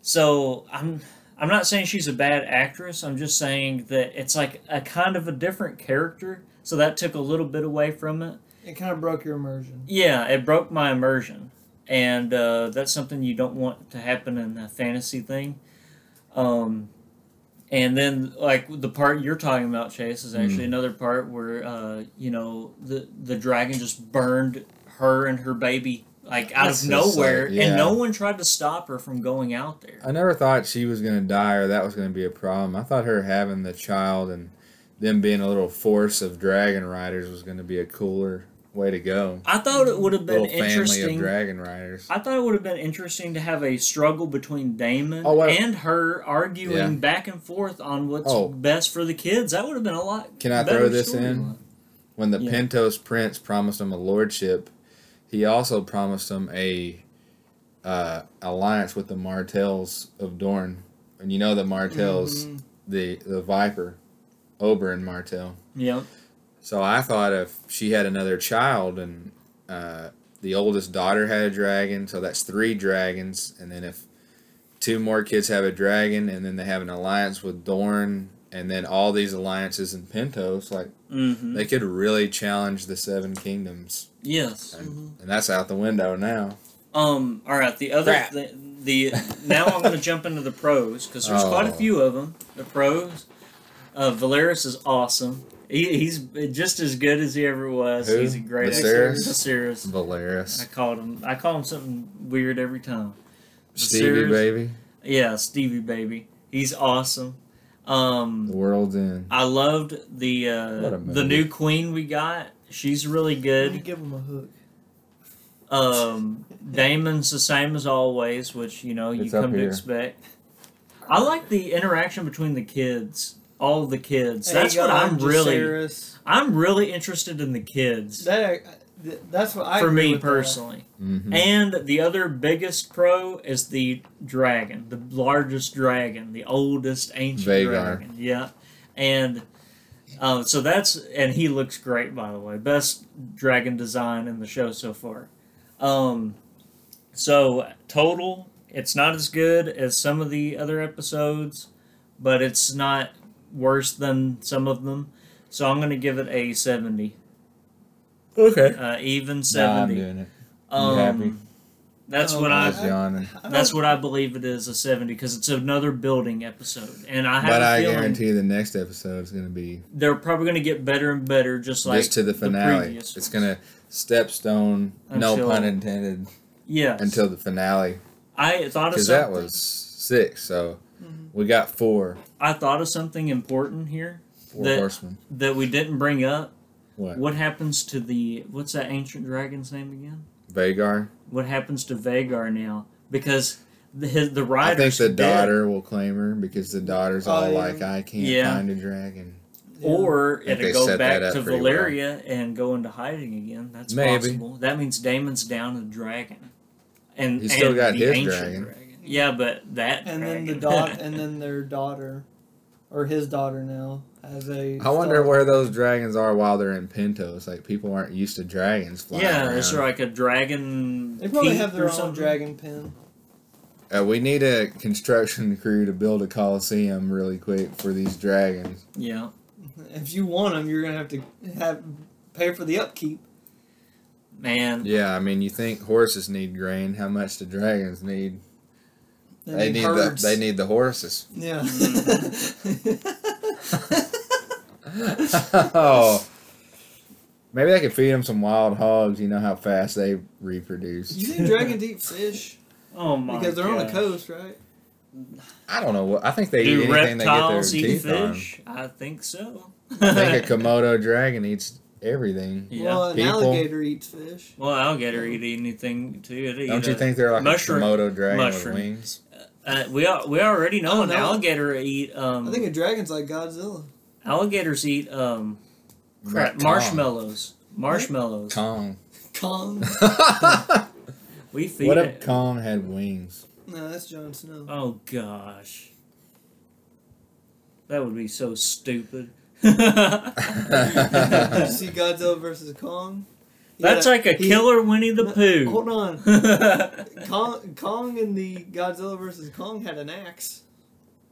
B: so I'm. I'm not saying she's a bad actress. I'm just saying that it's like a kind of a different character, so that took a little bit away from it.
C: It kind of broke your immersion.
B: Yeah, it broke my immersion, and uh, that's something you don't want to happen in a fantasy thing. Um, and then, like the part you're talking about, Chase is actually
A: Mm.
B: another part where uh, you know the the dragon just burned her and her baby like out
A: That's
B: of
A: just
B: nowhere,
A: like- yeah.
B: and no one tried to stop her from going out there.
A: I never thought she was gonna die or that was gonna be a problem. I thought her having the child and them being a little force of dragon riders was gonna be a cooler way to go.
B: I thought it would have been
A: Little family of
B: interesting.
A: dragon riders.
B: I thought it would have been interesting to have a struggle between Damon
A: Oh, wait.
B: and her arguing
A: Yeah.
B: back and forth on what's
A: Oh.
B: best for the kids. That would have been a lot.
A: Can I
B: better
A: throw this
B: storyline.
A: in? When the
B: Yeah.
A: Pentos prince promised him a lordship, he also promised him a uh, alliance with the Martells of Dorne. And you know the Martells,
C: Mhm.
B: Mm-hmm.
A: the the Viper, Oberyn Martell.
B: Yeah,
A: So I thought if she had another child and uh, the oldest daughter had a dragon, so that's three dragons. And then if two more kids have a dragon, and then they have an alliance with Dorne, and then all these alliances in Pentos, like
B: hmm
A: they could really challenge the Seven Kingdoms,
B: yes.
A: and, and that's out the window now.
B: Um. All right. The other
A: Crap.
B: thi- the now I'm going to jump into the pros because there's quite
A: Oh.
B: a few of them. The pros. Uh, Valeris is awesome. He, he's just as good as he ever was.
A: Who?
B: He's a great actor.
A: Viserys?
B: Viserys. I
A: Valeris,
B: called him. I call him something weird every time.
A: Stevie
B: Viserys.
A: baby,
B: Yeah, Stevie Baby. He's awesome. Um,
A: the world's end.
B: I loved the
A: What
B: uh,
A: a
B: the
A: movie.
B: new queen we got. She's really
C: Let me
B: good.
C: give him a hook.
B: Um, Damon's the same as always, which you know you
A: It's up
B: come to
A: here.
B: expect. I like the interaction between the kids, all the kids. That's what
C: Aegon,
B: I'm really.
C: Jacerys.
B: I'm really interested in the kids.
C: That th- that's what I
B: for
C: agree
B: me
C: with that.
B: personally.
A: hmm
B: And the other biggest pro is the dragon, the largest dragon, the oldest ancient
A: Vagar.
B: dragon. Yeah, and uh, so that's and he looks great by the way. Best dragon design in the show so far. Um, so total, it's not as good as some of the other episodes, but it's not worse than some of them. So I'm gonna give it a seventy,
A: Okay,
B: uh,
A: nah,
B: even
A: I'm
B: seventy.
A: doing it. You
B: um,
A: happy?
B: That's
C: Oh,
B: what
A: I
B: I.
A: was yawning,
C: I don't-
B: That's what I believe it is a seventy because it's another building episode, and I have
A: but
B: a
A: I
B: feeling
A: guarantee the next episode is going to be
B: they're probably going to get better and better, just like
A: just to the finale.
B: previous
A: it's
B: ones.
A: gonna step stone, no
B: Until-
A: pun intended,
B: yes.
A: until the finale
B: I thought of
A: because
B: something.
A: that was six. So
B: Mm-hmm.
A: we got four
B: I thought of something important here
A: four
B: That-
A: horsemen.
B: that we didn't bring up.
A: What?
B: What happens to the what's that ancient dragon's name again?
A: Vagar.
B: What happens to Vagar now? Because the his, the
A: I
B: rider.
A: think the daughter will claim her because the daughter's all
C: Oh, yeah.
A: like, "I can't
B: Yeah.
A: find a dragon."
C: Yeah.
B: Or
A: think
B: it'll
A: they
B: go
A: set
B: back
A: that up
B: to
A: pretty well.
B: Valeria and go into hiding again. That's
A: Maybe.
B: possible. That means Damon's down a dragon. And
A: He's still
B: and
A: got
B: the
A: his
B: ancient
A: dragon.
B: Yeah, but that
C: and then
B: dragon.
C: the daughter, and then their daughter, or his daughter now as a.
A: I wonder
C: star.
A: where those dragons are while they're in Pentos. Like people aren't used to dragons flying.
B: yeah,
A: around.
B: it's like a dragon.
C: They probably
B: teeth
C: have their
B: or
C: own
B: something.
C: dragon pin.
A: Uh, we need a construction crew to build a coliseum really quick for these dragons.
B: Yeah.
C: If you want them, you're gonna have to have pay for the upkeep.
B: Man.
A: Yeah, I mean, you think horses need grain? How much do dragons need? They need the,
C: herds.
A: they need the horses.
C: yeah.
B: Mm-hmm.
A: oh, maybe I could feed them some wild hogs. You know how fast they reproduce.
C: you think dragons eat fish
B: Oh my.
C: because they're on the
B: gosh.
C: coast, right?
A: I don't know. what I think they eat
B: Do
A: anything they get their
B: reptiles eat
A: teeth
B: fish? I think so.
A: on. I think a Komodo dragon eats everything.
B: yeah.
C: Well, an
A: People-
C: alligator eats fish.
B: Well, alligator eat anything too. It eat
A: Don't you
B: a-
A: think they're like
B: mushroom-
A: a Komodo dragon
B: mushroom.
A: with wings?
B: Uh, we al- we already know
C: Oh,
B: an
C: no.
B: alligator eat. Um,
C: I think a dragon's like Godzilla.
B: alligators eat um, crap,
A: Like Kong.
B: marshmallows. Marshmallows.
A: Kong.
C: Kong.
B: We feed
A: what if
B: it.
A: Kong had wings?
C: No, that's Jon Snow.
B: Oh gosh, that would be so stupid.
C: you
B: That's
C: see Godzilla versus Kong. He had
B: like a
C: he-
B: killer Winnie the
C: No,
B: Pooh.
C: Hold on. Kong, Kong in the Godzilla versus Kong had an axe.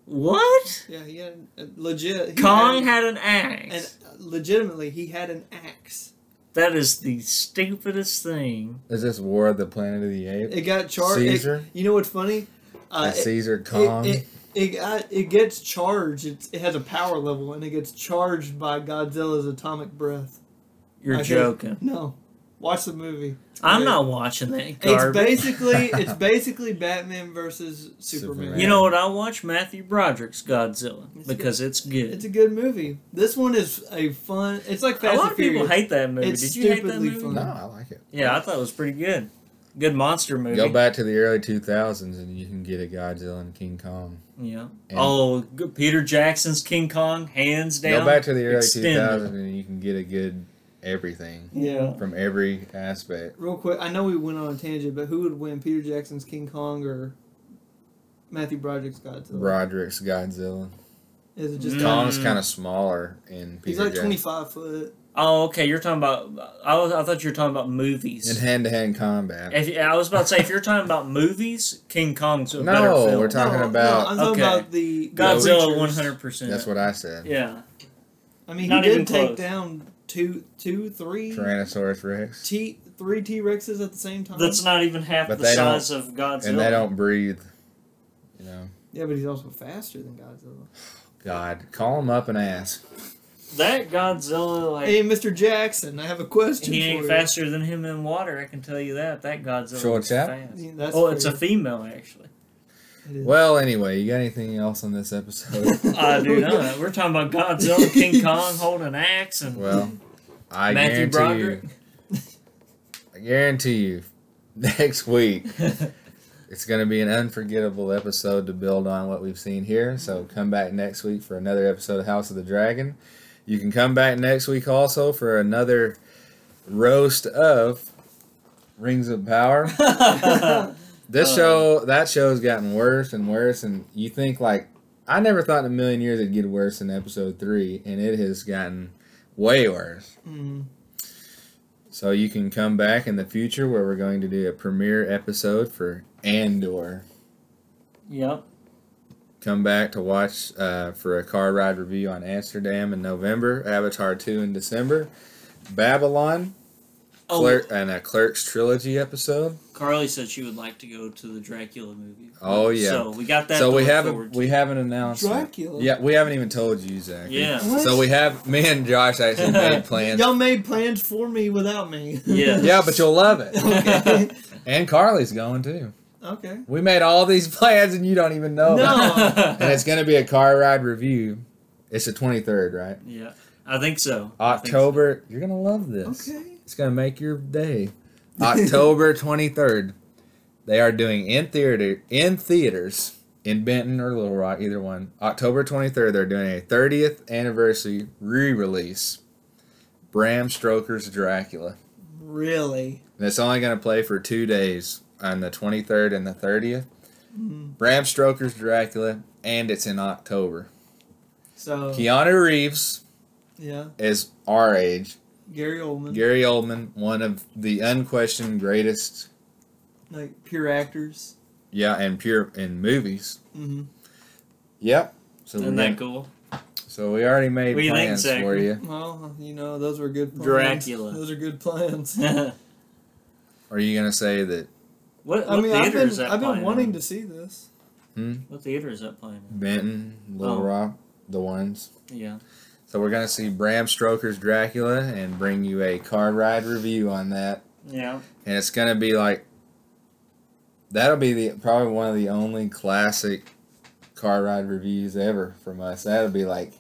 B: what?
C: Yeah, he had a legit. he
B: Kong had
C: had,
B: an axe.
C: and uh, legitimately he had an axe.
B: that is the stupidest thing.
A: Is this War of the Planet of the Apes?
C: It got charged.
A: Caesar?
C: you know what's funny? Uh,
A: Is
C: it,
A: Caesar Kong?
C: it, it, it, got, it gets charged. It's, it has a power level, and it gets charged by Godzilla's atomic breath.
B: You're
C: Okay.
B: joking.
C: No, watch the movie.
B: I'm
C: Yeah.
B: not watching that garbage.
C: It's basically it's basically Batman versus Superman.
A: Superman.
B: You know what? I watch Matthew Broderick's Godzilla
C: It's
B: because it's
C: It's
B: good.
C: a good movie. This one is a fun. It's like Fast
B: a lot
C: and
B: of people
C: Furious.
B: hate that movie.
C: It's
B: Did you hate that
C: stupidly
B: movie?
A: no, I like it.
B: Yeah, I thought it was pretty good. Good monster movie.
A: Go back to the early 2000s and you can get a Godzilla and King Kong.
B: Yeah.
A: And-
B: oh, good. Peter Jackson's King Kong, hands down.
A: Go back to the early
B: extended.
A: 2000s and you can get a good everything
C: Yeah.
A: from every aspect.
C: Real quick, I know we went on a tangent, but who would win, Peter Jackson's King Kong or Matthew Broderick's Godzilla?
A: Roderick's Godzilla.
C: Is it just
B: Mm.
A: Kong's kind of smaller in Peter
C: He's like
A: Jackson.
C: twenty five foot.
B: Oh, okay. You're talking about. I was. I thought you were talking about
A: In
B: movies.
A: hand to hand combat.
B: If, I was about to say, if you're talking about movies, King Kong's a
A: No,
B: better film.
A: we're talking
C: no,
A: about-
C: No, I'm talking
B: Okay.
C: about the
B: Godzilla
C: creatures.
B: 100. percent
A: That's what I said.
B: Yeah.
C: I mean, he
B: Not even
C: did take
B: close.
C: down two, two, three,
A: Tyrannosaurus Rex.
C: T, three T Rexes at the same time.
B: That's not even half
A: But
B: the
A: they don't-
B: size of Godzilla.
A: And they don't breathe. You know,
C: yeah, but he's also faster than Godzilla.
A: God, call him up and ask.
B: That Godzilla, like,
C: Hey, Mr. Jackson, I have a question
B: he
C: for
B: ain't
C: you.
B: faster than him in water. I can tell you that. That Godzilla
A: Sure,
B: was
A: chap.
B: fast.
C: Yeah, That's
B: oh, it's a
C: fair.
B: female actually.
C: It is.
A: Well, anyway, you got anything else on this episode?
B: I do not. We're talking about Godzilla, King Kong holding an axe, and
A: well, I
B: Matthew
A: guarantee
B: Broderick.
A: you. I guarantee you, next week it's going to be an unforgettable episode to build on what we've seen here. So come back next week for another episode of House of the Dragon. You can come back next week also for another roast of Rings of Power. This
B: Um,
A: show, that show's gotten worse and worse, and you think like I never thought in a million years it'd get worse than episode three, and it has gotten way worse.
C: Mm.
A: So you can come back in the future where we're going to do a premiere episode for Andor.
B: yep.
A: Come back to watch uh, for a car ride review on Amsterdam in November, Avatar two in December, Babylon,
B: Oh,
A: Clerk, and a Clerks trilogy episode.
B: Carly said she would like to go to the Dracula movie.
A: Oh yeah.
B: So
A: So,
B: we got that. to
A: we
B: look
A: haven't
B: forward to.
A: we haven't announced.
C: Dracula.
A: Yeah, we haven't even told you, Zach.
B: Yeah.
C: What?
A: So we have me and Josh actually made plans.
C: Y'all made plans for me without me.
B: Yeah.
A: yeah, but you'll love it.
C: okay.
A: And Carly's going too.
C: Okay.
A: We made all these plans and you don't even know. about it.
C: No.
A: And it's gonna be a car ride review. It's the twenty third, right?
B: yeah. I think so. I think so.
A: October. You're gonna love this.
C: Okay.
A: It's gonna make your day. October twenty third. They are doing in theater in theaters in Benton or Little Rock, either one. October twenty third, they're doing a thirtieth anniversary re release. Bram Stoker's Dracula.
C: Really?
A: And it's only gonna play for two days on the twenty third and the thirtieth.
C: Mm-hmm.
A: Bram Stoker's Dracula, and it's in October.
C: So
A: Keanu Reeves
C: yeah,
A: is our age.
C: Gary Oldman,
A: Gary Oldman, one of the unquestioned greatest
C: like pure actors.
A: yeah, and pure in movies.
C: Mm-hmm.
A: Yep. So
B: Isn't
A: we
B: that cool?
A: so we already made
B: What do you think,
A: plans
B: Zach?
A: for you.
C: Well, you know, those were good plans.
B: Dracula.
C: Those are good plans.
A: Are you gonna say that
B: What, what
C: I mean,
B: theater
C: I've been,
B: is that
C: I've
B: playing
C: been wanting
B: in?
C: to see this.
B: What theater is that playing in?
A: Benton, Little
B: Oh.
A: Rock, the ones?
B: Yeah.
A: So we're gonna see Bram Stoker's Dracula and bring you a car ride review on that,
B: Yeah.
A: and it's gonna be like that'll be the probably one of the only classic car ride reviews ever from us. That'll be like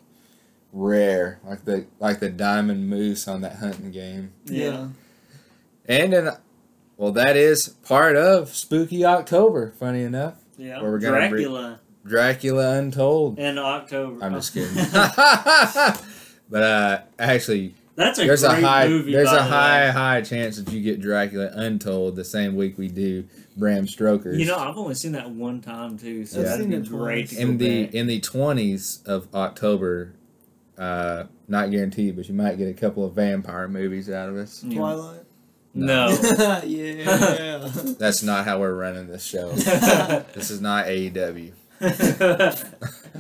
A: rare, like the like the Diamond Moose on that hunting game.
B: Yeah.
A: And in, well, that is part of Spooky October. Funny enough,
B: Yeah.
A: Where we're gonna re-
B: Dracula
A: Dracula Untold.
B: in October.
A: I'm just kidding. but uh, actually,
B: That's a
A: there's a
B: great
A: high
B: movie.
A: there's
B: by
A: a
B: the way.
A: high high chance that you get Dracula Untold the same week we do Bram Stoker's.
B: You know, I've only seen that one time too, so
A: Yeah.
B: that'd
C: I've
B: be
C: seen it
B: great.
C: twice.
B: To
A: in
B: go
A: the
B: back.
A: in the twenties of October, uh, not guaranteed, but you might get a couple of vampire movies out of us.
B: Yeah.
C: Twilight.
B: no.
C: yeah.
A: That's not how we're running this show. this is not E AEW.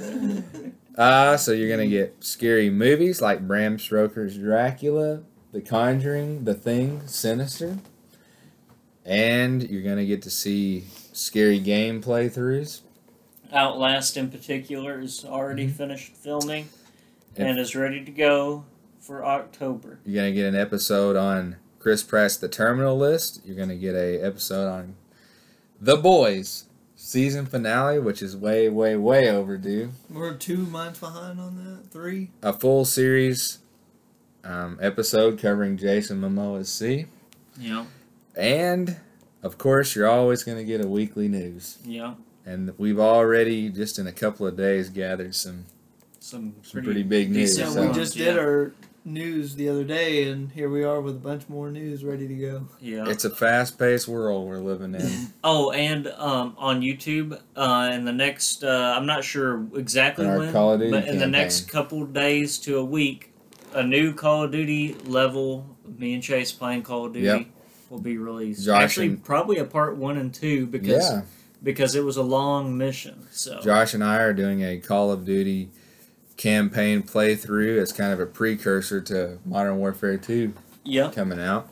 A: Uh, so you're gonna get scary movies like Bram Stoker's Dracula, The Conjuring, The Thing, Sinister, and you're gonna get to see scary game playthroughs.
B: Outlast in particular is already
A: Mm-hmm.
B: finished filming
A: Yeah.
B: and is ready to go for October.
A: You're gonna get an episode on Chris Pratt's The Terminal List. You're gonna get a episode on The Boys season finale, which is way, way, way overdue.
C: We're two months behind on that. Three.
A: A full series um, episode covering Jason Momoa's sea.
B: Yeah.
A: And of course, you're always going to get a weekly news.
B: Yeah.
A: And we've already, just in a couple of days, gathered some,
B: Some pretty,
A: some pretty big news.
B: decent
C: Yeah,
A: So,
C: we just did
B: Yeah.
C: our news the other day, and here we are with a bunch more news ready to go.
B: yeah.
A: it's a fast paced world we're living in.
B: Oh, and um, on YouTube, uh, in the next, uh, I'm not sure exactly
A: Our
B: when,
A: Call of
B: but
A: Duty
B: in the next couple days to a week, a new Call of Duty level, me and Chase playing Call of Duty,
A: Yep.
B: will be released.
A: Josh
B: Actually,
A: and-
B: probably a part one and two because
A: yeah.
B: because it was a long mission. So
A: Josh and I are doing a Call of Duty campaign playthrough. It's kind of a precursor to Modern Warfare 2
B: yeah,
A: coming out.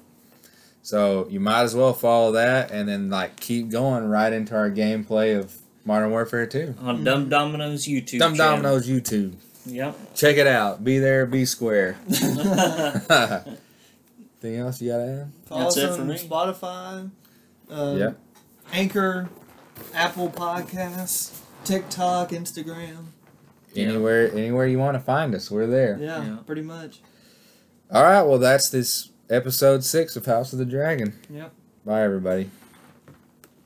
A: So you might as well follow that and then like keep going right into our gameplay of Modern Warfare 2.
B: on Dumb Domino's YouTube.
A: Dumb
B: channel.
A: Dominoes YouTube.
B: Yep.
A: Check it out. Be there, be square.
B: yeah.
A: Anything else you gotta add?
C: Follow
B: That's
C: us
B: it for
C: on
B: me.
C: Spotify, um,
A: Yeah.
C: Anchor, Apple Podcasts, TikTok, Instagram.
B: Yeah.
A: Anywhere, anywhere you want to find us, we're there.
C: Yeah,
B: Yeah.
C: pretty much.
A: All right. Well, that's this episode six of House of the Dragon.
C: Yep.
A: Bye, everybody.